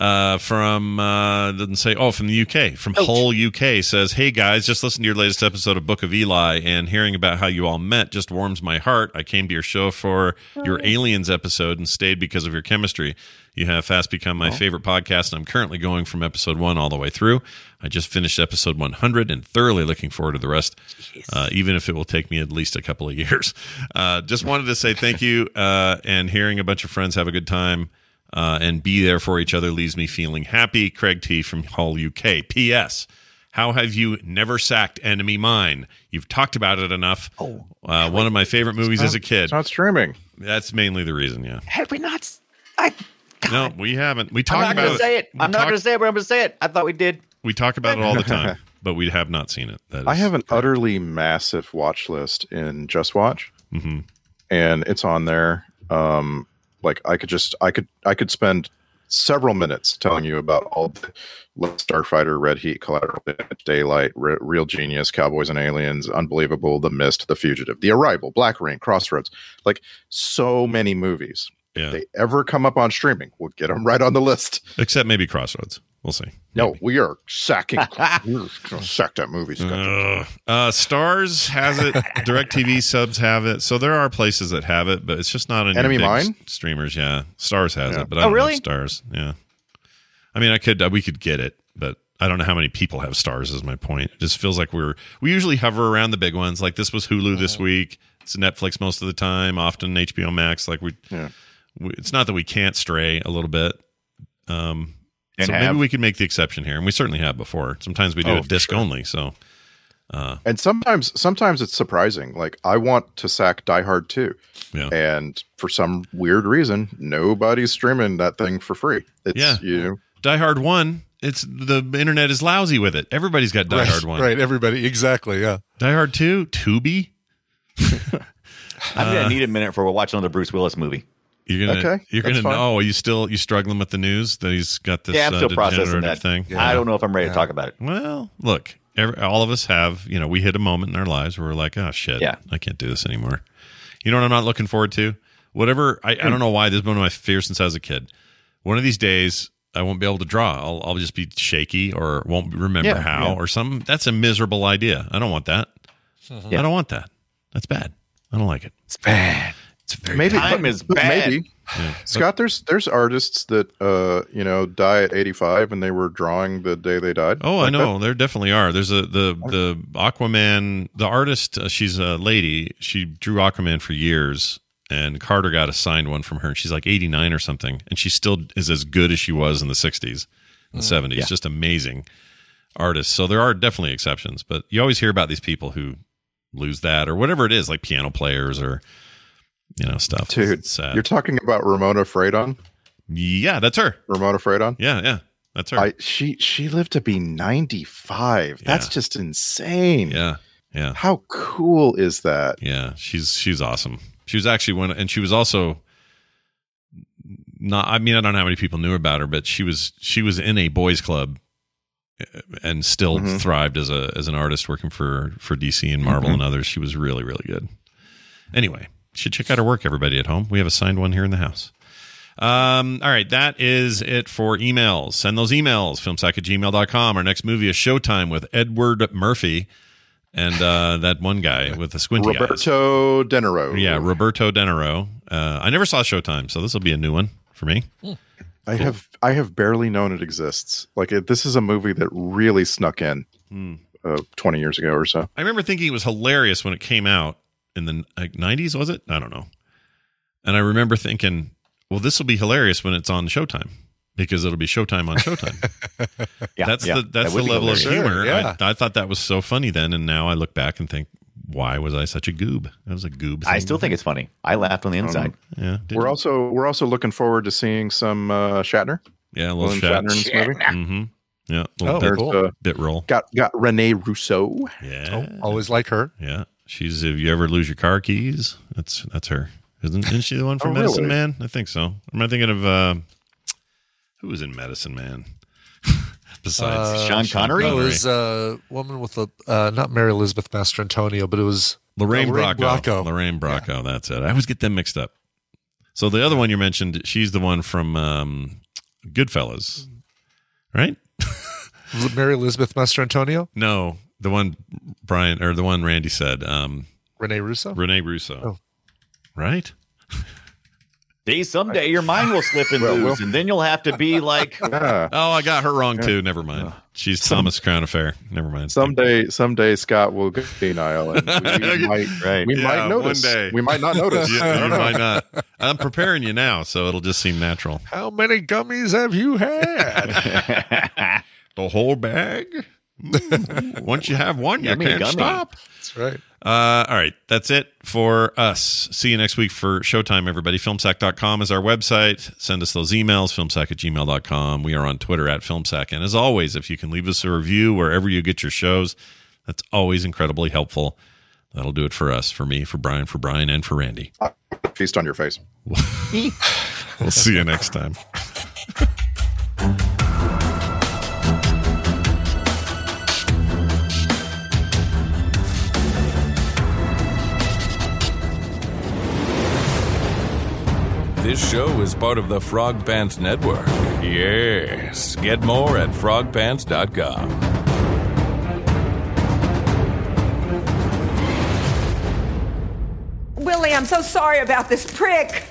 [SPEAKER 1] Uh, from uh, doesn't say. Oh, from the UK, from Hull, UK, says, "Hey guys, just listened to your latest episode of Book of Eli, and hearing about how you all met just warms my heart. I came to your show for your aliens episode and stayed because of your chemistry. You have fast become my favorite podcast, and I'm currently going from episode one all the way through. I just finished episode 100 and thoroughly looking forward to the rest, uh, even if it will take me at least a couple of years. Uh, just wanted to say thank you, uh, and hearing a bunch of friends have a good time." uh, and be there for each other leaves me feeling happy. Craig T from Hull, UK. P.S. How have you never sacked Enemy Mine? You've talked about it enough. Oh, uh, one of my favorite movies as a kid.
[SPEAKER 8] It's not streaming.
[SPEAKER 1] That's mainly the reason. Yeah,
[SPEAKER 6] Had we not? I. God,
[SPEAKER 1] No, we haven't. We talk
[SPEAKER 9] I'm not
[SPEAKER 1] about
[SPEAKER 9] going to say it.
[SPEAKER 1] we
[SPEAKER 9] I'm not
[SPEAKER 1] talk-
[SPEAKER 9] going to say it, but I'm going to say it. I thought we did.
[SPEAKER 1] We talk about it all the time, but we have not seen it. That is,
[SPEAKER 8] I have an utterly massive watch list in Just Watch,
[SPEAKER 1] Mhm.
[SPEAKER 8] and it's on there. Um, like I could just, I could, I could spend several minutes telling you about all the like, Starfighter, Red Heat, Collateral Damage, Daylight, Re- Real Genius, Cowboys and Aliens, Unbelievable, The Mist, The Fugitive, The Arrival, Black Rain, Crossroads. Like so many movies.
[SPEAKER 1] Yeah.
[SPEAKER 8] If they ever come up on streaming, we'll get them right on the list.
[SPEAKER 1] except maybe Crossroads. We'll see.
[SPEAKER 8] No, we are sacking. we're gonna sack that movie. Scott.
[SPEAKER 1] Ugh. Uh, Stars has it. DirecTV subs have it. So there are places that have it, but it's just not any
[SPEAKER 8] Enemy
[SPEAKER 1] big
[SPEAKER 8] Mine?
[SPEAKER 1] s- streamers. Yeah, Stars has it, but I
[SPEAKER 8] Oh,
[SPEAKER 1] don't
[SPEAKER 8] really?
[SPEAKER 1] have Stars. Yeah, I mean, I could uh, we could get it, but I don't know how many people have Stars. Is my point. It just feels like we're we usually hover around the big ones. Like this was Hulu this week. It's Netflix most of the time. Often HBO Max. Like we, we it's not that we can't stray a little bit. Um,
[SPEAKER 8] And
[SPEAKER 1] so
[SPEAKER 8] have-
[SPEAKER 1] maybe we could make the exception here, and we certainly have before. Sometimes we do
[SPEAKER 8] Oh,
[SPEAKER 1] a
[SPEAKER 8] for
[SPEAKER 1] disc only. So. Uh,
[SPEAKER 8] And sometimes, sometimes it's surprising. Like I want to sack Die Hard too,
[SPEAKER 1] Yeah.
[SPEAKER 8] and for some weird reason, nobody's streaming that thing for free. It's
[SPEAKER 1] Yeah.
[SPEAKER 8] you know,
[SPEAKER 1] Die Hard One. It's the internet is lousy with it. Everybody's got Die
[SPEAKER 7] right,
[SPEAKER 1] Hard One.
[SPEAKER 7] Right, everybody. Exactly. Yeah.
[SPEAKER 1] Die Hard Two, Tubi.
[SPEAKER 6] I'm
[SPEAKER 1] Uh,
[SPEAKER 6] gonna need a minute for watching another Bruce Willis movie.
[SPEAKER 1] You're gonna,
[SPEAKER 6] Okay,
[SPEAKER 1] you're gonna
[SPEAKER 6] that's fine.
[SPEAKER 1] know. Are you still you struggling with the news that he's got this?
[SPEAKER 6] yeah, I'm
[SPEAKER 1] uh,
[SPEAKER 6] still processing
[SPEAKER 1] degenerative
[SPEAKER 6] that.
[SPEAKER 1] thing.
[SPEAKER 6] I don't know if I'm ready to talk about it.
[SPEAKER 1] Well, look, every, all of us have. You know, we hit a moment in our lives where we're like, oh shit,
[SPEAKER 6] Yeah.
[SPEAKER 1] I can't do this anymore. You know what I'm not looking forward to? Whatever. I, I don't know why this has been one of my fears since I was a kid. One of these days, I won't be able to draw. I'll, I'll just be shaky or won't remember
[SPEAKER 6] Yeah,
[SPEAKER 1] how
[SPEAKER 6] yeah.
[SPEAKER 1] or some. That's a miserable idea. I don't want that. I don't want that. That's bad. I don't like it. It's bad. It's very
[SPEAKER 8] maybe
[SPEAKER 1] bad.
[SPEAKER 8] but- but Maybe
[SPEAKER 1] Yeah.
[SPEAKER 8] Scott, there's there's artists that uh you know die at 85 and they were drawing the day they died.
[SPEAKER 1] Oh, I
[SPEAKER 8] Like
[SPEAKER 1] know.
[SPEAKER 8] that.
[SPEAKER 1] There definitely are. There's a the the Aquaman, the artist. Uh, she's a lady. She drew Aquaman for years, and Carter got a signed one from her. And she's like 89 or something, and she still is as good as she was in the 60s and
[SPEAKER 8] Mm,
[SPEAKER 1] 70s.
[SPEAKER 6] Yeah.
[SPEAKER 1] Just amazing artist. So there are definitely exceptions, but you always hear about these people who lose that or whatever it is, like piano players or you know stuff. It's-
[SPEAKER 8] Dude,
[SPEAKER 1] it's sad.
[SPEAKER 8] You're talking about Ramona Freydon.
[SPEAKER 1] Yeah, that's her.
[SPEAKER 8] Ramona Freydon.
[SPEAKER 1] yeah, yeah, that's her.
[SPEAKER 8] I, she she lived to be 95. That's just insane.
[SPEAKER 1] yeah, yeah.
[SPEAKER 8] How cool is that?
[SPEAKER 1] Yeah, she's she's awesome. She was actually one, and she was also not. I mean, I don't know how many people knew about her, but she was she was in a boys' club uh, and still
[SPEAKER 8] Mhm.
[SPEAKER 1] thrived as a as an artist working for for DC and Marvel and others. She was really really good. Anyway, you should check out her work, everybody at home. We have a signed one here in the house. Um, all right, that is it for emails. Send those emails, filmsack at gmail.com. Our next movie is Showtime with Edward Murphy and uh, that one guy with the squinty eyes.
[SPEAKER 8] Roberto Denaro.
[SPEAKER 1] Yeah, Roberto Denaro. Uh, I never saw Showtime, so this will be a new one for me.
[SPEAKER 8] I have I have barely known it exists. Like it, this is a movie that really snuck in
[SPEAKER 1] Hmm.
[SPEAKER 8] uh, twenty years ago or so.
[SPEAKER 1] I remember thinking it was hilarious when it came out in the like, 90s, was it? I don't know. And I remember thinking, well, this will be hilarious when it's on Showtime because it'll be Showtime on Showtime.
[SPEAKER 6] Yeah,
[SPEAKER 1] that's
[SPEAKER 6] yeah,
[SPEAKER 1] the
[SPEAKER 6] that
[SPEAKER 1] that's
[SPEAKER 6] would
[SPEAKER 1] the
[SPEAKER 6] be
[SPEAKER 1] level of
[SPEAKER 6] hilarious.
[SPEAKER 1] humor.
[SPEAKER 6] Sure, yeah.
[SPEAKER 1] I, I thought that was so funny then, and now I look back and think, why was I such a goob? That was a goob.
[SPEAKER 6] I still think it's funny. I laughed on the inside.
[SPEAKER 1] yeah. Did
[SPEAKER 8] We're
[SPEAKER 1] you?
[SPEAKER 8] also we're also looking forward to seeing some uh, Shatner.
[SPEAKER 1] yeah, a little
[SPEAKER 8] William
[SPEAKER 1] shat.
[SPEAKER 8] Shatner in this movie.
[SPEAKER 1] Mhm. Yeah, a little
[SPEAKER 8] Oh,
[SPEAKER 1] bit,
[SPEAKER 8] cool.
[SPEAKER 1] bit roll.
[SPEAKER 8] Got got Renee Rousseau.
[SPEAKER 1] Yeah,
[SPEAKER 6] Oh.
[SPEAKER 7] Oh, Always like her.
[SPEAKER 1] yeah. She's if you ever lose your car keys, that's that's her. Isn't isn't she the one from
[SPEAKER 7] Oh,
[SPEAKER 1] Medicine
[SPEAKER 7] really?
[SPEAKER 1] Man? I think so. Am I thinking of uh, who was in Medicine Man? Besides
[SPEAKER 7] Uh,
[SPEAKER 6] Sean Connery?
[SPEAKER 7] No, it was a woman with a uh, not Mary Elizabeth Master Antonio, but it was
[SPEAKER 1] Lorraine,
[SPEAKER 7] uh,
[SPEAKER 1] Bracco. Lorraine Bracco. That's it. I always get them mixed up. So the other one you mentioned, she's the one from um, Goodfellas, right?
[SPEAKER 7] L- Mary Elizabeth Master Antonio,
[SPEAKER 1] No, the one Brian or the one Randy said. Um,
[SPEAKER 7] Renee Russo.
[SPEAKER 1] Renee Russo.
[SPEAKER 7] Oh.
[SPEAKER 1] Right?
[SPEAKER 6] Day someday your mind will slip and
[SPEAKER 1] Well,
[SPEAKER 6] lose,
[SPEAKER 1] we'll-
[SPEAKER 6] and then you'll have to be like,
[SPEAKER 1] Oh, I got her wrong too. Never mind. She's Thomas Crown Affair. Never mind.
[SPEAKER 8] Someday, someday Scott will go senile, and we might, we might notice. We might not notice.
[SPEAKER 1] you
[SPEAKER 8] I
[SPEAKER 1] you
[SPEAKER 8] don't know.
[SPEAKER 1] might not. I'm preparing you now, so it'll just seem natural.
[SPEAKER 7] How many gummies have you had?
[SPEAKER 1] The whole bag. Once you have one, you
[SPEAKER 6] Yummy,
[SPEAKER 1] can't
[SPEAKER 6] gummy.
[SPEAKER 1] stop.
[SPEAKER 7] That's right.
[SPEAKER 1] Uh, all right. That's it for us. See you next week for Showtime, everybody. Filmsack.com is our website. Send us those emails, filmsack at gmail.com. We are on Twitter at filmsack. And as always, if you can leave us a review wherever you get your shows, that's always incredibly helpful. That'll do it for us, for me, for Brian, for Brian, and for Randy.
[SPEAKER 8] Feast on your face.
[SPEAKER 1] We'll see you next time.
[SPEAKER 5] This show is part of the Frog Pants Network. Yes. Get more at frogpants.com.
[SPEAKER 12] Willie, I'm so sorry about this prick.